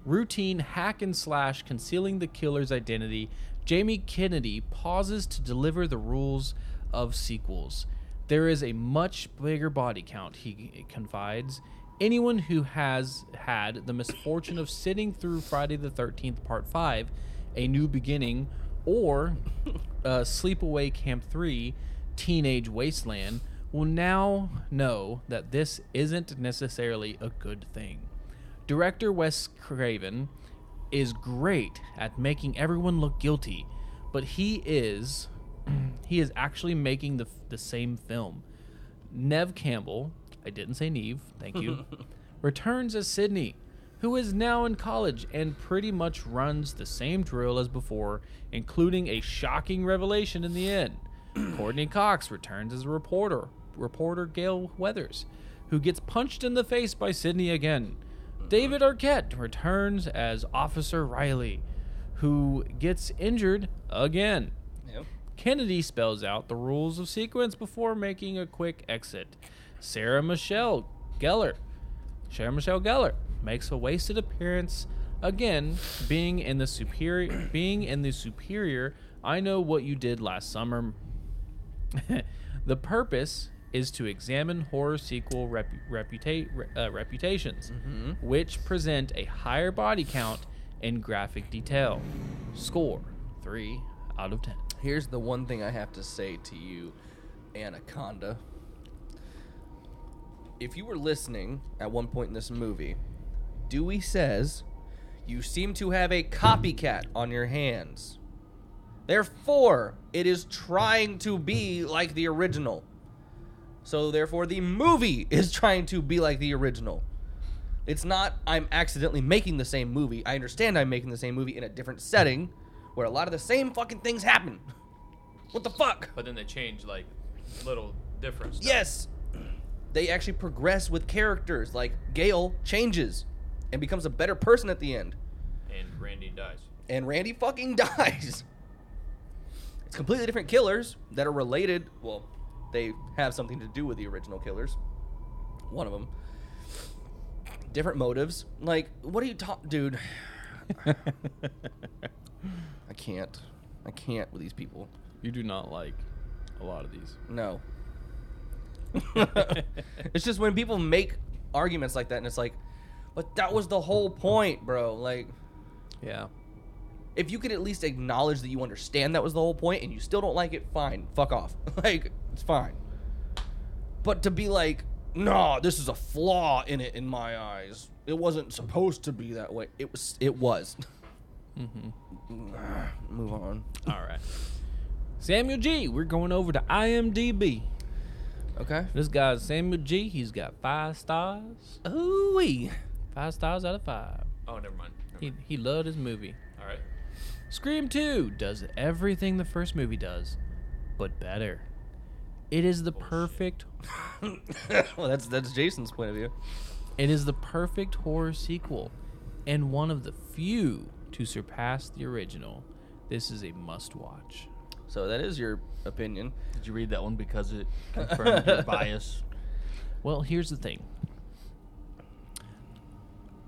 S4: Routine hack and slash concealing the killer's identity, Jamie Kennedy pauses to deliver the rules of sequels. There is a much bigger body count, he confides. Anyone who has had the misfortune of sitting through Friday the 13th, Part 5, A New Beginning, or uh, Sleepaway Camp 3, Teenage Wasteland, will now know that this isn't necessarily a good thing. Director Wes Craven is great at making everyone look guilty, but he is he is actually making the, the same film. Nev Campbell, I didn't say Neve, thank you, returns as Sydney, who is now in college and pretty much runs the same drill as before, including a shocking revelation in the end. Courtney Cox returns as a reporter, reporter Gail Weathers, who gets punched in the face by Sydney again. David Arquette returns as Officer Riley, who gets injured again. Kennedy spells out the rules of sequence before making a quick exit. Sarah Michelle Gellar, Sarah Michelle Gellar makes a wasted appearance again, being in the superior, [coughs] being in the superior. I know what you did last summer. [laughs] the purpose is to examine horror sequel rep- reputa- re- uh, reputations, which present a higher body count and graphic detail. Score three out of ten.
S1: Here's the one thing I have to say to you, Anaconda. If you were listening at one point in this movie, Dewey says, You seem to have a copycat on your hands. Therefore, it is trying to be like the original. So therefore, the movie [laughs] is trying to be like the original. It's not I'm accidentally making the same movie. I understand I'm making the same movie in a different setting, where a lot of the same fucking things happen. [laughs] What the fuck?
S3: But then they change like little difference.
S1: Yes, they actually progress with characters. Like Gail changes and becomes a better person at the end,
S3: And Randy dies.
S1: and Randy fucking [laughs] dies. It's completely different killers that are related. Well, they have something to do with the original killers. One of them. Different motives. Like, what are you talking, dude? [sighs] I can't. I can't with these people.
S4: you do not like a lot of these.
S1: No. [laughs] it's just when people make arguments like that, and it's like, but that was the whole point, bro. Like,
S4: [laughs] Yeah.
S1: if you could at least acknowledge that you understand that was the whole point and you still don't like it, fine. Fuck off. [laughs] like, it's fine. But to be like, no, this is a flaw in it in my eyes. It wasn't supposed to be that way. It was it was. Mm-hmm. [sighs] Move on.
S4: All right. Samuel G. We're going over to IMDb.
S1: Okay.
S4: This guy's Samuel G. He's got five stars.
S1: Ooh wee.
S4: Five stars out of five.
S3: Oh, never mind.
S4: He, he loved his movie.
S3: All right.
S4: Scream 2 does everything the first movie does, but better. It is the perfect
S1: [laughs] well, that's that's Jason's point of view.
S4: it is the perfect horror sequel and one of the few to surpass the original. This is a must watch.
S1: So that is your opinion.
S3: Did you read that one because it confirmed [laughs] your bias?
S4: Well, here's the thing.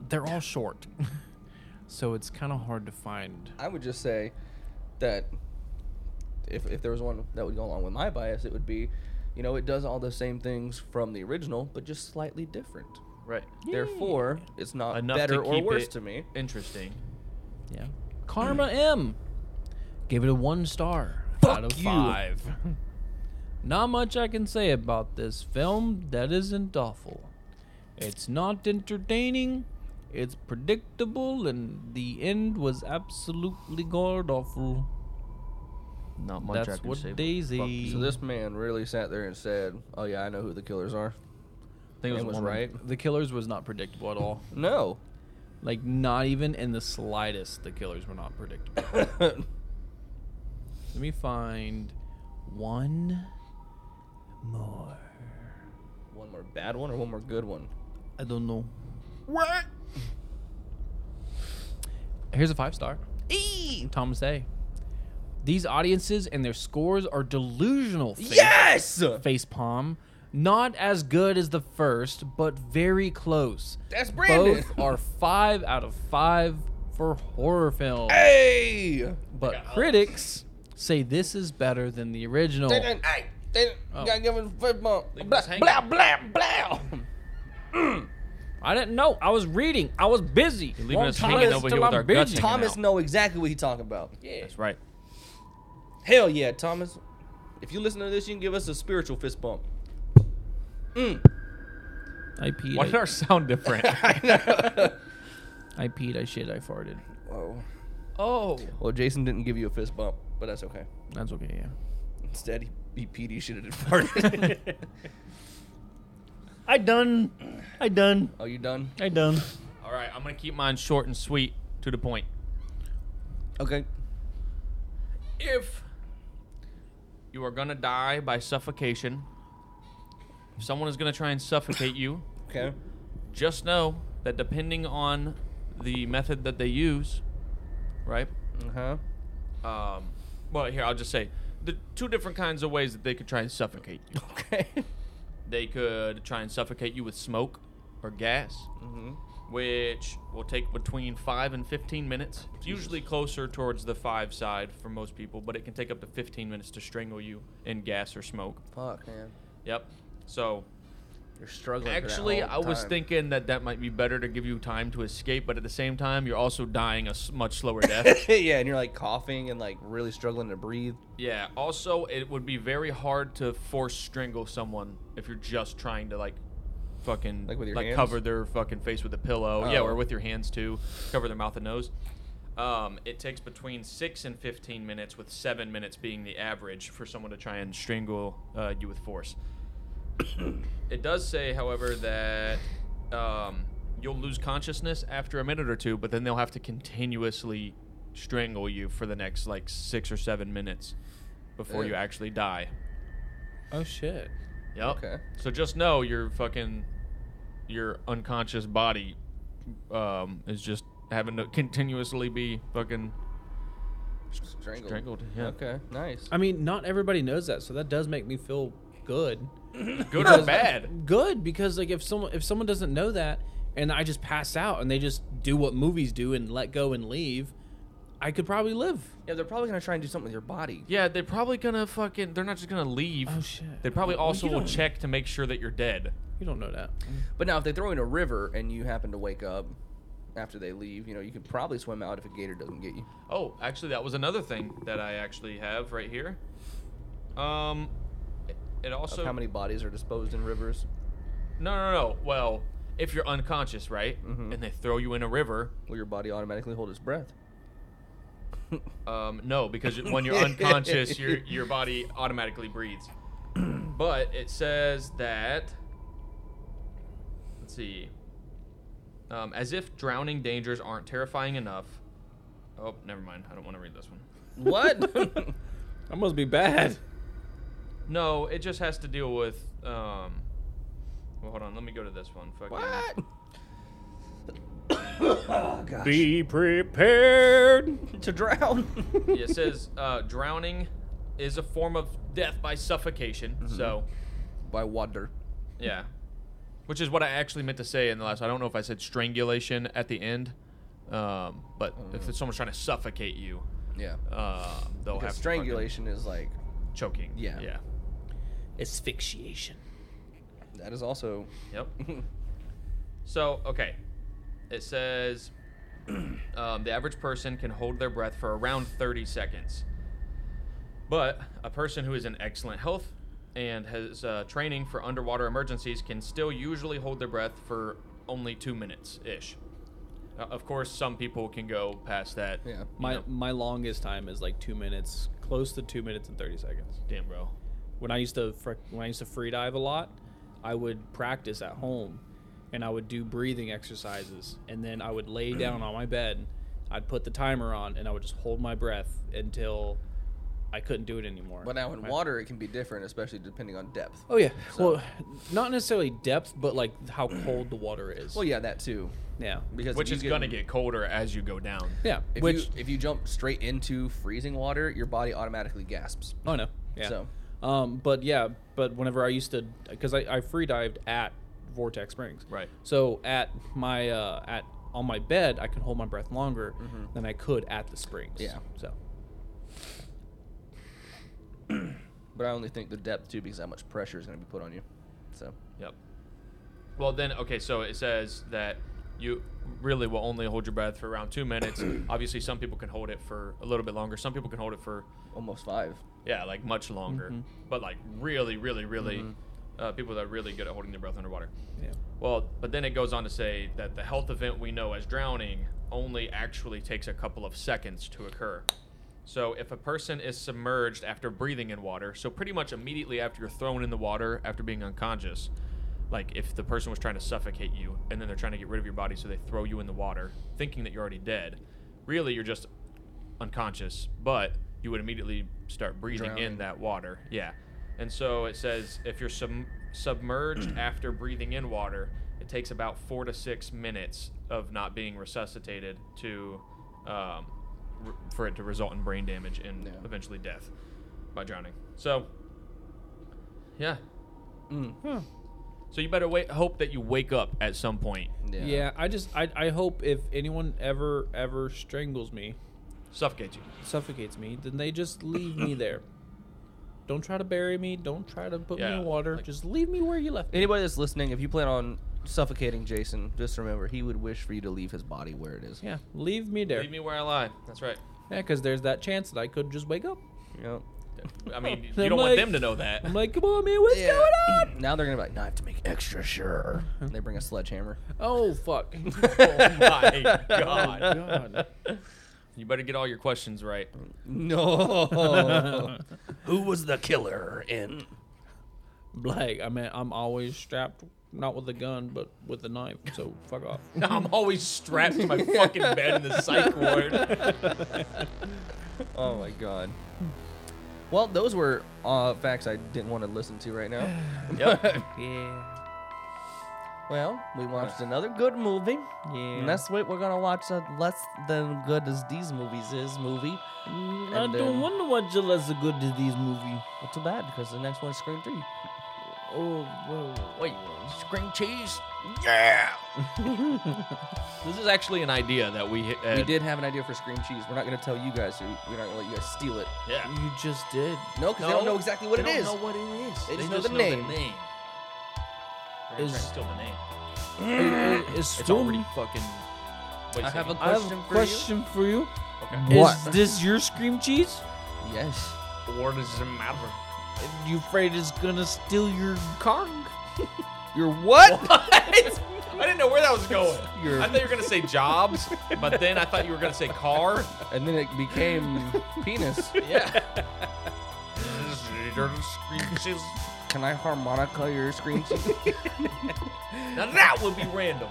S4: They're all short. [laughs] so it's kind of hard to find.
S1: I would just say that if, if there was one that would go along with my bias, it would be, you know, it does all the same things from the original, but just slightly different.
S3: Right.
S1: Therefore, it's not
S3: Enough
S1: better
S3: to
S1: or
S3: keep
S1: worse
S3: it
S1: to me.
S3: Interesting.
S4: Yeah. Karma M. Gave it a one star
S1: Fuck
S4: out of
S1: you. [laughs]
S4: five. Not much I can say about this film that isn't awful. It's not entertaining. It's predictable, and the end was absolutely god awful.
S3: Not much I
S4: That's
S3: can
S4: what
S3: say.
S4: Daisy.
S1: So this man really sat there and said, "Oh yeah, I know who the killers are."
S3: I think it was,
S1: and was
S3: woman.
S1: right.
S4: the Killers was not predictable at all.
S1: No, [laughs]
S4: Like not even in the slightest, the Killers were not predictable. Let me find one more.
S1: one more bad one or one more good one.
S4: I don't know. What? Here's a five star. E. Thomas A. These audiences and their scores are delusional. Face,
S1: Yes,
S4: Face palm. Not as good as the first, but very close.
S1: that's Brandon.
S4: Both are five out of five for horror films.
S1: hey,
S4: But critics say this is better than the original.
S1: They didn't- hey, they didn't-
S4: Oh.
S1: gotta give him five more.
S3: Leave
S1: Blah
S3: us hanging.
S1: blah blah blah.
S4: I didn't know. I was reading. I was busy.
S3: leaving
S4: Long
S3: us
S4: time
S3: hanging over
S4: till
S3: here with
S4: I'm
S3: our guts
S4: busy.
S3: hanging
S1: Thomas
S3: out.
S1: know exactly what he's talking about.
S4: Yeah.
S3: That's right.
S1: Hell yeah, Thomas. If you listen to this, you can give us a spiritual fist [laughs] bump.
S4: I peed.
S3: Why did
S4: I-
S3: our sound [laughs] different?
S4: I peed, I shit, I farted.
S1: Whoa.
S4: Oh.
S1: Well, Jason didn't give you a fist bump, but that's okay.
S4: That's okay, yeah.
S1: Instead, he, he peed, he shitted, and farted.
S3: I done. I done.
S1: [laughs] Are you done?
S3: I done. [laughs] All right. I'm gonna keep mine short and sweet, to the point.
S1: Okay.
S3: if you are gonna die by suffocation, if someone is gonna try and suffocate you,
S1: Okay.
S3: just know that depending on the method that they use, right?
S1: Uh huh.
S3: Um, well, here I'll just say the two different kinds of ways that they could try and suffocate
S1: [laughs]
S3: you.
S1: Okay.
S3: They could try and suffocate you with smoke or gas,
S1: Mm-hmm.
S3: which will take between five and fifteen minutes. It's usually closer towards the five side for most people, but it can take up to fifteen minutes to strangle you in gas or smoke.
S1: Fuck, man.
S3: Yep. So
S1: You're struggling. for that
S3: actually,
S1: whole
S3: I was
S1: time.
S3: thinking that that might be better to give you time to escape, but at the same time, you're also dying a s- much
S1: [laughs]
S3: slower death.
S1: yeah, and you're like coughing and like really struggling to breathe.
S3: yeah. Also, it would be very hard to force strangle someone if you're just trying to like fucking
S1: Like with your
S3: like
S1: hands?
S3: cover their fucking face with a pillow. Yeah,
S1: Oh.
S3: or with your hands too, cover their mouth and nose. Um, it takes between six and fifteen minutes, with seven minutes being the average for someone to try and strangle uh, you with force. It does say, however, that um, you'll lose consciousness after a minute or two, but then they'll have to continuously strangle you for the next like six or seven minutes before
S1: Ew.
S3: you actually die.
S4: Oh shit.
S3: Yep.
S1: Okay.
S3: So just know your fucking your unconscious body um, is just having to continuously be fucking
S1: Strangled.
S3: strangled. Yeah.
S1: Okay, nice.
S4: I mean, not everybody knows that, so that does make me feel good.
S3: [laughs]
S1: [laughs]
S3: Good or bad?
S4: Good because like if someone if someone doesn't know that and I just pass out and they just do what movies do and let go and leave, I could probably live.
S1: Yeah, they're probably gonna try and do something with your body.
S3: Yeah, they're probably gonna fucking. They're not just gonna leave.
S4: Oh, shit.
S3: They probably also
S4: you
S3: will
S4: don't-
S3: check to make sure that you're dead.
S4: You don't know that.
S1: But now, if they throw you in a river and you happen to wake up after they leave, you know you could probably swim out if a gator doesn't get you.
S3: Oh, actually, that was another thing that I actually have right here. Um, it- it
S1: Of
S3: also
S1: how many bodies are disposed in rivers?
S3: No, no, no. Well, if you're unconscious, right,
S1: Mhm.
S3: and they throw you in a river,
S1: Will your body automatically hold its breath?
S3: um, no, because
S1: [laughs]
S3: when you're unconscious, your your body automatically
S1: [clears throat]
S3: breathes. But it says that. Let's see. Um, as if drowning dangers aren't terrifying enough. Oh, never mind. I don't want to read this one.
S1: What?
S4: That must be bad.
S3: No, it just has to deal with. Um, well, hold on. Let me go to this one.
S1: [laughs]
S3: Fucking,
S1: what?
S4: Be prepared.
S1: To drown?
S3: [laughs] Yeah, it says uh, drowning is a form of death by suffocation.
S1: Mm-hmm.
S3: So,
S1: By water.
S3: yeah. Which is what I actually meant to say in the last. I don't know if I said strangulation at the end, um, but if it's someone's trying to suffocate you,
S1: Yeah.
S3: uh, they'll
S1: Mm.
S3: have
S1: Because
S3: to
S1: strangulation is like
S3: fucking- choking.
S1: Yeah.
S3: yeah,
S4: Asphyxiation.
S1: that is also
S3: yep. [laughs] So, okay. It says [clears throat] um, the average person can hold their breath for around 30 seconds. But a person who is in excellent health and has uh, training for underwater emergencies can still usually hold their breath for only two minutes ish. Uh, of course, some people can go past that.
S1: Yeah.
S3: you
S4: My
S3: know.
S4: my longest time is like two minutes, close to two minutes and thirty seconds.
S3: Damn, bro.
S4: when I used to fr- when I used to free dive a lot, I would practice at home, and I would do breathing exercises, and then I would lay down on my bed, I'd put the timer on, and I would just hold my breath until I couldn't do it anymore.
S1: But now in
S4: My-
S1: water, it can be different, especially depending on depth.
S4: Oh yeah, well, not necessarily depth, but like how cold the water is.
S1: Well, yeah, that too.
S4: yeah,
S1: Because if
S3: Which
S1: you
S3: is going to get colder as you go down.
S4: yeah.
S1: If
S4: Which
S1: you, if you jump straight into freezing water, your body automatically gasps.
S4: oh no, yeah.
S1: So.
S4: Um, but yeah, but whenever I used to, because I, I free dived at Vortex Springs,
S3: Right.
S4: So at my uh, at on my bed, I can hold my breath longer than I could at the springs.
S1: Yeah.
S4: So
S1: But I only think the depth too, because how much pressure is going to be put on you. So
S3: Yep. Well, then, okay, so it says that you really will only hold your breath for around two minutes. Obviously, some people can hold it for a little bit longer. Some people can hold it for,
S1: almost five.
S3: yeah, like much longer. But, like, really, really, really, uh, people that are really good at holding their breath underwater.
S4: yeah.
S3: Well, but then it goes on to say that the health event we know as drowning only actually takes a couple of seconds to occur. So if a person is submerged after breathing in water, so pretty much immediately after you're thrown in the water after being unconscious, like if the person was trying to suffocate you and then they're trying to get rid of your body, so they throw you in the water thinking that you're already dead, really you're just unconscious, but you would immediately start breathing
S1: Drowning.
S3: in that water. Yeah. And so it says if you're sub- submerged after breathing in water, it takes about four to six minutes of not being resuscitated to, um, r- for it to result in brain damage and
S1: Yeah.
S3: eventually death by drowning. So, yeah.
S1: Mm.
S3: So you better wait. Hope that you wake up at some point.
S4: yeah, I just I, I hope if anyone ever ever strangles me,
S3: Suffocate you.
S4: suffocates me, then they just leave me there. Don't try to bury me. Don't try to put me
S3: Yeah,
S4: in water.
S3: like-
S4: just leave me where you left me.
S1: Anybody that's listening, if you plan on suffocating Jason, just remember he would wish for you to leave his body where it is.
S4: Yeah, leave me there.
S3: Leave me where I lie. That's right.
S4: Yeah, because there's that chance that I could just wake up.
S1: Yep.
S3: I mean, you
S4: They're
S3: don't want
S4: like-
S3: them to know that.
S4: I'm like, come on, man, what's
S1: Yeah.
S4: going
S1: [clears throat]
S4: on?
S1: Now they're gonna be like, "No, I have to make extra sure." And they bring a sledgehammer.
S4: [laughs] Oh [laughs] fuck!
S3: [laughs] oh my god.
S4: Oh, God.
S3: You better get all your questions right.
S1: No. Who was the killer in
S4: [laughs] Like, I mean, I'm always strapped, not with a gun, but with a knife. So fuck [laughs] off.
S5: I'm always strapped to my fucking bed in the psych ward.
S1: Oh my god. Well, those were uh, facts I didn't want to listen to right now.
S2: Yeah.
S1: Well, we watched another good movie.
S2: Yeah.
S1: And that's what we're gonna watch a less than good as these movies is movie. I And, don't um,
S4: wonder what Gillette's good to these movies.
S1: Well, too bad because the next one's Scream Three.
S4: Oh, whoa.
S3: Wait, string cheese? Yeah. [laughs] this is actually an idea that we uh, hit.
S1: We did have an idea for Scream Cheese. We're not gonna tell you guys. So we're not gonna let you guys steal it.
S3: Yeah.
S4: You just did.
S1: No, because they don't know exactly what it is.
S3: They don't know what it is.
S1: They just know the name.
S3: We're gonna try and
S4: Is-
S3: steal the name.
S4: It- it- it's
S3: It's already
S4: Storm-
S3: fucking. Wait
S1: I
S3: a
S1: have a
S3: second.
S4: I have
S1: question
S4: a
S1: for
S4: question for you.
S3: Okay.
S4: Is
S1: What?
S4: this your scream cheese?
S1: you. Yes.
S3: What does it matter?
S4: You afraid it's gonna steal your car?
S1: Your what?
S3: I didn't know where that was going.
S1: Your-
S3: I thought you were gonna say jobs, but then I thought you were gonna say
S1: [laughs]
S3: car.
S1: And then it [laughs] became penis.
S3: Yeah.
S1: Can I harmonica your Scream Cheese? [laughs]
S3: now that would be random.